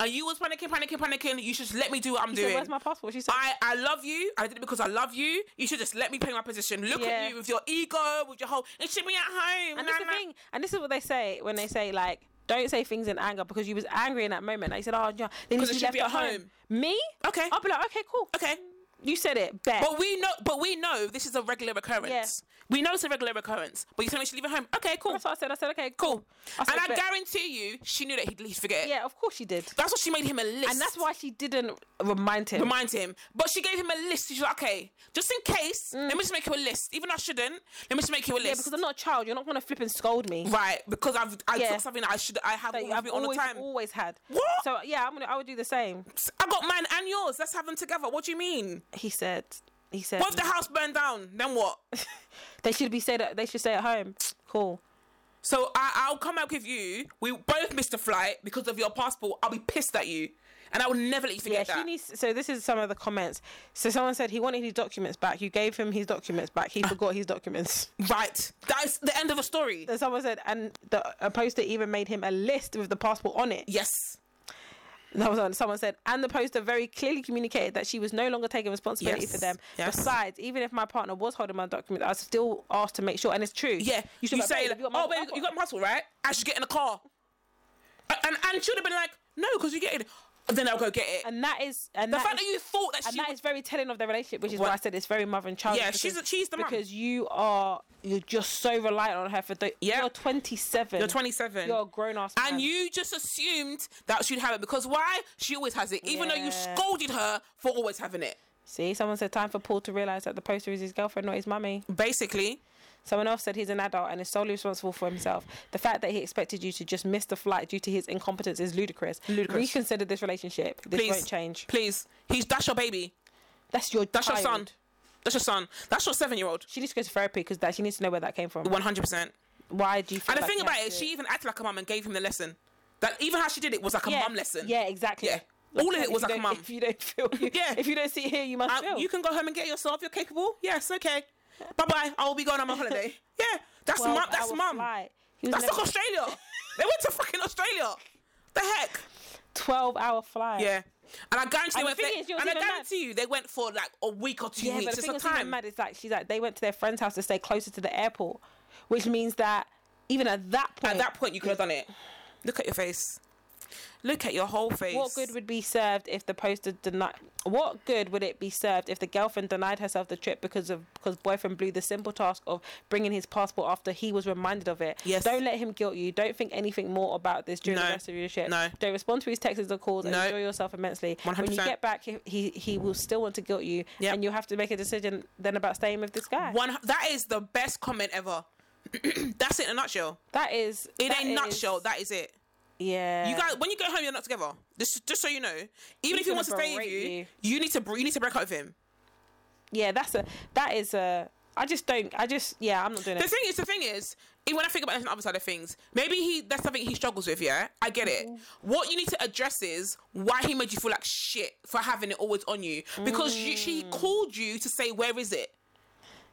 S1: and you was panicking, panicking, panicking, you should just let me do what I'm
S2: She said,
S1: doing.
S2: "Where's my passport?" She said,
S1: I, I love you. I did it because I love you. You should just let me play my position. Look
S2: Yeah.
S1: at you with your ego, with your whole. It should be at home.
S2: And
S1: nah,
S2: that's the
S1: nah."
S2: thing. And this is what they say when they say like, don't say things in anger because you was angry in that moment. Like you said, oh yeah, they need
S1: it
S2: to be
S1: should
S2: left
S1: be
S2: at
S1: at
S2: home.
S1: home.
S2: Me?
S1: Okay.
S2: I'll be like, okay, cool.
S1: Okay.
S2: You said it. Bet.
S1: But we know. But we know this is a regular recurrence.
S2: Yeah.
S1: We know it's a regular recurrence. But you tell me she leave it home. Okay, cool,
S2: that's what I said. I said, okay, cool.
S1: cool.
S2: said,
S1: and I
S2: "Bet."
S1: guarantee you, she knew that he'd, he'd forget. it.
S2: Yeah, of course she did.
S1: That's what she made him a list.
S2: And that's why she didn't remind him.
S1: remind him. But she gave him a list. She's like, okay, just in case, let me just make you a list. Even though I shouldn't, let me just make you a
S2: Mm. yeah,
S1: list.
S2: because I'm not a child. You're not gonna flip and scold me.
S1: right, because I've I
S2: Yeah.
S1: took something that I should I have
S2: Like,
S1: always
S2: I've
S1: been on
S2: always,
S1: the time.
S2: always had.
S1: What?
S2: So yeah, I'm gonna. I would do the same.
S1: I got mine and yours. Let's have them together. What do you mean?
S2: He said. He said.
S1: What if the house burned down? Then what?
S2: [LAUGHS] They should be stayed. At, they should stay at home. Cool.
S1: So I, I'll come back with you. We both missed the flight because of your passport. I'll be pissed at you, and I will never let you
S2: Yeah,
S1: forget
S2: she
S1: that.
S2: needs. So this is some of the comments. So someone said he wanted his documents back. You gave him his documents back.
S1: Ah.
S2: He forgot his documents. [LAUGHS]
S1: right. That's the end of the story.
S2: Then someone said, and the a poster even made him a list with the passport on it.
S1: yes.
S2: And that was on. Someone said, and the poster very clearly communicated that she was no longer taking responsibility
S1: Yes,
S2: for them.
S1: yes.
S2: Besides, even if my partner was holding my document, I was still asked to make sure, and it's true.
S1: Yeah, you,
S2: should be like,
S1: say,
S2: "Babe,
S1: like,
S2: you got my-
S1: oh, babe,
S2: I've
S1: you got muscle, right? I should get in the car. A- And and she would have been like, no, because you get it. Then I'll go get it.
S2: And that is, and
S1: the
S2: that
S1: fact
S2: is-
S1: that you thought that
S2: and
S1: she
S2: that
S1: would-
S2: is very telling of their relationship, which is
S1: What?
S2: why I said it's very mother and child.
S1: Yeah,
S2: because-
S1: she's the- she's the mum.
S2: because you are you're just so reliant on her for the
S1: Yeah.
S2: you're 27.
S1: you're 27.
S2: You're a grown ass man.
S1: and you just assumed that she'd have it because why? She always has it, even though you
S2: Yeah.
S1: scolded her for always having it.
S2: see, someone said time for Paul to realize that the poster is his girlfriend, not his mummy.
S1: Basically,
S2: Someone else said he's an adult and is solely responsible for himself. The fact that he expected you to just miss the flight due to his incompetence is ludicrous.
S1: Ludicrous.
S2: Reconsider this relationship. This
S1: please
S2: won't change.
S1: Please, he's that's your baby.
S2: That's your
S1: That's your son.
S2: child.
S1: That's your son. That's your seven-year-old.
S2: She needs to go to therapy because that she needs to know where that came from.
S1: One hundred percent.
S2: Why do you? Feel
S1: And the
S2: like
S1: thing
S2: you
S1: about
S2: have
S1: it,
S2: to-
S1: she even acted like a mum and gave him the lesson. That even how she did it was like a
S2: yeah.
S1: mum lesson.
S2: Yeah, exactly.
S1: Yeah. All of it
S2: if
S1: was
S2: you
S1: like a
S2: don't-
S1: mum.
S2: If you
S1: [LAUGHS]
S2: don't feel,
S1: Yeah.
S2: yeah. If you don't see it here, you must
S1: Uh,
S2: feel.
S1: you can go home and get yourself. You're capable. Yes, okay. Bye bye. I'll be going on my
S2: [LAUGHS]
S1: holiday. Yeah, that's mum. That's
S2: 12-hour
S1: mum.
S2: flight. He was
S1: That's
S2: never-
S1: like Australia.
S2: [LAUGHS]
S1: they went to fucking Australia. The heck.
S2: twelve hour flight.
S1: Yeah. And I guarantee they
S2: And the
S1: went.
S2: thing
S1: they-
S2: is, you're
S1: and I
S2: even mad.
S1: guarantee you, they went for like a week or two
S2: Yeah, but
S1: weeks.
S2: the
S1: It's
S2: thing
S1: a
S2: that's even
S1: time.
S2: mad is like she's like they went to their friend's house to stay closer to the airport, which means that even at that point,
S1: At that point, you could have done it. Look at your face. Look at your whole face.
S2: what good would be served if the poster denied? What good would it be served if the girlfriend denied herself the trip because of because boyfriend blew the simple task of bringing his passport after he was reminded of it?
S1: Yes.
S2: Don't let him guilt you. Don't think anything more about this during
S1: No.
S2: the rest of your trip.
S1: No.
S2: Don't respond to his texts or calls. and
S1: No.
S2: Enjoy yourself immensely. When you
S1: 100%.
S2: get back, he, he he will still want to guilt you,
S1: Yep.
S2: and you'll have to make a decision then about staying with this guy.
S1: One. That is the best comment ever. [CLEARS THROAT] that's it in a nutshell.
S2: That is.
S1: In
S2: that
S1: a
S2: is-
S1: nutshell, that is it.
S2: Yeah.
S1: You guys, when you go home, you're not together. Just, just so you know, even if he
S2: gonna
S1: wants to stay with
S2: berate
S1: you, you,
S2: you.
S1: need to, br- you need to break up with him.
S2: Yeah, that's a. That is a. I just don't. I just. Yeah, I'm not doing
S1: The
S2: it.
S1: thing is, the thing is, even when I think about the other side of things, maybe he that's something he struggles with. Yeah, I get
S2: Mm-hmm.
S1: it. What you need to address is why he made you feel like shit for having it always on you because you, she
S2: Mm.
S1: called you to say where is it.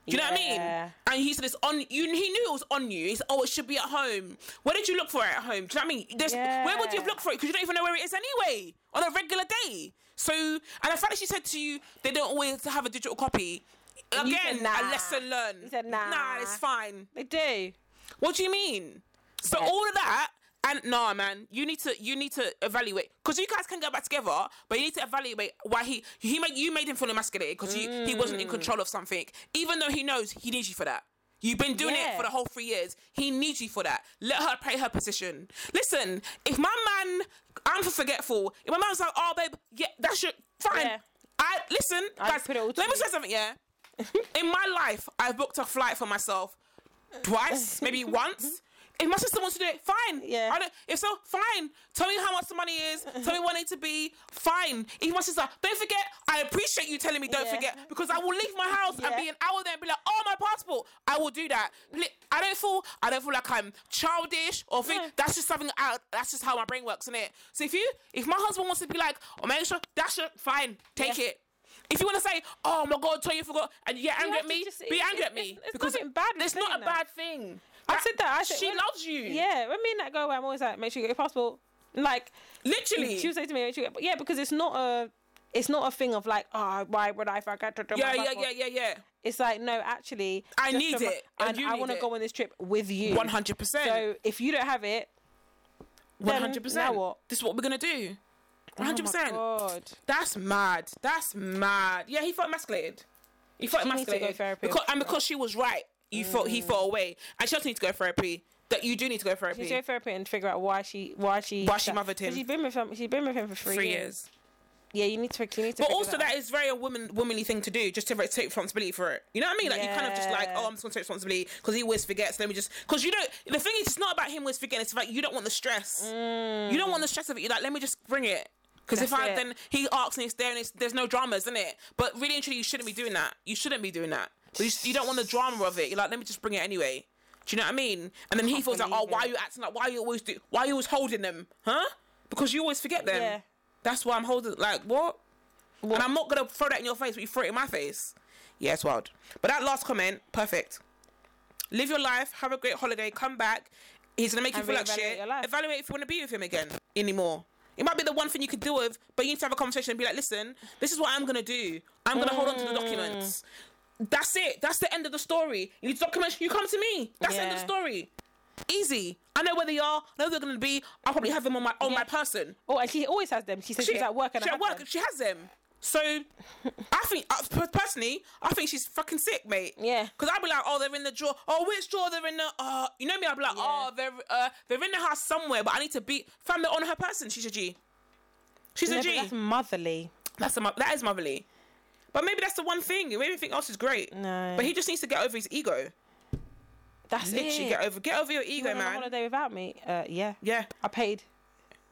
S1: Do you know what I
S2: Yeah.
S1: mean? And he said it's on you. He knew it was on you. He said, "Oh, it should be at home. Where did you look for it at home? Do you know what I mean? There's, Where would you have
S2: Yeah.
S1: looked for it? Because you don't even know where it is anyway on a regular day. So, and the fact that she said to you, they don't always have a digital copy.
S2: you
S1: Again,
S2: said, "Nah."
S1: a lesson learned.
S2: You said, "Nah."
S1: Nah, it's fine.
S2: They do.
S1: What do you mean? So
S2: Yeah.
S1: all of that and nah, man, you need to you need to evaluate because you guys can get back together, but you need to evaluate why he
S2: Mm.
S1: he made you made him feel emasculated because he he wasn't in control of something, even though he knows he needs you for that. You've been doing it
S2: Yeah.
S1: for the whole three years. He needs you for that. Let her play her position. Listen, if my man, I'm for forgetful. If my man's like, oh babe, yeah, that's your fine.
S2: Yeah.
S1: I listen.
S2: I'd
S1: guys,
S2: put it all
S1: let
S2: to
S1: me
S2: you.
S1: say something. Yeah, in my life, I've booked a flight for myself
S2: [LAUGHS]
S1: twice, maybe once. If my sister wants to do it, fine.
S2: Yeah.
S1: I don't, if so, fine. Tell me how much the money is. Tell me what I need to be. Fine. If my sister, don't forget, I appreciate you telling me don't
S2: Yeah.
S1: forget because I will leave my house and
S2: Yeah.
S1: be an hour there and be like, oh, my passport. I will do that. Li- I don't feel, I don't feel like I'm childish or think
S2: No.
S1: that's just something. I, that's just how my brain works, innit? So if you, if my husband wants to be like, oh, make sure that's your fine. Take
S2: Yeah.
S1: it. If you want to say, oh my God, Toya forgot, and you get angry
S2: have
S1: at
S2: to
S1: me,
S2: just-
S1: be
S2: it's-
S1: angry
S2: it's-
S1: at me.
S2: it's- it's nothing bad in
S1: It's not
S2: saying
S1: a
S2: that.
S1: bad thing.
S2: I said that. I said,
S1: she
S2: when-
S1: loves you.
S2: Yeah, when me and that girl, I'm always like, make sure you get your passport. Like,
S1: Literally.
S2: she was saying to me, make sure you get, yeah, because it's not a, it's not a thing of like, oh, why would I forget to do
S1: yeah,
S2: my
S1: yeah,
S2: passport?"
S1: yeah, yeah, yeah.
S2: It's like, no, actually,
S1: I
S2: just
S1: need
S2: remi-
S1: it, and
S2: and
S1: you
S2: I
S1: need
S2: want to
S1: it.
S2: go on this trip with you.
S1: One hundred percent.
S2: So if you don't have it, oh
S1: One hundred
S2: now
S1: percent.
S2: what?
S1: This is what we're gonna do. One hundred
S2: Oh my
S1: percent.
S2: God.
S1: That's mad. That's mad. Yeah, he felt emasculated. He felt
S2: She needs to go
S1: emasculated.
S2: therapy. Mm.
S1: Because, and because she was right, you felt he felt away. And she also needs to go therapy. That you do need to go therapy.
S2: She's go therapy and figure out why she, why she,
S1: Why she mothered him.
S2: Because She's been with him. She's been with him for three,
S1: Three, years.
S2: Yeah, you need to. You need to
S1: But
S2: figure
S1: also,
S2: that. out.
S1: that is very a woman womanly thing to do, just to re- take responsibility for it. You know what I mean? Like you kind of just like,
S2: Yeah.
S1: oh, I'm just gonna take responsibility because he always forgets. Let me just because you don't. The thing is, it's not about him always forgetting. It's about you don't want the stress. You don't want the stress of it. You're like, let me just bring it. Because if
S2: Mm. That's
S1: I
S2: it.
S1: then he asks and it's there and it's, there's no dramas, isn't it? But really and truly, you shouldn't be doing that. You shouldn't be doing that. But you, you don't want the drama of it. You're like, let me just bring it anyway. Do you know what I mean? And then he feels like,
S2: believe
S1: oh, why are
S2: it.
S1: you acting like? Why are you always do? Why are you always holding them? Huh? Because you always forget them.
S2: Yeah.
S1: That's why I'm holding. Like what? And I'm not gonna throw that in your face, but you throw it in my face. Yeah, it's wild. But that last comment, perfect. Live your life, have a great holiday, come back. He's gonna make you
S2: And
S1: feel like
S2: reevaluate
S1: shit.
S2: your life.
S1: Evaluate if you wanna be with him again anymore. It might be the one thing you could deal with, but you need to have a conversation and be like, listen, this is what I'm gonna do. I'm gonna hold on to the documents. That's it. That's the end of the story. You need documents, you come to me. That's the end of the
S2: Yeah.
S1: story. Easy. I know where they are, I know where they're gonna be. I'll probably have them on my on my
S2: Yeah.
S1: person
S2: Oh, and she always has them. She says she's at work and
S1: she at
S2: I have
S1: work.
S2: them.
S1: She has them. So I think uh, per- personally, I think she's fucking sick, mate.
S2: Yeah.
S1: Because I'd be like, oh, they're in the drawer. Oh, which drawer? They're in the. Uh, you know me. I'd be like,
S2: Yeah.
S1: oh, they're uh, they're in the house somewhere, but I need to be. Fam, they're on her person. She's a G. She's
S2: No,
S1: a
S2: but
S1: G.
S2: that's motherly.
S1: That's a mo- that is motherly. But maybe that's the one thing. Maybe everything else is great.
S2: No.
S1: But he just needs to get over his ego.
S2: That's
S1: Literally,
S2: it.
S1: get over get over your
S2: you
S1: ego,
S2: went on a
S1: man.
S2: holiday without me. Uh, yeah.
S1: Yeah.
S2: I paid.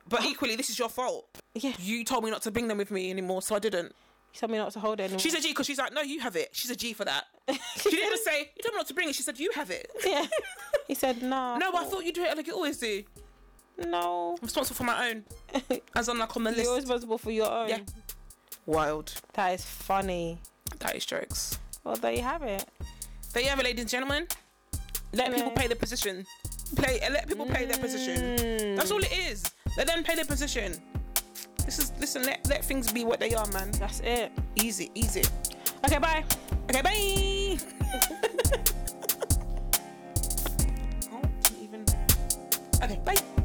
S1: But equally, this is your fault.
S2: Yeah. You
S1: You told me not to bring them with me anymore, so I didn't.
S2: told me not to hold it. Anymore. [LAUGHS]
S1: She's a G because she's like, no, you have it. She's a G for that. She didn't even say, you told me not to bring it. She said, you have it. [LAUGHS]
S2: yeah. He said no.
S1: No, I thought you do it like you always do. I'm
S2: no. [LAUGHS]
S1: responsible for my own. As I'm like on the list.
S2: You're responsible for your own.
S1: Yeah. Wild.
S2: That is funny.
S1: That is jokes.
S2: Well, there you have it.
S1: There you have it, ladies and gentlemen. Let people
S2: Hello.
S1: play their position. Play. uh, Let people play their
S2: Mm,
S1: position. That's all it is. Let them play their position. This is listen. Let, let things be what they are, man.
S2: That's it.
S1: Easy, easy.
S2: Okay, bye.
S1: Okay, bye. Oh, even. Okay, bye.